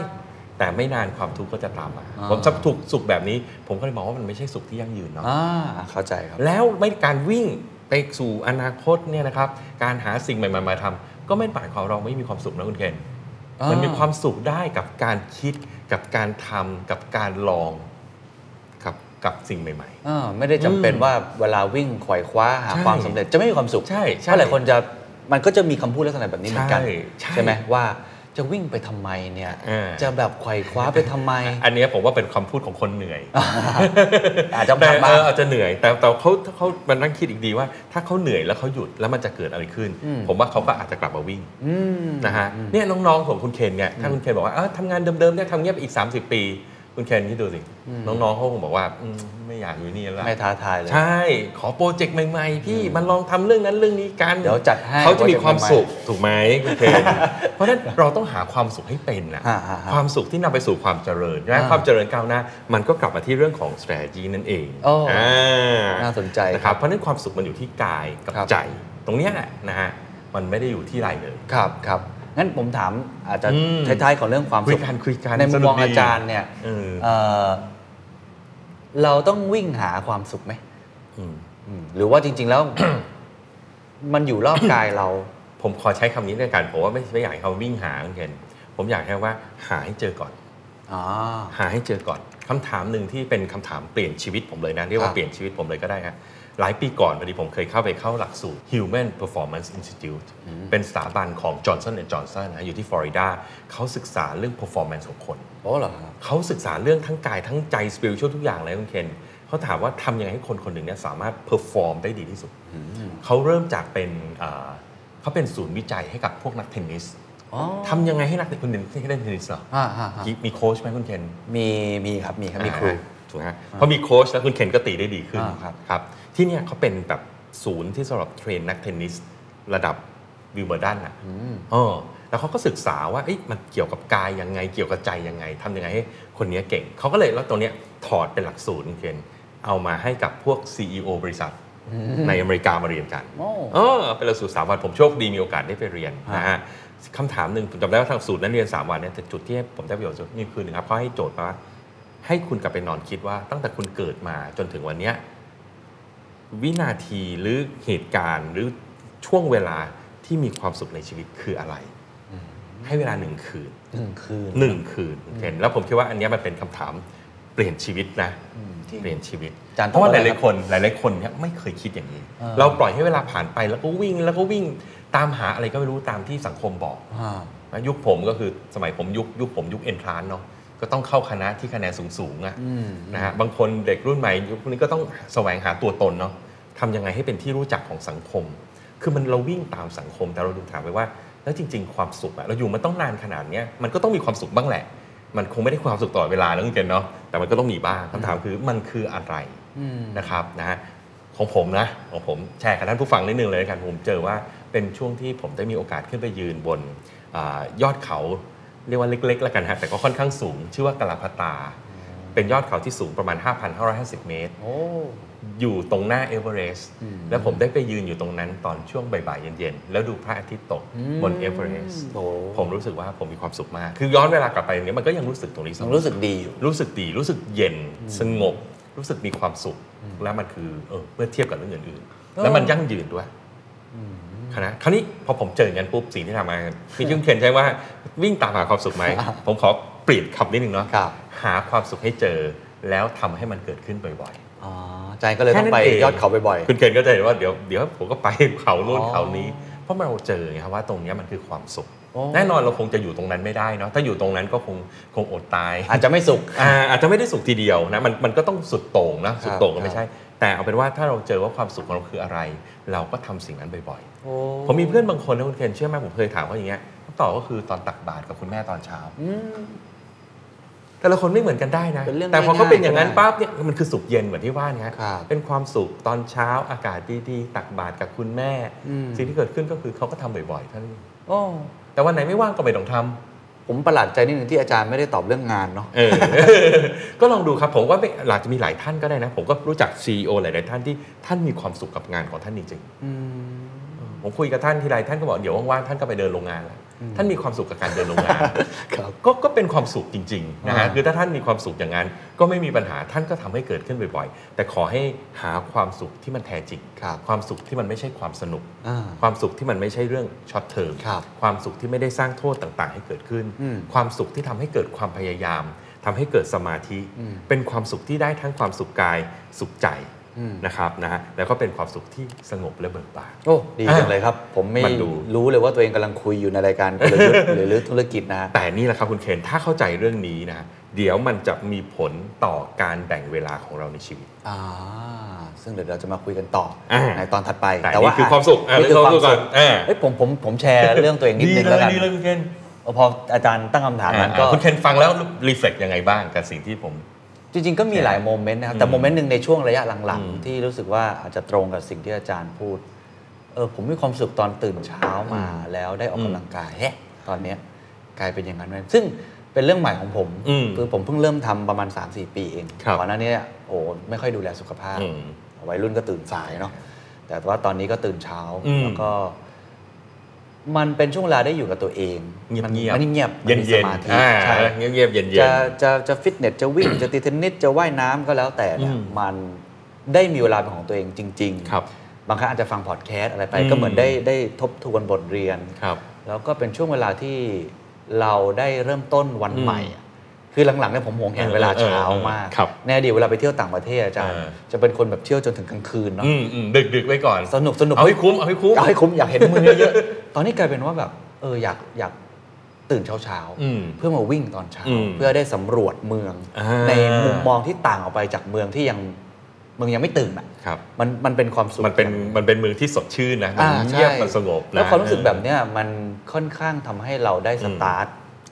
Speaker 1: แต่ไม่นานความทุกข์ก็จะตามมา
Speaker 2: อ่า
Speaker 1: ผมจะถูกสุขแบบนี้ ผมก็เลยมองว่ามันไม่ใช่สุขที่ยั่งยืนเนาะ
Speaker 2: อ่าเข้าใจครับ
Speaker 1: แล้วไม่การวิ่งไปสู่อนาคตเนี่ยนะครับการหาสิ่งใหม่ๆมาทำก็ไม่หมายความว่าเราไม่มีความสุขนะคุณเคน
Speaker 2: อ่ามั
Speaker 1: มันมีความสุขได้กับการคิดกับการทำกับการลองกับกับสิ่งใหม่
Speaker 2: อ่าไม่ได้จำเป็น
Speaker 1: อืม
Speaker 2: ว่าเวลาวิ่งไขว่คว้าหา
Speaker 1: ใช่
Speaker 2: ความสำเร็จจะไม่มีความสุข
Speaker 1: ใช่ใช่
Speaker 2: เพราะหลายคนจะมันก็จะมีคำพูดลักษณะแบบนี้เหมือนกัน
Speaker 1: ใช่ใช่
Speaker 2: ไหมว่าจะวิ่งไปทำไมเนี่ย
Speaker 1: เออ
Speaker 2: จะแบบไขว่คว้าไปทำไม
Speaker 1: ๆ อันเนี้ยผมว่าเป็นคำพูดของคนเหนื่อย
Speaker 2: อาจจะ
Speaker 1: แต่เอ
Speaker 2: ผ่านบ้าง
Speaker 1: ออาจจะเหนื่อย แต่แต่เขาเขามันนั่งคิดอีกดีว่า ถ้าเขาเหนื่อยแล้วเขาหยุดแล้วมันจะเกิดอะไรขึ้น
Speaker 2: อืม
Speaker 1: ผมว่าเขาก็อาจจะกลับมาวิ่ง
Speaker 2: อืม
Speaker 1: นะฮะเนี่ยน้องๆของคุณเคนเนี่ยถ้าคุณเคนบอกว่าเอ้อทำงานเดิมๆเนี่ยทำเงียบไปอีก 30 ปี คุณแคนที่ดูสิ น้อง ๆเขาคงบอกว่าอืมไม่อยากอยู่นี่แล้ว
Speaker 2: ไม่ท้าทายเลย
Speaker 1: ใช่ ขอโปรเจกต์ใหม่ๆ พี่มันลองทำเรื่องนั้นเรื่องนี้กัน
Speaker 2: เดี๋ยวจัดให้
Speaker 1: เขาจะมีความสุข
Speaker 2: โปรเจกต์ใหม่
Speaker 1: ถูกไหมคุณเคน เพราะฉะนั้นเราต้องหาความสุขให้เป็นนะ
Speaker 2: อ่าๆ
Speaker 1: ค
Speaker 2: ๆ
Speaker 1: วามสุขที่นำไปสู่ความเจริญใช่ไหม
Speaker 2: อ่า
Speaker 1: ความเจริญก้าวหน้า มันก็กลับมาที่เรื่องของ strategy นั่นเอง
Speaker 2: โอ้
Speaker 1: อ่า
Speaker 2: น่าสนใจ
Speaker 1: นะครับ เพราะฉะนั้นความสุขมันอยู่ที่กายกับ
Speaker 2: ครับ
Speaker 1: ใจ ตรงเนี้ยแหละนะฮะมันไม่ได้อยู่ที่รายเลย
Speaker 2: ครับครับงั้นผมถามอาจจะ
Speaker 1: อืม
Speaker 2: ท้ายๆของเรื่องความ
Speaker 1: คุ
Speaker 2: สุ
Speaker 1: ย
Speaker 2: ข
Speaker 1: กันคุยกัน
Speaker 2: ในมุมมอง
Speaker 1: สนุกดี
Speaker 2: อาจารย์เนี่ย
Speaker 1: เออ
Speaker 2: เอ่อเราต้องวิ่งหาความสุขไหม
Speaker 1: อืม
Speaker 2: อืมหรือว่าจริ ง ๆแล้ว มันอยู่รอบกายเรา
Speaker 1: ผมขอใช้คำนี้ในการผมว่าไม่ไม่อยากให้เขาวิ่งหาคุณเคนผมอยากให้ว่าหาให้เจอ ก่อน
Speaker 2: อ๋อ
Speaker 1: หาให้เจอก่อนคำถามหนึ่งที่เป็นคำถามเปลี่ยนชีวิตผมเลยนะเรียก
Speaker 2: ครั
Speaker 1: ว่า
Speaker 2: บ
Speaker 1: เปลี่ยนชีวิตผมเลยก็ได้ฮะหลายปีก่อนพอดีผมเคยเข้าไปเข้าหลักสูตร Human Performance Institute เป็นสถาบันของ Johnson Johnson นะอยู่ที่ฟลอริดาเขาศึกษาเรื่อง performance ของคน
Speaker 2: โอ้เหรอครับ
Speaker 1: เขาศึกษาเรื่องทั้งกายทั้งใจสปิริตชวลทุกอย่างเลยคุณเคนเขาถามว่าทำยังไงให้คนคนหนึ่งเนี่ยสามารถเพอร์ฟอร์มได้ดีที่สุด เขาเริ่มจากเป็นเอ่อเขาเป็นศูนย์วิจัยให้กับพวกนักเทนนิส
Speaker 2: อ๋อ
Speaker 1: ทำยังไงให้นักเทนนิสให้เล่นเทนนิสเหรอ
Speaker 2: อ่าฮะฮะ
Speaker 1: มีโค้ชไหมคุณเคน
Speaker 2: มีมีครับมีครับมีครู
Speaker 1: อ่าถูกไหมเพราะมีโค้ชแล้วคุณเคนก็ตีได้ดีขึ้น
Speaker 2: อ่าครับ
Speaker 1: ครับที่เนี่ยเขาเป็นแบบศูนย์ที่สำหรับเทรนนักเทนนิสระดับวิลเบอร์ดันอะ
Speaker 2: อืม
Speaker 1: เออแล้วเขาก็ศึกษาว่าเอ๊ะมันเกี่ยวกับกายยังไง เกี่ยวกับใจยังไงทำยังไงให้คนเนี้ยเก่ง เขาก็เลยแล้วตัวเนี้ยถอดเป็นหลักสูตรเคนเอามาให้กับพวก CEO บริษัทในอเมริกามาเรียนกัน
Speaker 2: โอ้
Speaker 1: เออเป็นหลักสูตรสามวันผมโชคดีมีโอกาสได้ไปเรียนนะฮะคำถามหนึ่งผมจำได้ว่าทางสูตรนั้นเรียน 3 วันเนี่ยแต่จุดที่ผมได้ประโยชน์สุดนี่คือหนึ่งครับเขาให้โจทย์มาว่าให้คุณกลับไปนอนคิดว่าตั้งแต่คุณเกิดมาจนถึงวันเนี้ย วินาทีหรือเหตุการณ์หรือช่วงเวลาที่มีความสุขในชีวิตคืออะไร ให้เวลาหนึ่งคืน
Speaker 2: หนึ่งคืน
Speaker 1: หนึ่งคืนเห็นแล้วผมคิดว่าอันเนี้ยมันเป็นคำถามเปลี่ยนชีวิตนะเปลี่ยนชีวิต
Speaker 2: อาจารย์
Speaker 1: เพราะว่า
Speaker 2: ต
Speaker 1: ห
Speaker 2: อบว่าอะไร
Speaker 1: ลายๆคนหลายๆคนเนี่ยไม่เคยคิดอย่างนี้
Speaker 2: เออ
Speaker 1: เราปล่อยให้เวลาผ่านไปแล้วก็วิ่งแล้วก็วิ่งตามหาอะไรก็ไม่รู้ตามที่สังคมบอก
Speaker 2: อ่า
Speaker 1: นะยุคผมก็คือสมัยผมยุคยุคผมยุคเอนทรานเนาะก็ต้องเข้าคณะที่คะแนนสูงๆอะ
Speaker 2: อืม
Speaker 1: นะฮะบางคนเด็กรุ่นใหม่ยุคนี้ก็ต้องแสวงหาตัวตนเนาะทำยังไงให้เป็นที่รู้จักของสังคม คือมันเราวิ่งตามสังคมแต่เราดูถามไปว่า แล้วจริง ๆ ความสุขอะเราอยู่มันต้องนานขนาดเนี้ยมันก็ต้องมีความสุขบ้างแหละ มันคงไม่ได้ความสุขตลอดเวลาแล้วกันเนาะแต่มันก็ต้องมีบ้างคำถามคือมันคืออะไร
Speaker 2: อืม
Speaker 1: นะครับนะฮะของผมนะของผมแชร์กับท่านผู้ฟังนิดนึงเลยละกันผมเจอว่าเป็นช่วงที่ผมได้มีโอกาสขึ้นไปยืนบนอายอดเขาเรียกว่าเล็กๆแล้วกันฮะแต่ก็ค่อนข้างสูง ชื่อว่ากะลาพตา เป็นยอดเขาที่สูงประมาณ 5,550 เมตร
Speaker 2: โอ้
Speaker 1: อยู่ตรงหน้าเอเวอเรสต์แล้วผมได้ไปยืนอยู่ตรงนั้นตอนช่วงบ่ายๆเย็นๆ แล้วดูพระอาทิตย์ตก
Speaker 2: อืม
Speaker 1: บนเอเวอเรสต์
Speaker 2: โอ้
Speaker 1: ผมรู้สึกว่าผมมีความสุขมาก คือย้อนเวลากลับไปอย่างเนี้ยมันก็ยังรู้สึกตรงนี้เส
Speaker 2: ยั
Speaker 1: ม
Speaker 2: ง
Speaker 1: อ
Speaker 2: รู้สึกดีอยู่
Speaker 1: รู้สึกดีรู้สึกเย็นสงบ รู้สึกมีความสุข และมันคือเออเมื่อเทียบกับเรื่องอื่นๆ แล้วมันยั่งยืนด้วยคณะคราวนี้พอผมเจออย่างนั้นปุ๊บสิ่งที่ทำมาพี่ยุ่งเขียนใช่ว่าวิ่งตามหาความสุ ขไหม ผมขอเปลี่ยนคำนิดนึงเนาะ
Speaker 2: ครับ
Speaker 1: หาความสุขให้เจอแล้วทำให้มันเกิดขึ้นบ่อย
Speaker 2: อ๋อใจก็เล
Speaker 1: ๆ
Speaker 2: ยต้องไป
Speaker 1: แค่นั้นง
Speaker 2: ยอดเขาบ่อย
Speaker 1: คุณเขียนก็จะเห็นว่าเดี๋ยวเดี๋ยวผมก็ไปเขาโน่น
Speaker 2: อ๋อ
Speaker 1: เขานี้ เพราะมันเราเจอไงครับว่าตรงเนี้ยมันคือความสุข
Speaker 2: โอ้
Speaker 1: แน่นอนเราคงจะอยู่ตรงนั้นไม่ได้เนาะถ้าอยู่ตรงนั้นก็คงคงอดตาย
Speaker 2: ๆ อาจจะไม่สุข
Speaker 1: อ่าอาจจะไม่ได้สุขทีเดียวนะมันมันก็ต้องสุดโต่งนะ สุดโต่ง
Speaker 2: ครั
Speaker 1: ก็
Speaker 2: บ
Speaker 1: ไม่ใช่ แต่เอาเป็นว่าถ้าเราเจอว่าความสุขของเราคืออะไร เราก็ทำสิ่งนั้นบ่อย
Speaker 2: โอ้
Speaker 1: ๆ ผมมีเพื่อนบางคนนะคุณเคนเชื่อไหมผมเคยถามเขาอย่างเงี้ยคำตอบก็คือตอนตักบาตรกับคุณแม่ตอนเช้า แต่ละคนไม่เหมือนกันได้นะ
Speaker 2: เป็นเรื่อง
Speaker 1: แต่พอเขา
Speaker 2: ง่ายๆ
Speaker 1: เป็นอย่างนั้น
Speaker 2: ก็ได้
Speaker 1: ปั๊บเนี่ยมันคือสุขเย็นเหมือนที่ว่านะครับ เป็นความสุขตอนเช้าอากาศดีๆตักบาตรกับคุณแม่
Speaker 2: อืม
Speaker 1: สิ่งที่เกิดขึ้นก็คือเขาก็ทำบ่อยๆเท่านั้นเอง
Speaker 2: โอ้
Speaker 1: แต่วันไหนไม่ว่างก็ไม่ต้องทำ
Speaker 2: ผมประหลาดใจนิดนึงที่อาจารย์ไม่ได้ตอบเรื่องงานเนาะ
Speaker 1: เอ อ ก็ลองดูครับผมว่าไม่หลักจะมีหลายท่านก็ได้นะ ผมก็รู้จัก CEO หลายๆท่านที่ท่านมีความสุขกับงานของท่านจริง
Speaker 2: อืม
Speaker 1: ๆผมคุยกับท่านทีไรท่านก็บอกเดี๋ยวว่างๆท่านก็ไปเดินโรงงานแหละท่านมีความสุขกับการเดินโรงงาน
Speaker 2: ครับ
Speaker 1: ก็ก็เป็นความสุขจริงๆนะฮะ
Speaker 2: อ่า
Speaker 1: คือถ้าท่านมีความสุขอย่างนั้นก็ไม่มีปัญหาท่านก็ทำให้เกิดขึ้นบ่อยๆ แต่ขอให้หาความสุขที่มันแท้จริง
Speaker 2: ครับ
Speaker 1: ความสุขที่มันไม่ใช่ความสนุก
Speaker 2: อ่า
Speaker 1: ความสุขที่มันไม่ใช่เรื่องช็อตเทอม
Speaker 2: ครับ
Speaker 1: ความสุขที่ไม่ได้สร้างโทษต่างๆ ให้เกิดขึ้น
Speaker 2: อืม
Speaker 1: ความสุขที่ทำให้เกิดความพยายามทำให้เกิดสมาธิ
Speaker 2: อืม
Speaker 1: เป็นความสุขที่ได้ทั้งความสุขกายสุขใจ
Speaker 2: อืม
Speaker 1: นะครับนะฮะแล้วก็เป็นความสุขที่สงบและเบิกบาน
Speaker 2: โอ้ ดีจังเลยครับ ผมไม่
Speaker 1: มันดู
Speaker 2: รู้เลยว่าตัวเองกำลังคุยอยู่ในรายการ กลยุทธ์ หรือหรือธุรกิจนะฮะ
Speaker 1: แต่นี่แหละครับคุณเคนถ้าเข้าใจเรื่องนี้นะเดี๋ยวมันจะมีผลต่อการแบ่งเวลาของเราในชีวิต
Speaker 2: อ่า ซึ่งเดี๋ยวเราจะมาคุยกันต่ออา ในตอนถัดไป
Speaker 1: แต่นี่คือความสุขอ่ะ
Speaker 2: นี่คือความ
Speaker 1: เรื่องความสุ
Speaker 2: สุ
Speaker 1: ข
Speaker 2: ข
Speaker 1: อ่า
Speaker 2: เอ้ยผมผมผมแชร์เรื่องตัวเองนิดนึง
Speaker 1: เล
Speaker 2: แล้ว
Speaker 1: ย
Speaker 2: กัน
Speaker 1: ดีเลยคุณเคน
Speaker 2: พออาจารย์ตั้งคำถามนั้นก็
Speaker 1: อ่าคุณเคนฟังแล้วรีเฟล็กยังไงบ้างกับสิ่งที่ผม
Speaker 2: จริงๆ ก็มีหลายโมเมนต์นะครับ แต่
Speaker 1: อืม
Speaker 2: โมเมนต์หนึ่งในช่วงระยะหลัง
Speaker 1: อืม
Speaker 2: ๆ ที่รู้สึกว่าอาจจะตรงกับสิ่งที่อาจารย์พูด เออผมมีความสุขตอนตื่นเช้ามาแล้วได้ออก
Speaker 1: อืม
Speaker 2: กำลังกายแฮะตอนเนี้ยกลายเป็นอย่างนั้นไปซึ่งเป็นเรื่องใหม่ของผม
Speaker 1: อืม
Speaker 2: คือผมเพิ่งเริ่มทำประมาณ 3-4 ปีเอง
Speaker 1: ครับ
Speaker 2: ก่อนหน้านี้เนี่ยโอ้ไม่ค่อยดูแลสุขภาพ
Speaker 1: อืม
Speaker 2: วัยรุ่นก็ตื่นสายเนาะแต่ว่าตอนนี้ก็ตื่นเช้า
Speaker 1: อืม
Speaker 2: แล้วก็ มันเป็นช่วงเวลาได้อยู่กับตัวเอง
Speaker 1: เงียบ
Speaker 2: มัน
Speaker 1: เงียบ
Speaker 2: มันเงียบ
Speaker 1: เย็น
Speaker 2: มัมี
Speaker 1: เย็น
Speaker 2: สมาธิใช่
Speaker 1: เงียบเงียบๆเย็นเย็น
Speaker 2: จะจะจะฟิตเนสจะ วิ่ง จะตีเทนนิสจะว่ายน้ำก็แล้วแต่เนี่ย
Speaker 1: อืม
Speaker 2: มันได้มีเวลาเป็นของตัวเองจริง ๆ
Speaker 1: ครับ
Speaker 2: บางครั้งอาจจะฟังพอดแคสต์อะไรไป
Speaker 1: อืม
Speaker 2: ก็เหมือนได้ได้ทบทวนบทเรียน
Speaker 1: ครับ
Speaker 2: แล้วก็เป็นช่วงเวลาที่เราได้เริ่มต้นวัน
Speaker 1: อืม
Speaker 2: ใหม่อะคือหลังๆเนี่ยผมหวงแหน
Speaker 1: เออ
Speaker 2: เวลา
Speaker 1: เออ
Speaker 2: เช้า
Speaker 1: เออ
Speaker 2: มาก
Speaker 1: ครับ
Speaker 2: แน่เดียวเวลาไปเที่ยวต่างประเทศอาจารย์
Speaker 1: เออ
Speaker 2: จะเป็นคนแบบเที่ยวจนถึงกลางคืนเนาะ
Speaker 1: อืมอืมดึกดึกๆไว้ก่อน
Speaker 2: สนุกสนุก
Speaker 1: เอาให้คุ้ม เอาให้คุ้ม
Speaker 2: อยากให้คุ้มอยากเห็นมือเยอะๆ ตอนนี้กลายเป็นว่าแบบเอออยากอยากตื่นเช้า
Speaker 1: อืม
Speaker 2: เพื่อมาวิ่งตอนเช้า
Speaker 1: อืม
Speaker 2: เพื่อได้สำรวจเมือง
Speaker 1: อ่า
Speaker 2: ในมุมมองที่ต่างออกไปจากเมืองที่ยังเมืองยังไม่ตื่นอ่ะ
Speaker 1: ครับ
Speaker 2: มันมันเป็นความสุข
Speaker 1: มันเป็นมันเป็นมือที่สดชื่นนะ มัน
Speaker 2: อ่า
Speaker 1: เงียบ
Speaker 2: ใช่
Speaker 1: มันสงบนะ
Speaker 2: แล้วความรู้สึกแบบเนี้ยมันค่อนข้างทำให้เราได้สตาร์ท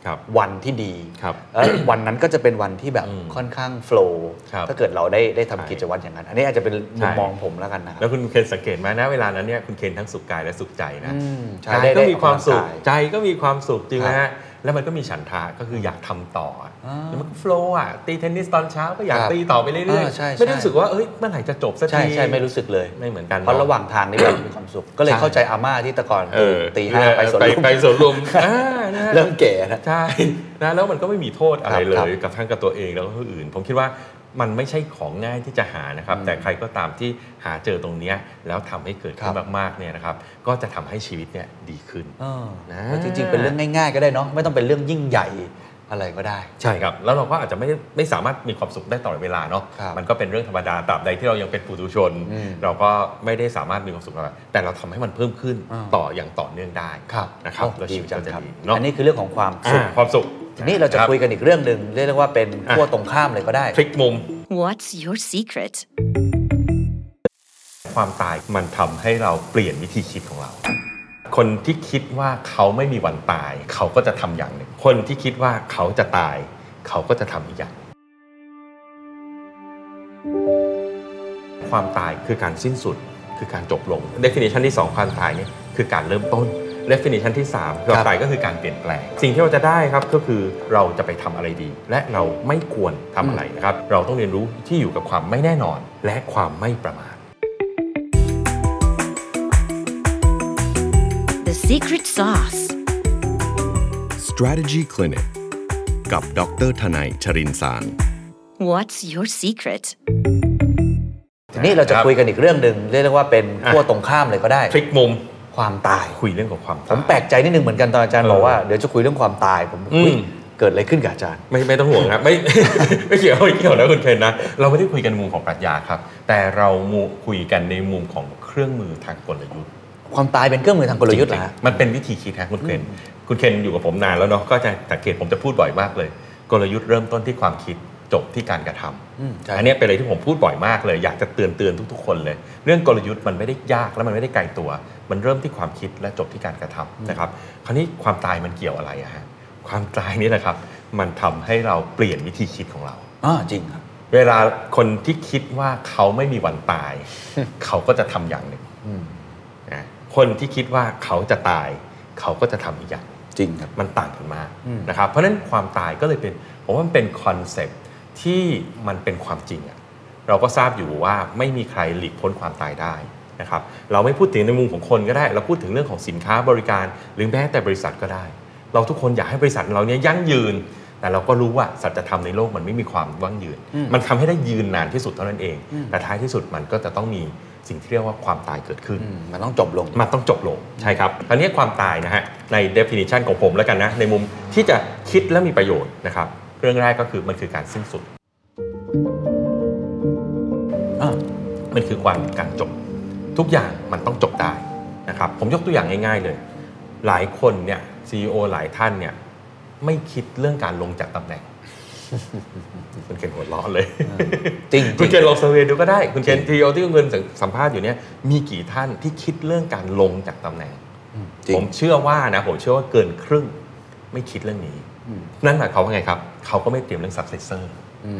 Speaker 1: ครับ
Speaker 2: วันที่ดี
Speaker 1: ครับ
Speaker 2: แล้ววันนั้นก็จะเป็นวันที่แบบ
Speaker 1: อืม
Speaker 2: ค่อนข้างโฟลว์
Speaker 1: ครับ
Speaker 2: ถ้าเกิดเราได้ได้
Speaker 1: ใช่
Speaker 2: ทำกิจวัตรอย่างนั้น อันนี้อาจจะเป็นมุ
Speaker 1: ใช่
Speaker 2: มมองผมแล้วกันนะค
Speaker 1: แล้
Speaker 2: รับ
Speaker 1: วคุณเคนสังเกตไหมนะเวลานั้นเนี่ยคุณเคนทั้งสุขกายและสุขใจนะ
Speaker 2: อืมใช่
Speaker 1: กาย
Speaker 2: ได้
Speaker 1: ก็
Speaker 2: ได้
Speaker 1: มีความสุข
Speaker 2: ออกกำลังกย
Speaker 1: ใจก็มีความสุขจริงไหม
Speaker 2: ครับ
Speaker 1: ฮะแล้วมันก็มีฉันทะก็คืออยากทำต่ออะ
Speaker 2: อ่า
Speaker 1: แล้วมันก็โฟล์อ่ะตีเทนนิสตอนเช้าก็อยาก
Speaker 2: ครับ
Speaker 1: ตีต่อไปเรื่อยๆ
Speaker 2: อ่าใช่ใช่
Speaker 1: ไม่ได้รู้สึกว่าเอ้ยเมื่อไหร่จะจบสัก
Speaker 2: ใช่
Speaker 1: ที
Speaker 2: ใช่ไม่รู้สึกเลย
Speaker 1: ไม่เหมือนกัน
Speaker 2: เพราะ
Speaker 1: น
Speaker 2: ระหว่างทางนี่แบบมีความสุข ก็เลย
Speaker 1: ใช่
Speaker 2: เข้าใจอาม่าที่แตะก่อน
Speaker 1: เออ
Speaker 2: ตีห้าไปสวนลุม
Speaker 1: ไปสวนลุ มอ่านะฮะ
Speaker 2: เริ่มเก๋นะ
Speaker 1: ใช่นะแล้วมันก็ไม่มีโทษอะไรเล
Speaker 2: ครับ
Speaker 1: ยกับทั้งกับตัวเองแล้วก็คนอื่น ผมคิดว่ามันไม่ใช่ของง่ายที่จะหานะครับ
Speaker 2: อืม
Speaker 1: แต่ใครก็ตามที่หาเจอตรงเนี้ยแล้วทำให้เกิดขึ้น
Speaker 2: ครับ
Speaker 1: มากๆเนี่ยนะครับ ก็จะทำให้ชีวิตเนี่ยดีขึ้น
Speaker 2: เออ
Speaker 1: นะ
Speaker 2: เออจริง ๆ เป็นเรื่องง่าย ๆ ก็ได้เนาะไม่ต้องเป็นเรื่องยิ่งใหญ่อะไรก็ได้
Speaker 1: ใช่ครับแล้วเราก็อาจจะไม่ไม่สามารถมีความสุขได้ตลอดเวลาเนาะ
Speaker 2: ครับ
Speaker 1: มันก็เป็นเรื่องธรรมดาตราบใดที่เรายังเป็นปุถุชน
Speaker 2: อืม
Speaker 1: เราก็ไม่ได้สามารถมีความสุขได้แต่เราทำให้มันเพิ่มขึ้น
Speaker 2: อ่า
Speaker 1: ต่ออย่างต่อเนื่องได้นะครับ
Speaker 2: โอ้
Speaker 1: แล้ว
Speaker 2: ดี
Speaker 1: ชีวิต
Speaker 2: จัง
Speaker 1: ก็จะ
Speaker 2: ครับ
Speaker 1: ดีเนาะ
Speaker 2: อันนี้คือเรื่องของความสุข
Speaker 1: อ่าความสุข
Speaker 2: ทีนี้เราจะ
Speaker 1: รับ
Speaker 2: คุยกันอีกเรื่องหนึ่งเรียกได้ว่าเป็น
Speaker 1: อ่ะ
Speaker 2: ขั้วตรงข้ามเลยก็ได้
Speaker 1: พลิกมุม
Speaker 3: What's your secret?
Speaker 1: ความตายมันทำให้เราเปลี่ยนวิธีคิดของเรา คนที่คิดว่าเขาไม่มีวันตาย เขาก็จะทำอย่างหนึ่ง คนที่คิดว่าเขาจะตาย เขาก็จะทำอีกอย่าง ความตายคือการสิ้นสุดคือการจบลง definition ที่สองความตายเนี่ยคือการเริ่มต้น definition ที่สามความตายก็คือการเปลี่ยนแปลง สิ่งที่เราจะได้ครับก็คือเราจะไปทำอะไรดี และเราไม่ควรทำอะไรนะครับ เราต้องเรียนรู้ที่อยู่กับความไม่แน่นอน และความไม่ประมาท
Speaker 3: The secret sauce.
Speaker 4: Strategy Clinic กับดรทนายชรินสาร
Speaker 3: What's your secret?
Speaker 2: ทีนี้เราจะคุยกันอีกเรื่องหนึ่งเรียกได้ว่าเป็นขั้วตรงข้ามเลยก็ได้
Speaker 1: พลิกมุม
Speaker 2: ความตาย
Speaker 1: คุยเรื่องของความ
Speaker 2: ผม
Speaker 1: ตาย
Speaker 2: แปลกใจนิดนึงเหมือนกันตอนอาจารย์
Speaker 1: เออ
Speaker 2: บอกว่าเดี๋ยวจะคุยเรื่องความตายผม
Speaker 1: อืม
Speaker 2: อุ๊ยเกิดอะไรขึ้นกับอาจารย์
Speaker 1: ไม่ไม่ต้องห่วงครับไม่ ไม่เกี่ยวไม่เกี่ยวนะคุณเคนนะ เราไม่ได้คุยกันมุมของปรัชญาครับ แต่เรามูคุยกันในมุมของเครื่องมือทางกลยุทธ์
Speaker 2: ความตายเป็นเครื่องมือทางกลยุทธ์เหรอฮะ
Speaker 1: จงๆมันเป็นวิธีคิดฮะคุณเคนคุณเคนอยู่กับผมนานแล้วเนาะก็จะสังเกตผมจะพูดบ่อยมากเลย กลยุทธ์เริ่มต้นที่ความคิดจบที่การกระทำ
Speaker 2: อืมใช่
Speaker 1: อันเนี้ยเป็นอะไรที่ผมพูดบ่อยมากเลย อยากจะเตือนเตือนทุก ๆ คนเลย เรื่องกลยุทธ์มันไม่ได้ยากและมันไม่ได้ไกลตัว มันเริ่มที่ความคิดและจบที่การกระทำนะครับคราวนี้ความตายมันเกี่ยวอะไรอะฮะความตายนี่แหละครับ มันทำให้เราเปลี่ยนวิธีคิดของเรา
Speaker 2: อ๋อจริงครับ
Speaker 1: เวลาคนที่คิดว่าเขาไม่มีวันตาย เขาก็จะทำอย่างหนึ่ง
Speaker 2: อืม
Speaker 1: นะคนที่คิดว่าเขาจะตาย เขาก็จะทำอีกอย่าง
Speaker 2: จริงครับ
Speaker 1: มันต่างกันมาก
Speaker 2: อืม
Speaker 1: นะครับ เพราะฉะนั้นความตายก็เลยเป็นผมว่ามันเป็นคอนเซปต์ที่มันเป็นความจริงอะเราก็ทราบอยู่ว่าไม่มีใครหลีกพ้นความตายได้นะครับ เราไม่พูดถึงในมุมของคนก็ได้ เราพูดถึงเรื่องของสินค้าบริการ หรือแม้แต่บริษัทก็ได้ เราทุกคนอยากให้บริษัทเราเนี้ยยั่งยืน แต่เราก็รู้ว่าสัจธรรมในโลกมันไม่มีความยั่งยืน มันทำให้ได้ยืนนานที่สุดเท่านั้นเอง แต่ท้ายที่สุดมันก็จะต้องมีสิ่งที่เรียกว่าความตายเกิดขึ้น
Speaker 2: อืมมันต้องจบลง
Speaker 1: มันต้องจบลงใช่ครับคราวนี้ความตายนะฮะใน definition ของผมแล้วกันนะ ในมุมที่จะคิดและมีประโยชน์นะครับ เรื่องแรกก็คือมันคือการสิ้นสุด
Speaker 2: อ่ะ
Speaker 1: มันคือความการจบ ทุกอย่างมันต้องจบได้นะครับ ผมยกตัวอย่างง่ายๆเลย หลายคนเนี่ยซีอหลายท่านเนี่ยไม่คิดเรื่องการลงจากตำแหน่ง คุณเคนหัวเร้อนเลย
Speaker 2: จริง
Speaker 1: คุณ
Speaker 2: จ
Speaker 1: เก
Speaker 2: ริ
Speaker 1: ณ
Speaker 2: ง
Speaker 1: ฑ์ลองเซอร์เวยดูก็ได้ คุณเกณ
Speaker 2: จริ
Speaker 1: ฑ์
Speaker 2: ง
Speaker 1: ทีโอที่คุณเงินสัมภาษณ์อยู่เนี่ยมีกี่ท่านที่คิดเรื่องการลงจากตำแหน่ง
Speaker 2: จริ
Speaker 1: ผ
Speaker 2: ง
Speaker 1: มเชื่อว่านะผมเชื่อว่าเกินครึ่ง ไม่คิดเรื่องนี้
Speaker 2: อืม
Speaker 1: นั่นหมายความว่าไงครับ เขาก็ไม่เตรียมเรื่อง successor
Speaker 2: อื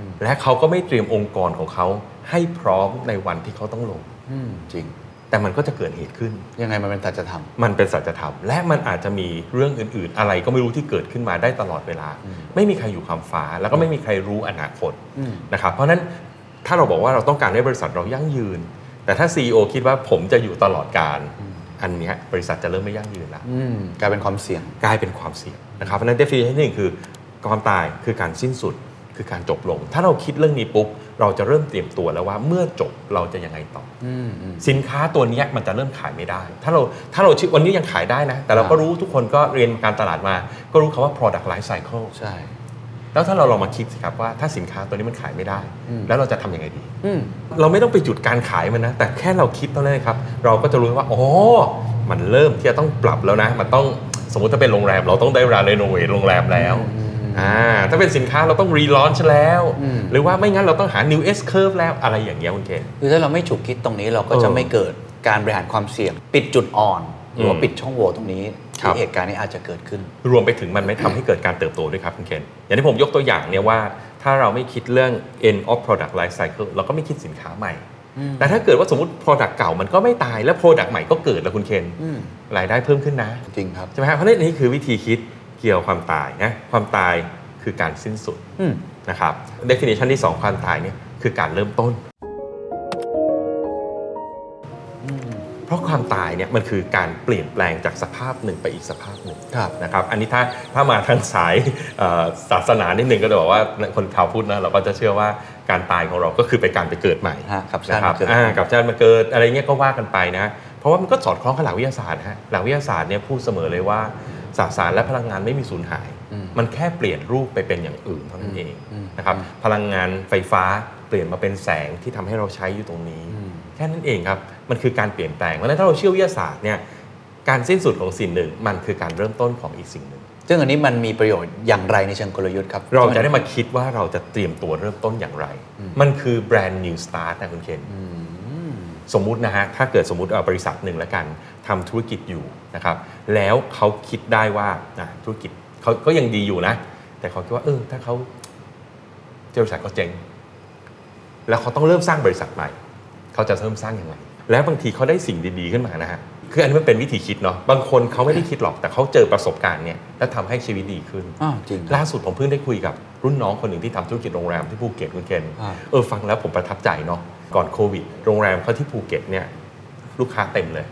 Speaker 2: ม
Speaker 1: และเขาก็ไม่เตรียมองค์กรของเขาให้พร้อมในวันที่เขาต้องลง
Speaker 2: อืมจริง
Speaker 1: แต่มันก็จะเกิดเหตุขึ้น
Speaker 2: ยังไงมันเป็นสัจธรรม
Speaker 1: มันเป็นสัจธรรมและมันอาจจะมีเรื่องอื่นๆ อะไรก็ไม่รู้ที่เกิดขึ้นมาได้ตลอดเวลา
Speaker 2: อืม
Speaker 1: ไม่มีใครอยู่ความฟ้า แล้วก็ไม่มีใครรู้อนาคต
Speaker 2: อืม
Speaker 1: นะครับเพราะฉะนั้นถ้าเราบอกว่าเราต้องการให้บริษัทเรายั่งยืน แต่ถ้า CEO คิดว่าผมจะอยู่ตลอดการ อันเนี้ยบริษัทจะเริ่มไม่ยั่งยืนละ
Speaker 2: อืมกลายเป็นความเสี่ยง
Speaker 1: กลายเป็นความเสี่ยงนะครับเพราะฉะนั้น definition ที่หนึ่งคือความตายคือการสิ้นสุดคือการจบลง ถ้าเราคิดเรื่องนี้ปุ๊บเราจะเริ่มเตรียมตัวแล้วว่าเมื่อจบเราจะยังไงต่อ
Speaker 2: อืมอืม
Speaker 1: สินค้าตัวเนี้ยมันจะเริ่มขายไม่ได้ ถ้าเราถ้าเราชื่อวันนี้ยังขายได้นะ แต่เรา
Speaker 2: ครับ
Speaker 1: ก็รู้ทุกคนก็เรียนการตลาดมา ก็รู้คำว่า product life cycle
Speaker 2: ใช่
Speaker 1: แล้วถ้าเราลองมาคิดสิครับว่าถ้าสินค้าตัวนี้มันขายไม่ได้
Speaker 2: อืม
Speaker 1: แล้วเราจะทำยังไงดี
Speaker 2: อืม
Speaker 1: เราไม่ต้องไปหยุดการขายมันนะ แต่แค่เราคิดเท่านั้นเองครับ เราก็จะรู้ว่า อ๋อ มันเริ่มที่จะต้องปรับแล้วนะ มันต้องสมมติถ้าเป็นโรงแรม เราต้องได้เวลาเรโนเวทโรงแรมแล้ว
Speaker 2: อืม
Speaker 1: อ่า ถ้าเป็นสินค้าเราต้องรีลอนช์แล้ว
Speaker 2: อืม
Speaker 1: หรือว่าไม่งั้นเราต้องหา new S curve แล้วอะไรอย่างเงี้ยคุณเคน
Speaker 2: คือถ้าเราไม่ฉุกคิดตรงนี้เราก็จะ
Speaker 1: เออ
Speaker 2: ไม่เกิดการบริหารความเสี่ยง ปิดจุดอ่อน หรือว่า
Speaker 1: อืม
Speaker 2: ปิดช่องโหว่ตรงนี้
Speaker 1: ครั
Speaker 2: ที่
Speaker 1: บ
Speaker 2: เหตุการณ์นี้อาจจะเกิดขึ้น
Speaker 1: รวมไปถึงมันไม่ทำให้เกิดการเติบโตด้วยครับคุณเคน อย่างที่ผมยกตัวอย่างเนี่ยว่า ถ้าเราไม่คิดเรื่อง end of product life cycle เราก็ไม่คิดสินค้าใหม่
Speaker 2: อืม
Speaker 1: แต่ถ้าเกิดว่าสมมติ product เก่ามันก็ไม่ตายแล้ว product ใหม่ก็เกิดแล้วคุณเคน
Speaker 2: อืม
Speaker 1: รายได้เพิ่มขึ้นนะ
Speaker 2: จริงครับ
Speaker 1: ใช่ไหมฮะเพราะฉะนั้นอันนี้คือวิธีคิดเกี่ยวความตายนะ ความตายคือการสิ้นสุด
Speaker 2: อืม
Speaker 1: นะครับ definition ที่ 2 ความตายเนี่ยคือการเริ่มต้น เพราะความตายเนี่ยมันคือการเปลี่ยนแปลงจากสภาพหนึ่งไปอีกสภาพหนึ่ง
Speaker 2: ครับ
Speaker 1: นะครับอันนี้ถ้าถ้ามาทางสาย เอ่อศาสนานิดหนึ่งก็จะบอกว่าคนชาวพุทธนะเราก็จะเชื่อว่าการตายของเราก็คือไปนการไปเกิดใหม่
Speaker 2: ฮะกลับชาติ
Speaker 1: นะครับ
Speaker 2: มาเกิด
Speaker 1: อ่ากับชาติมาเกิดอะไรเงี้ยก็ว่ากันไปนะเพราะว่ามันก็สอดคล้องกับหลักวิทยาศาสตร์ฮะหลักวิทยาศาสตร์เนี่ยพูดเสมอเลยว่าสสารและพลังงานไม่มีสูญหาย
Speaker 2: อืม
Speaker 1: มันแค่เปลี่ยนรูปไปเป็นอย่างอื่นเท่านั้นเอง
Speaker 2: อืม
Speaker 1: นะครับพลังงานไฟฟ้าเปลี่ยนมาเป็นแสงที่ทำให้เราใช้อยู่ตรงนี้
Speaker 2: อืม
Speaker 1: แค่นั้นเองครับ มันคือการเปลี่ยนแปลง เพราะฉะนั้นถ้าเราเชื่อวิทยาศาสตร์เนี่ย การสิ้นสุดของสิ่งหนึ่ง มันคือการเริ่มต้นของอีกสิ่งหนึ่ง
Speaker 2: ซึ่งอันนี้มันมีประโยชน์อย่างไรในเชิงกลยุทธ์ครับ
Speaker 1: เราจะได้มาคิดว่าเราจะเตรียมตัวเริ่มต้นอย่างไร มันคือแบรนด์ new start นะคุณเคน สมมุตินะฮะ ถ้าเกิดสมมุติเอ่อบริษัทหนึ่งละกันทำธุรกิจอยู่นะครับ แล้วเขาคิดได้ว่าอ่ะธุรกิจเขาก็ยังดีอยู่นะ แต่เขาคิดว่าเออถ้าเขาเจ้าบริษัทก็เจ๊ง แล้วเขาต้องเริ่มสร้างบริษัทใหม่ เขาจะเริ่มสร้างยังไง แล้วบางทีเขาได้สิ่งดีๆขึ้นมานะฮะ คืออันนี้มันเป็นวิธีคิดเนาะ บางคนเขาไม่ได้คิดหรอก แต่เขาเจอประสบการณ์เนี่ยแล้วทำให้ชีวิตดีขึ้น
Speaker 2: อ้าวจริงครับ
Speaker 1: ล่าสุดผมเพิ่งได้คุยกับรุ่นน้องคนหนึ่งที่ทำธุรกิจโรงแรมที่ภูเก็ตคุณเคน
Speaker 2: อ่า
Speaker 1: เออฟังแล้วผมประทับใจเนาะก่อนโควิด โรงแรมเขาที่ภูเก็ตเนี่ยลูกค้าเต็มเลย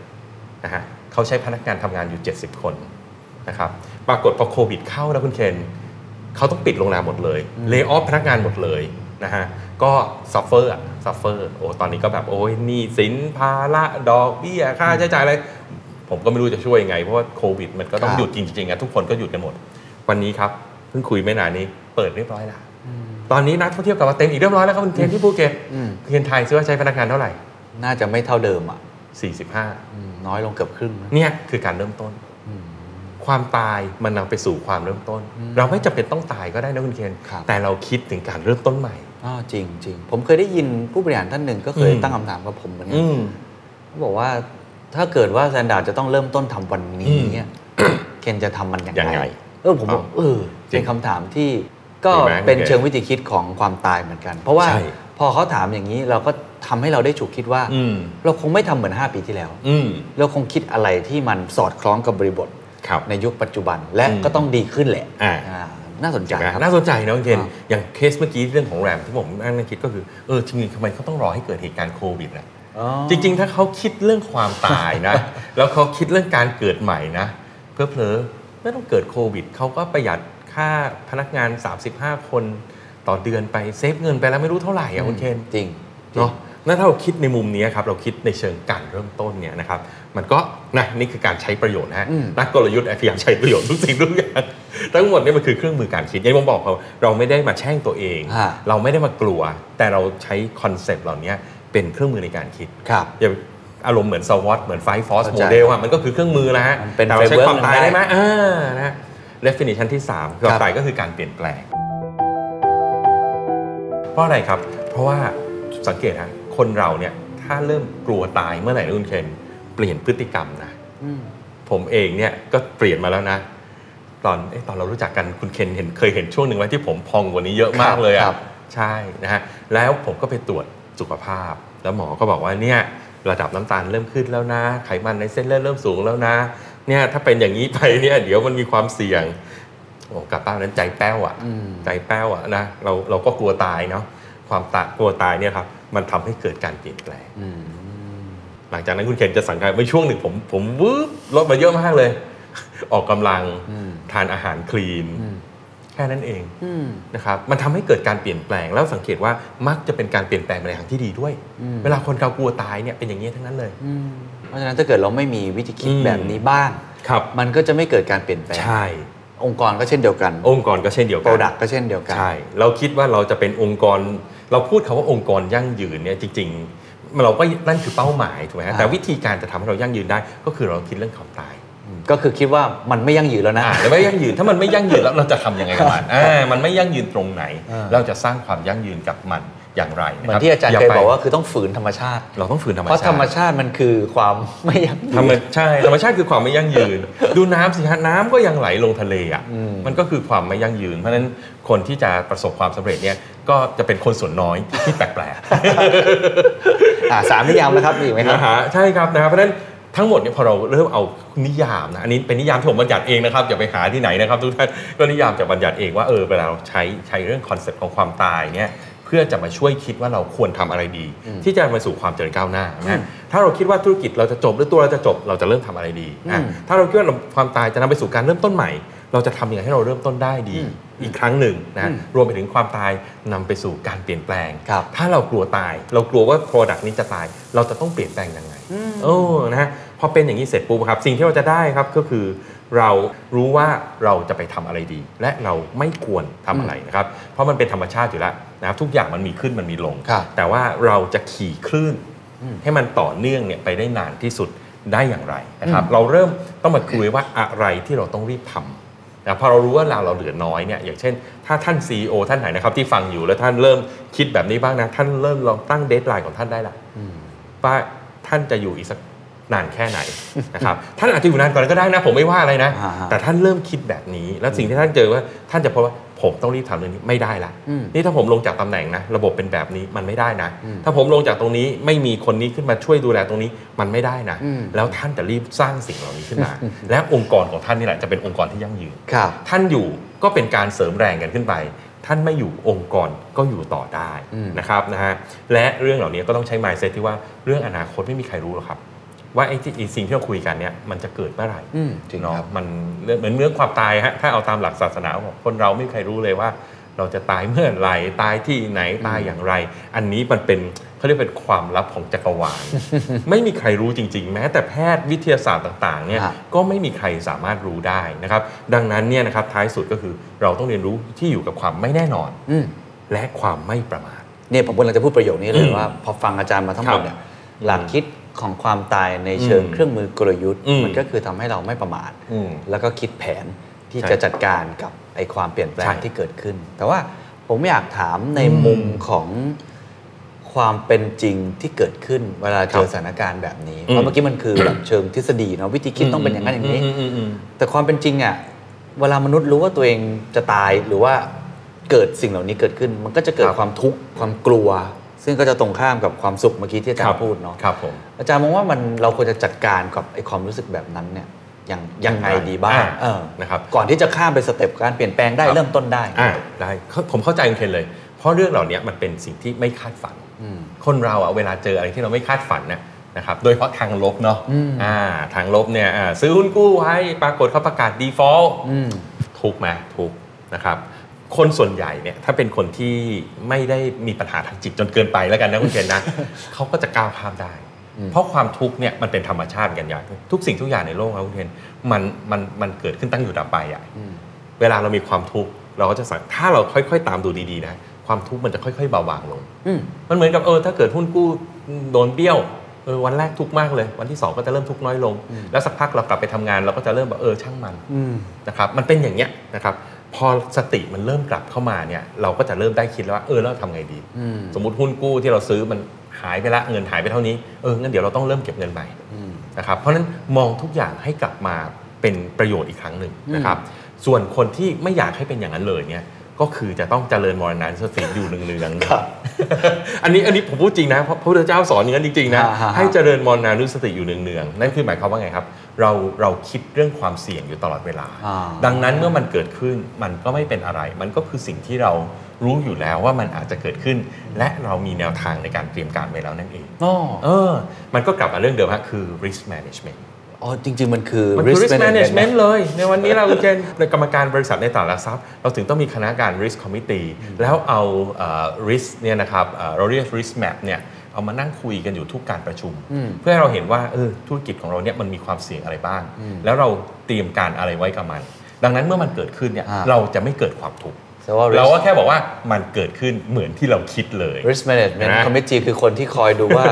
Speaker 1: นะฮะเขาใช้พนักงานทำงานอยู่ 70 คนนะครับปรากฏพอโควิดเข้านะคุณเคนเขาต้องปิดโรงแรมหมดเลยเล y o อ f พนักงานหมดเลยนะฮะก็ซัฟเฟอร์อะซัฟเฟอร์โอ้ตอนนี้ก็แบบโอ้ยหนี้สินภาระดอกเบี้ยค่าใช้จ่ายอะไรผมก็ไม่รู้จะช่วยยังไงเพราะว่าโควิดมันก็ต้องหยุดจริงๆอะทุกคนก็หยุดกันหมด วันนี้ครับเพิ่งคุยไม่นานนี้เปิดเรียบร้อยแล้วตอนนี้นักท่องเที่ยวกลับมาเต็มอีกเรียบร้อยแล้วครับคุณเคนที่ภูเก็ต
Speaker 2: อืม
Speaker 1: เคนไทยซื้อว่าใช้พนักงานเท่าไหร่
Speaker 2: น่าจะไม่เท่าเดิมอ่ะ
Speaker 1: 45
Speaker 2: อืมน้อยลงเกือบครึ่งนะ
Speaker 1: เนี่ยคือการเริ่มต้น
Speaker 2: อืม
Speaker 1: ความตายมันนำไปสู่ความเริ่มต้น
Speaker 2: อืม
Speaker 1: เราไม่จำเป็นต้องตายก็ได้นะคุณเคน
Speaker 2: ครับ
Speaker 1: แต่เราคิดถึงการเริ่มต้นใหม่
Speaker 2: อ้าวจริงจริงผมเคยได้ยินผู้บริหารท่านหนึ่งก็เคย
Speaker 1: อืม
Speaker 2: ตั้งคำถามกับผมเหมือนกั
Speaker 1: อืม
Speaker 2: เขาบอกว่าถ้าเกิดว่าแซนดาร์ดจะต้องเริ่มต้นทำวันนี้
Speaker 1: อืม
Speaker 2: เนี่ยเคนจะทำมันอย่าง
Speaker 1: ยัง
Speaker 2: ไร
Speaker 1: ไง
Speaker 2: เออผมบอกเออ
Speaker 1: จริง
Speaker 2: เป็นคำถามที่ก็
Speaker 1: เห็นไหม
Speaker 2: เป็น
Speaker 1: โอเค
Speaker 2: เชิงวิธีคิดของความตายเหมือนกัน เพราะว่า
Speaker 1: ใช่
Speaker 2: พอเขาถามอย่างนี้เราก็ทำให้เราได้ฉุกคิดว่า
Speaker 1: อืม
Speaker 2: เราคงไม่ทำเหมือน 5 ปีที่แล้ว
Speaker 1: อืม
Speaker 2: เราคงคิดอะไรที่มันสอดคล้องกับบริบท
Speaker 1: ครับ
Speaker 2: ในยุคปัจจุบันและ
Speaker 1: อืม
Speaker 2: ก็ต้องดีขึ้นแหละ
Speaker 1: อ่า
Speaker 2: อ่าน่าสนใจ
Speaker 1: ใช่ไหม
Speaker 2: ครับ
Speaker 1: น่าสนใจนะคุณเคน
Speaker 2: ครับ
Speaker 1: อย่างเคสเมื่อกี้เรื่องของแรมที่ผมนั่งคิดก็คือเออจริงๆทำไมเขาต้องรอให้เกิดเหตุการณ์โควิดนะ จริงๆ ถ้าเขาคิดเรื่องความตายนะ แล้วเขาคิดเรื่องการเกิดใหม่นะ เพอเพลอๆไม่ต้องเกิดโควิด เขาก็ประหยัดค่าพนักงาน 35 คนต่อเดือนไปเซฟเงินไปแล้วไม่รู้เท่าไหร่
Speaker 2: อื
Speaker 1: อะ
Speaker 2: ม
Speaker 1: คุณเคน
Speaker 2: จริงจริง
Speaker 1: เนาะนั่นถ้าเราคิดในมุมนี้ครับ เราคิดในเชิงการเริ่มต้นเนี่ยนะครับ มันก็นะนี่คือการใช้ประโยชน์นะฮะ
Speaker 2: อืม
Speaker 1: นักกลยุทธ์พยายามใช้ประโยชน์ทุกสิ่งทุกอย่าง ทั้งหมดเนี่ยมันคือเครื่องมือการคิดอย่างที่ผมบอกเราเราไม่ได้มาแช่งตัวเอง
Speaker 2: ฮะ
Speaker 1: เราไม่ได้มากลัว แต่เราใช้คอนเซปต์เหล่านี้เป็นเครื่องมือในการคิด
Speaker 2: ครับ
Speaker 1: อย่าอารมณ์เหมือนสวอตเหมือนไฟฟอส
Speaker 2: เข้า
Speaker 1: โม
Speaker 2: ใจ
Speaker 1: เดลอะมันก็คือเครื่องมือนะฮะ
Speaker 2: มันเป็น
Speaker 1: แต่เราใช้
Speaker 2: framework
Speaker 1: ความตาย
Speaker 2: หนึ่งได้
Speaker 1: ได้ไหมอ่านะฮะ definition ที่3ความ
Speaker 2: ครับ
Speaker 1: ตายก็คือการเปลี่ยนแปลง เพราะอะไรครับ เพราะว่าสังเกตฮะคนเราเนี่ยถ้าเริ่มกลัวตายเมื่อไหร่นะคุณเคนเปลี่ยนพฤติกรรมนะ
Speaker 2: อืม
Speaker 1: ผมเองเนี่ยก็เปลี่ยนมาแล้วนะ ตอนเอ๊ะตอนเรารู้จักกันคุณเคนเห็นเคยเห็นช่วงหนึ่งไหมที่ผมพองกว่านี้เยอะมากเลย
Speaker 2: ครั
Speaker 1: อ่ะ
Speaker 2: บ
Speaker 1: ใช่นะฮะแล้วผมก็ไปตรวจสุขภาพ แล้วหมอก็บอกว่าเนี่ยระดับน้ำตาลเริ่มขึ้นแล้วนะ ไขมันในเส้นเลือดเริ่มสูงแล้วนะเนี่ยถ้าเป็นอย่างนี้ไปเนี่ยเดี๋ยวมันมีความเสี่ยงโอ้กลับบ้านนั้นใจแป้วอ่ะ
Speaker 2: อืม
Speaker 1: ใจแป้วอะนะเราเราก็กลัวตายเนาะความตะกลัวตายเนี่ยครับมันทำให้เกิดการเปลี่ยนแปลง
Speaker 2: อืม
Speaker 1: หลังจากนั้นคุณเคนจะสังเกตว่าช่วงหนึ่งผมผมวืบลดมาเยอะมากเลย ออกกำลัง
Speaker 2: อืม
Speaker 1: ทานอาหารคลีน
Speaker 2: อืม
Speaker 1: แค่นั้นเอง
Speaker 2: อืม
Speaker 1: นะครับมันทำให้เกิดการเปลี่ยนแปลง แล้วสังเกตว่ามักจะเป็นการเปลี่ยนแปลงไปในทางที่ดีด้วย
Speaker 2: อืม
Speaker 1: เวลาคนเรากลัวตายเนี่ยเป็นอย่างนี้ยทั้งนั้นเลย
Speaker 2: อืมเพราะฉะนั้นถ้าเกิดเราไม่มีวิธีคิด
Speaker 1: อืม
Speaker 2: แบบนี้บ้าง
Speaker 1: ครับ
Speaker 2: มันก็จะไม่เกิดการเปลี่ยนแปลง
Speaker 1: ใช่
Speaker 2: องค์กรก็เช่นเดียวกัน
Speaker 1: องค์กรก็เช่นเดียว
Speaker 2: โปร
Speaker 1: กัน
Speaker 2: ดักก็เช่นเดียวกัน
Speaker 1: ใช่ เราคิดว่าเราจะเป็นองค์กร เราพูดคาว่าองค์กรยั่งยืนเนี่ยจริงๆ เราก็นั่นคือเป้าหมายถูกไหมฮะ
Speaker 2: อ่า
Speaker 1: แต่วิธีการจะทำให้เรายั่งยืนได้ ก็คือเราคิดเรื่องความตาย
Speaker 2: ก็คือคิดว่ามันไม่ยั่งยืนแล้วนะ
Speaker 1: อ่าแล้วไม่ยั่งยืนถ้ามันไม่ยั่งยืนแล้วเราจะทำยังไงกับมันอ่ามันไม่ยั่งยืนตรงไหน
Speaker 2: อ่า
Speaker 1: เราจะสร้างความยั่งยืนกับมันอย่างไร
Speaker 2: เห
Speaker 1: นะ
Speaker 2: มือ
Speaker 1: ครั
Speaker 2: นที่อาจารย์เคย
Speaker 1: ไป
Speaker 2: บอกว่าคือต้องฝืนธรรมชาติ
Speaker 1: เราต้องฝืนธรรม
Speaker 2: เพราะ
Speaker 1: ชา
Speaker 2: ธร
Speaker 1: ติ
Speaker 2: รมชาติมันคือความไม่ยั่งยืน
Speaker 1: ธรรมใช่ธรรมชาติคือความไม่ยั่งยืน ดูน้ำสิฮะน้ำก็ยังไหลลงทะเลอ่ะ
Speaker 2: อืม
Speaker 1: มันก็คือความไม่ยั่งยืน เพราะฉะนั้นคนที่จะประสบความสำเร็จเนี่ยก็จะเป็นคนส่วนน้อยที่แปลกๆ
Speaker 2: อ่าสามนิยามแล้วครับมีอีกไหมครับ
Speaker 1: นะฮะใช่ครับนะครับเพราะฉะนั้นทั้งหมดเนี่ยพอเราเริ่มเอานิยามนะอันนี้เป็นนิยามที่ผมบัญญัติเองนะครับอย่าไปหาที่ไหนนะครับทุกท่านก็นิยามจากบัญญัติเองว่าเออเวลาเราใช้ใช้เรื่องคอนเซปต์ของความตายเนี่ยเพื่อจะมาช่วยคิดว่าเราควรทำอะไรดี ที่จะมาสู่ความเจริญก้าวหน้านะฮะถ้าเราคิดว่าธุรกิจเราจะจบหรือตัวเราจะจบเราจะเริ่มทำอะไรดีอ่ะ
Speaker 2: อืม
Speaker 1: ถ้าเราคิดว่าความตายจะนำไปสู่การเริ่มต้นใหม่ เราจะทำยังไงให้เราเริ่มต้นได้ดี อีกครั้งหนึ่งนะฮะรวมไปถึงความตายนำไปสู่การเปลี่ยนแปลง
Speaker 2: ครับ
Speaker 1: ถ้าเรากลัวตาย เรากลัวว่า Product นี้จะตาย เราจะต้องเปลี่ยนแปลงยังไงโอ้นะฮะพอเป็นอย่างนี้เสร็จปุ๊บครับ สิ่งที่เราจะได้ครับก็คือ เรารู้ว่าเราจะไปทำอะไรดี และเราไม่ควรทำอะไรนะครับ เพราะมันเป็นธรรมชาติอยู่แล้วนะครับทุกอย่างมันมีขึ้นมันมีลง
Speaker 2: ครับ
Speaker 1: แต่ว่าเราจะขี่คลื่น ให้มันต่อเนื่องเนี่ยไปได้นานที่สุดได้อย่างไรนะครับ
Speaker 2: อืม
Speaker 1: เราเริ่มต้องมาคุยว่าอะไรที่เราต้องรีบทำ นะพอเรารู้ว่าเราเราเหลือน้อยเนี่ยอย่างเช่น ถ้าท่าน CEO ท่านไหนนะครับที่ฟังอยู่แล้วท่านเริ่มคิดแบบนี้บ้างนะ ท่านเริ่มลองตั้งเดทไลน์ของท่านได้ละว่าท่านจะอยู่อีกสักนานแค่ไหน นะครับ ท่านอาจจะอยู่นานกว่านั้นก็ได้นะ ผมไม่ว่าอะไรนะ
Speaker 2: อ่าฮะ
Speaker 1: แต่ท่านเริ่มคิดแบบนี้ แล้วสิ่งที่ท่านเจอว่าท่านจะพบว่าผมต้องรีบทำเรื่องนี้ไม่ได้ละ
Speaker 2: อืม
Speaker 1: นี่ถ้าผมลงจากตำแหน่งนะระบบเป็นแบบนี้มันไม่ได้นะ
Speaker 2: อืม
Speaker 1: ถ้าผมลงจากตรงนี้ไม่มีคนนี้ขึ้นมาช่วยดูแลตรงนี้มันไม่ได้นะ
Speaker 2: อืม
Speaker 1: แล้วท่านจะรีบสร้างสิ่งเหล่านี้ขึ้นมา และองค์กรของท่านนี่แหละจะเป็นองค์กรที่ยั่งยืน
Speaker 2: ครับ
Speaker 1: ท่านอยู่ก็เป็นการเสริมแรงกันขึ้นไป ท่านไม่อยู่องค์กรก็อยู่ต่อได้
Speaker 2: อืม
Speaker 1: นะครับนะฮะและเรื่องเหล่านี้ก็ต้องใช้ mindset ที่ว่าเรื่องอนาคตไม่มีใครรู้หรอกครับ ว่าไอ้ที่ไอ้สิ่งที่เราคุยกันเนี่ยมันจะเกิดเมื่อไหร่
Speaker 2: อืมจริงครับ
Speaker 1: เนาะมันเรื่องเหมือนเรื่องความตายฮะถ้าเอาตามหลักศาสนาบอกคนเราไม่มีใครรู้เลยว่า เราจะตายเมื่อไหร่ตายที่ไหนตายอย่างไร อันนี้มันเป็นเขาเรียกเป็นความลับของจักร วาล ไม่มีใครรู้จริง ๆ แม้แต่แพทย์วิทยาศาสตร์ต่างๆเนี่ย
Speaker 2: ครับ
Speaker 1: ก็ไม่มีใครสามารถรู้ได้นะครับ ดังนั้นเนี่ยนะครับท้ายสุดก็คือเราต้องเรียนรู้ที่อยู่กับความไม่แน่นอน
Speaker 2: อืม
Speaker 1: และความไม่ประมาท
Speaker 2: เนี่ยผมกำลังจะพูดประโยคนี้เลยว่า พอฟังอาจารย์มาทั้งหม
Speaker 1: ครั
Speaker 2: ด
Speaker 1: บ
Speaker 2: เนี่ยหลักคิดของความตายในเชิง
Speaker 1: อืม
Speaker 2: เครื่องมือกลยุทธ์
Speaker 1: อืม
Speaker 2: มันก็คือทำให้เราไม่ประมาท
Speaker 1: อืม
Speaker 2: แล้วก็คิดแผนที่
Speaker 1: ใช่
Speaker 2: จะจัดการกับไอความเปลี่ยนแปล
Speaker 1: ใช่
Speaker 2: งที่เกิดขึ้น แต่ว่าผมอยากถามใน
Speaker 1: อืม
Speaker 2: มุมของความเป็นจริงที่เกิดขึ้น เวลาเจ
Speaker 1: ครั
Speaker 2: อบ สถานการณ์แบบนี้
Speaker 1: อืม
Speaker 2: เพราะเมื่อกี้มันคือ แบบเชิงทฤษฎีเนาะวิธีคิดต้องเป็นอย่างนั้นอย่างนี้
Speaker 1: มมอืม
Speaker 2: แต่ความเป็นจริงอ่ะเวลามนุษย์รู้ว่าตัวเองจะตายหรือว่าเกิดสิ่งเหล่านี้เกิดขึ้น มันก็จะเกิด
Speaker 1: ครับ
Speaker 2: ความทุกข์ความกลัว ซึ่งก็จะตรงข้ามกับความสุขเมื่อกี้ที่อาจาร
Speaker 1: ครับ
Speaker 2: ย์พูดเนาะ
Speaker 1: ครับผม
Speaker 2: อาจารย์มองว่ามันเราควรจะจัดการกับไอ้ความรู้สึกแบบนั้นเนี่ยยังยังไงดีบ้าง
Speaker 1: อ่า
Speaker 2: เออ
Speaker 1: นะครับ
Speaker 2: ก่อนที่จะข้ามไปสเต็ปการเปลี่ยนแปลงได้เริ่มต้นได้
Speaker 1: อ่าได้เข้าผมเข้าใจคุณเคนเลย เพราะเรื่องเหล่านี้มันเป็นสิ่งที่ไม่คาดฝัน
Speaker 2: อืม
Speaker 1: คนเราอะเวลาเจออะไรที่เราไม่คาดฝันนะนะครับ โดยเฉพาะทางลบเนาะ
Speaker 2: อืม
Speaker 1: อ่าทางลบเนี่ยอ่าซื้อหุ้นกู้ไว้ปรากฏเขาประกาศ default
Speaker 2: อืม
Speaker 1: ทุกข์ไหมทุกข์นะครับ คนส่วนใหญ่เนี่ยถ้าเป็นคนที่ไม่ได้มีปัญหาทางจิตจนเกินไปแล้วกันนะคุณเคนนะ เขาก็จะก้าวข้ามได้
Speaker 2: อืม
Speaker 1: เพราะความทุกข์เนี่ยมันเป็นธรรมชาติกันอย่างทุกสิ่งทุกอย่างในโลกครับคุณเคนมันมันมันเกิดขึ้นตั้งอยู่ดับไปอะ
Speaker 2: อืม
Speaker 1: เวลาเรามีความทุกข์เราก็จะสังถ้าเราค่อยๆ ตามดูดีๆนะความทุกข์มันจะค่อยๆเบาบางลง
Speaker 2: อืม
Speaker 1: มันเหมือนกับเออถ้าเกิดหุ้นกู้โดนเบี้ยวเออวันแรกทุกข์มากเลย วันที่สองก็จะเริ่มทุกข์น้อยลง
Speaker 2: อืม
Speaker 1: แล้วสักพักเรากลับไปทำงานเราก็จะเริ่มแบบเออช่างมัน
Speaker 2: อืม
Speaker 1: นะครับมันเป็นอย่างเนี้ยนะครับพอสติมันเริ่มกลับเข้ามาเนี่ยเราก็จะเริ่มได้คิดแล้วว่าเออแล้วเราทำไงดี
Speaker 2: อืม
Speaker 1: สมมติหุ้นกู้ที่เราซื้อมันหายไปละเงินหายไปเท่านี้เอองั้นเดี๋ยวเราต้องเริ่มเก็บเงินใหม่
Speaker 2: อืม
Speaker 1: นะครับเพราะฉะนั้นมองทุกอย่างให้กลับมาเป็นประโยชน์อีกครั้งหนึ่งนะครับ ส่วนคนที่ไม่อยากให้เป็นอย่างนั้นเลยเนี่ยก็คือจะต้องเจริญมรณะสติอยู่เนืองๆ อันนี้อันนี้ผมพูดจริงนะเพราะพระพุทธเจ้าสอนอย่างนั้นจริงๆนะ
Speaker 2: อ่าฮะ
Speaker 1: ให้เจริญมรณานุสติอยู่เนืองๆนั่นคือหมายความว่าไงครับ เราเราคิดเรื่องความเสี่ยงอยู่ตลอดเวลา
Speaker 2: อ่า
Speaker 1: ดังนั้นเมื่อมันเกิดขึ้นมันก็ไม่เป็นอะไร มันก็คือสิ่งที่เรารู้อยู่แล้วว่ามันอาจจะเกิดขึ้น และเรามีแนวทางในการเตรียมการไว้แล้วนั่นเอง
Speaker 2: อ๋อ
Speaker 1: เออ มันก็กลับมาเรื่องเดิมฮะคือ risk management
Speaker 2: อ๋อจริง ๆ มันคือ
Speaker 1: มันคือ risk
Speaker 2: risk management
Speaker 1: management เลย ในวันนี้เราคุณเจนในกรรมการบริษัทในตลาดหลักทรัพย์ เราถึงต้องมีคณะการ risk committee แล้วเอาเอ่อ risk เนี่ยนะครับเอ่อเราเรียก risk map เนี่ยเอามานั่งคุยกันอยู่ทุกการประชุม
Speaker 2: อืม
Speaker 1: เพื่อให้เราเห็นว่าเออธุรกิจของเราเนี่ยมันมีความเสี่ยงอะไรบ้าง แล้วเราเตรียมการอะไรไว้กับมัน ดังนั้นเมื่อมันเกิดขึ้นเนี่ย
Speaker 2: อ่า
Speaker 1: เราจะไม่เกิดความทุกข์
Speaker 2: แต่ว่า risk-
Speaker 1: เราก็แค่บอกว่ามันเกิดขึ้นเหมือนที่เราคิดเลย
Speaker 2: risk management
Speaker 1: นะ
Speaker 2: committee คือคนที่คอยดู ว่า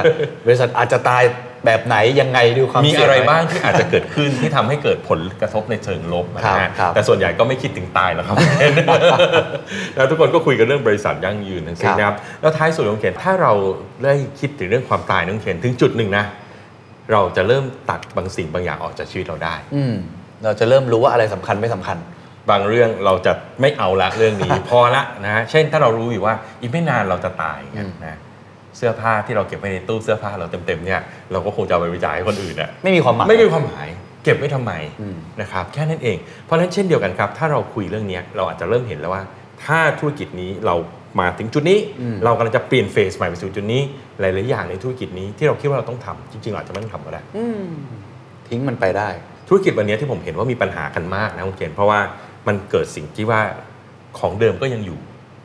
Speaker 2: บริษัทอาจจะตายแบบไหนยังไงดูความ
Speaker 1: มี
Speaker 2: เสี่ยง
Speaker 1: อะไรบ้าง
Speaker 2: หม
Speaker 1: ที่อาจจะเกิด ขึ้นที่ทำให้เกิดผลกระทบในเชิงลบนะ
Speaker 2: ครั
Speaker 1: ฮะ
Speaker 2: บครับ
Speaker 1: แต่ส่วนใหญ่ก็ไม่คิดถึงตายหร อกครับ แล้วทุกคนก็คุยกันเรื่องบริษัทยั่งยืนทั้งสิ้นนะครับแล้วท้ายสุดของเขียนถ้าเราได้คิดถึงเรื่องความตายน้องเขียนถึงจุดหนึ่งนะเราจะเริ่มตัดบางสิ่งบางอย่างออกจากชีวิตเราได้
Speaker 2: อืมเราจะเริ่มรู้ว่าอะไรสำคัญไม่สำคัญ
Speaker 1: บางเรื่องเราจะไม่เอาละเรื่อง นี้ พอละนะฮะเช่นถ้าเรารู้อยู่ว่าอีกไม่นานเราจะตายอย่างเงี้ยนะเสื้อผ้าที่เราเก็บไว้ในตู้เสื้อผ้าเราเต็มๆเนี่ยเราก็คงจะเอาไปบริจาคให้คนอื่นอะ
Speaker 2: ไม่มีความหมาย
Speaker 1: ไม่มีความหมายเก็บไว้ทำไม
Speaker 2: อืม
Speaker 1: นะครับแค่นั้นเอง เพราะฉะนั้นเช่นเดียวกันครับ ถ้าเราคุยเรื่องเนี้ยเราอาจจะเริ่มเห็นแล้วว่า ถ้าธุรกิจนี้เรามาถึงจุดนี้ เรากำลังจะเปลี่ยนเฟสใหม่ไปสู่จุดนี้หลายๆอย่างในธุรกิจนี้ที่เราคิดว่าเราต้องทำจริงๆเราอาจจะไม่ต้องทำก็ได้
Speaker 2: ทิ้งมันไปได้
Speaker 1: ธุรกิจวันนี้ที่ผมเห็นว่ามีปัญหากันมากนะคุณเคนเพราะว่ามันเกิดสิ่งที่ว่าของเดิมก็ยังอยู่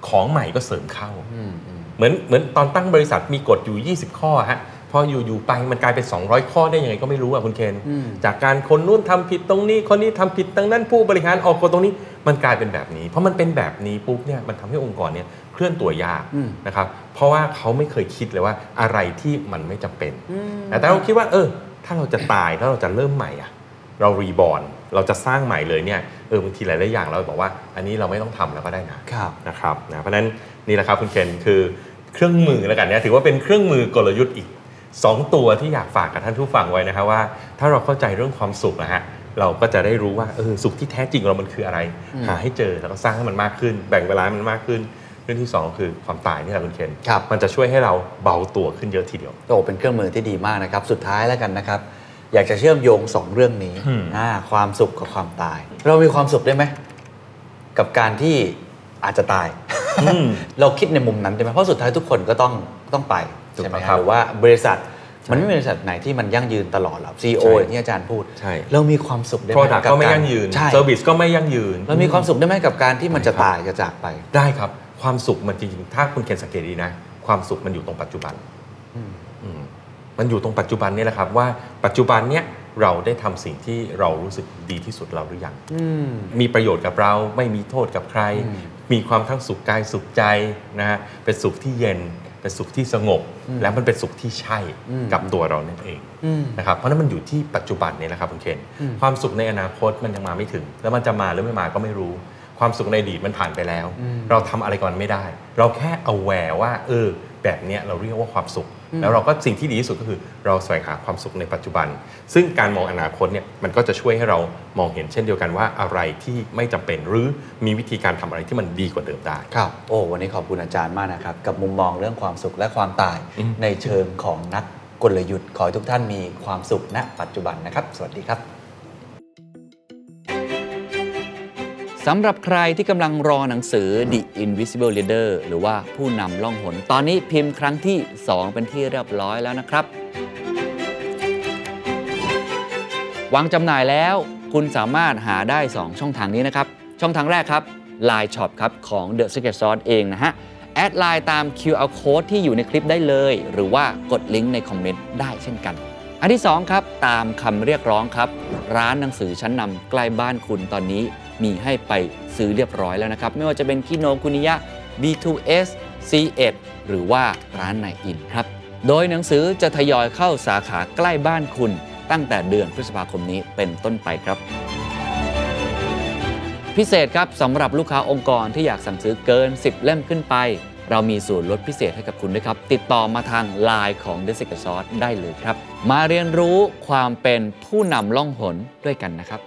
Speaker 1: ของใหม่ก็เสริมเข้า
Speaker 2: อืมอืม
Speaker 1: เหมือนเหมือนตอนตั้งบริษัทมีกฎอยู่ 20 ข้อฮะพออยู่อยู่ไปมันกลายเป็น 200 ข้อได้ยังไงก็ไม่รู้อ่ะคุณเคน
Speaker 2: อืม
Speaker 1: จากการคนนู้นทำผิดตรงนี้ คนนี้ทำผิดตรงนั้นผู้บริหารออกกฎตรงนี้มันกลายเป็นแบบนี้ เพราะมันเป็นแบบนี้ปุ๊บเนี่ยมันทำให้องค์กรเนี่ยเคลื่อนตัวยากนะครับเพราะว่าเขาไม่เคยคิดเลยว่าอะไรที่มันไม่จำเป็น แต่เราคิดว่าเออ ถ้าเราจะตายแล้วเราจะเริ่มใหม่อ่ะ เรารีบอร์นเราจะสร้างใหม่เลยเนี่ยเออบางทีหลายๆอย่างเราบอกว่า อันนี้เราไม่ต้องทำแล้วก็ได้นะ
Speaker 2: ครับ
Speaker 1: นะครับนะเพราะฉะนั้นนี่แหละครับคุณเคนคือเครื่องมือแล้วกันเนี่ยถือว่าเป็นเครื่องมือกลยุทธ์อีก 2 ตัวที่อยากฝากกับท่านผู้ฟังไว้นะครับว่า ถ้าเราเข้าใจเรื่องความสุขนะฮะเราก็จะได้รู้ว่าเออสุขที่แท้จริงเรามันคืออะไร หาให้เจอแล้วก็สร้างให้มันมากขึ้น แบ่งเวลาให้มันมากขึ้น เรื่องที่สองคือความตายนี่แหละคุณเคน
Speaker 2: ครับ
Speaker 1: มันจะช่วยให้เราเบาตัวขึ้นเยอะทีเดียว
Speaker 2: โอ้เป็นเครื่องมือที่ดีมากนะครับ สุดท้ายแล้วกันนะครับ อยากจะเชื่อมโยงสองเรื่องนี้
Speaker 1: อืม
Speaker 2: อ่าความสุขกับความตาย เรามีความสุขได้ไหม กับการที่อาจจะตาย เราคิดในมุมนั้นได้ไหมเพราะสุดท้ายทุกคนก็ต้องต้องไป
Speaker 1: ถูก
Speaker 2: ใช่ไห
Speaker 1: ต้
Speaker 2: ม
Speaker 1: อง
Speaker 2: ค
Speaker 1: ครั
Speaker 2: รับบ หรือว่าบริษัทมันไม่มีบริษัทไหนที่มันยั่งยืนตลอดหรอกซีโอ
Speaker 1: ใช่
Speaker 2: อย่างที่อาจารย์พูด
Speaker 1: ใช่
Speaker 2: เรามีความสุขได้ไหม
Speaker 1: โปรดักต์ก็ไม่
Speaker 2: บาร
Speaker 1: ยั่งยืน
Speaker 2: ใช่
Speaker 1: เซอร์วิสก็ไม่ยั่งยืน
Speaker 2: เรามีความสุขได้ไหมกับการที่มันจะ
Speaker 1: ใช่ครับ
Speaker 2: ตายจะจากไป
Speaker 1: ได้ครับ ความสุขมันจริงๆ ถ้าคุณเคนสังเกตดีนะ ความสุขมันอยู่ตรงปัจจุบันอืมมันอยู่ตรงปัจจุบันนี่แหละครับว่าปัจจุบันเนี้ยเราได้ทำสิ่งที่เรารู้สึกดีที่สุดเราหรือยังมีประโยชน์กับเราไม่มีโทษกับใคร มีความทั้งสุขกายสุขใจนะฮะเป็นสุขที่เย็น เป็นสุขที่สงบ และมันเป็นสุขที่ใช่กับตัวเรานั่นเองนะครับเพราะฉะนั้นมันอยู่ที่ปัจจุบันนี่แหละครับคุณเคนความสุขในอนาคตมันยังมาไม่ถึง แล้วมันจะมาหรือไม่มาก็ไม่รู้ ความสุขในอดีตมันผ่านไปแล้ว เราทำอะไรก่อนไม่ได้ เราแค่ aware ว่า เออ แบบเนี้ยเราเรียกว่าความสุข แล้วเราก็สิ่งที่ดีที่สุดก็คือ เราแสวงหาความสุขในปัจจุบัน ซึ่งการมองอนาคตเนี่ยมันก็จะช่วยให้เรามองเห็นเช่นเดียวกันว่าอะไรที่ไม่จำเป็นหรือมีวิธีการทำอะไรที่มันดีกว่าเดิมได้
Speaker 2: ครับ โอ้วันนี้ขอบคุณอาจารย์มากนะครับ กับมุมมองเรื่องความสุขและความตาย
Speaker 1: อืม
Speaker 2: ในเชิงของนักกลยุทธ์ ขอให้ทุกท่านมีความสุขณปัจจุบันนะครับ สวัสดีครับ
Speaker 5: สำหรับใครที่กำลังรอหนังสือ The Invisible Leader หรือว่าผู้นำล่องหน ตอนนี้พิมพ์ครั้งที่ 2 เป็นที่เรียบร้อยแล้วนะครับ วางจำหน่ายแล้วคุณสามารถหาได้ 2 ช่องทางนี้นะครับ ช่องทางแรกครับ Line Shop ครับ ของ The Secret Sauce เองนะฮะ แอดไลน์ตาม QR Code ที่อยู่ในคลิปได้เลย หรือว่ากดลิงก์ในคอมเมนต์ได้เช่นกัน อันที่ 2 ครับ ตามคำเรียกร้องครับ ร้านหนังสือชั้นนำใกล้บ้านคุณตอนนี้ มีให้ไปซื้อเรียบร้อยแล้วนะครับ ไม่ว่าจะเป็นคิโนคุนิยะ B2S C1 หรือว่าร้านไหนอินครับ โดยหนังสือจะทยอยเข้าสาขาใกล้บ้านคุณ ตั้งแต่เดือนพฤษภาคมนี้เป็นต้นไปครับ พิเศษครับสำหรับลูกค้าองค์กรที่อยากสั่งซื้อเกิน 10 เล่มขึ้นไป เรามีส่วนลดพิเศษให้กับคุณด้วยครับ ติดต่อมาทาง Line ของ d e s i c r e t Sauce ได้เลยครับ มาเรียนรู้ความเป็นผู้นำล่องหนด้วยกันนะครับ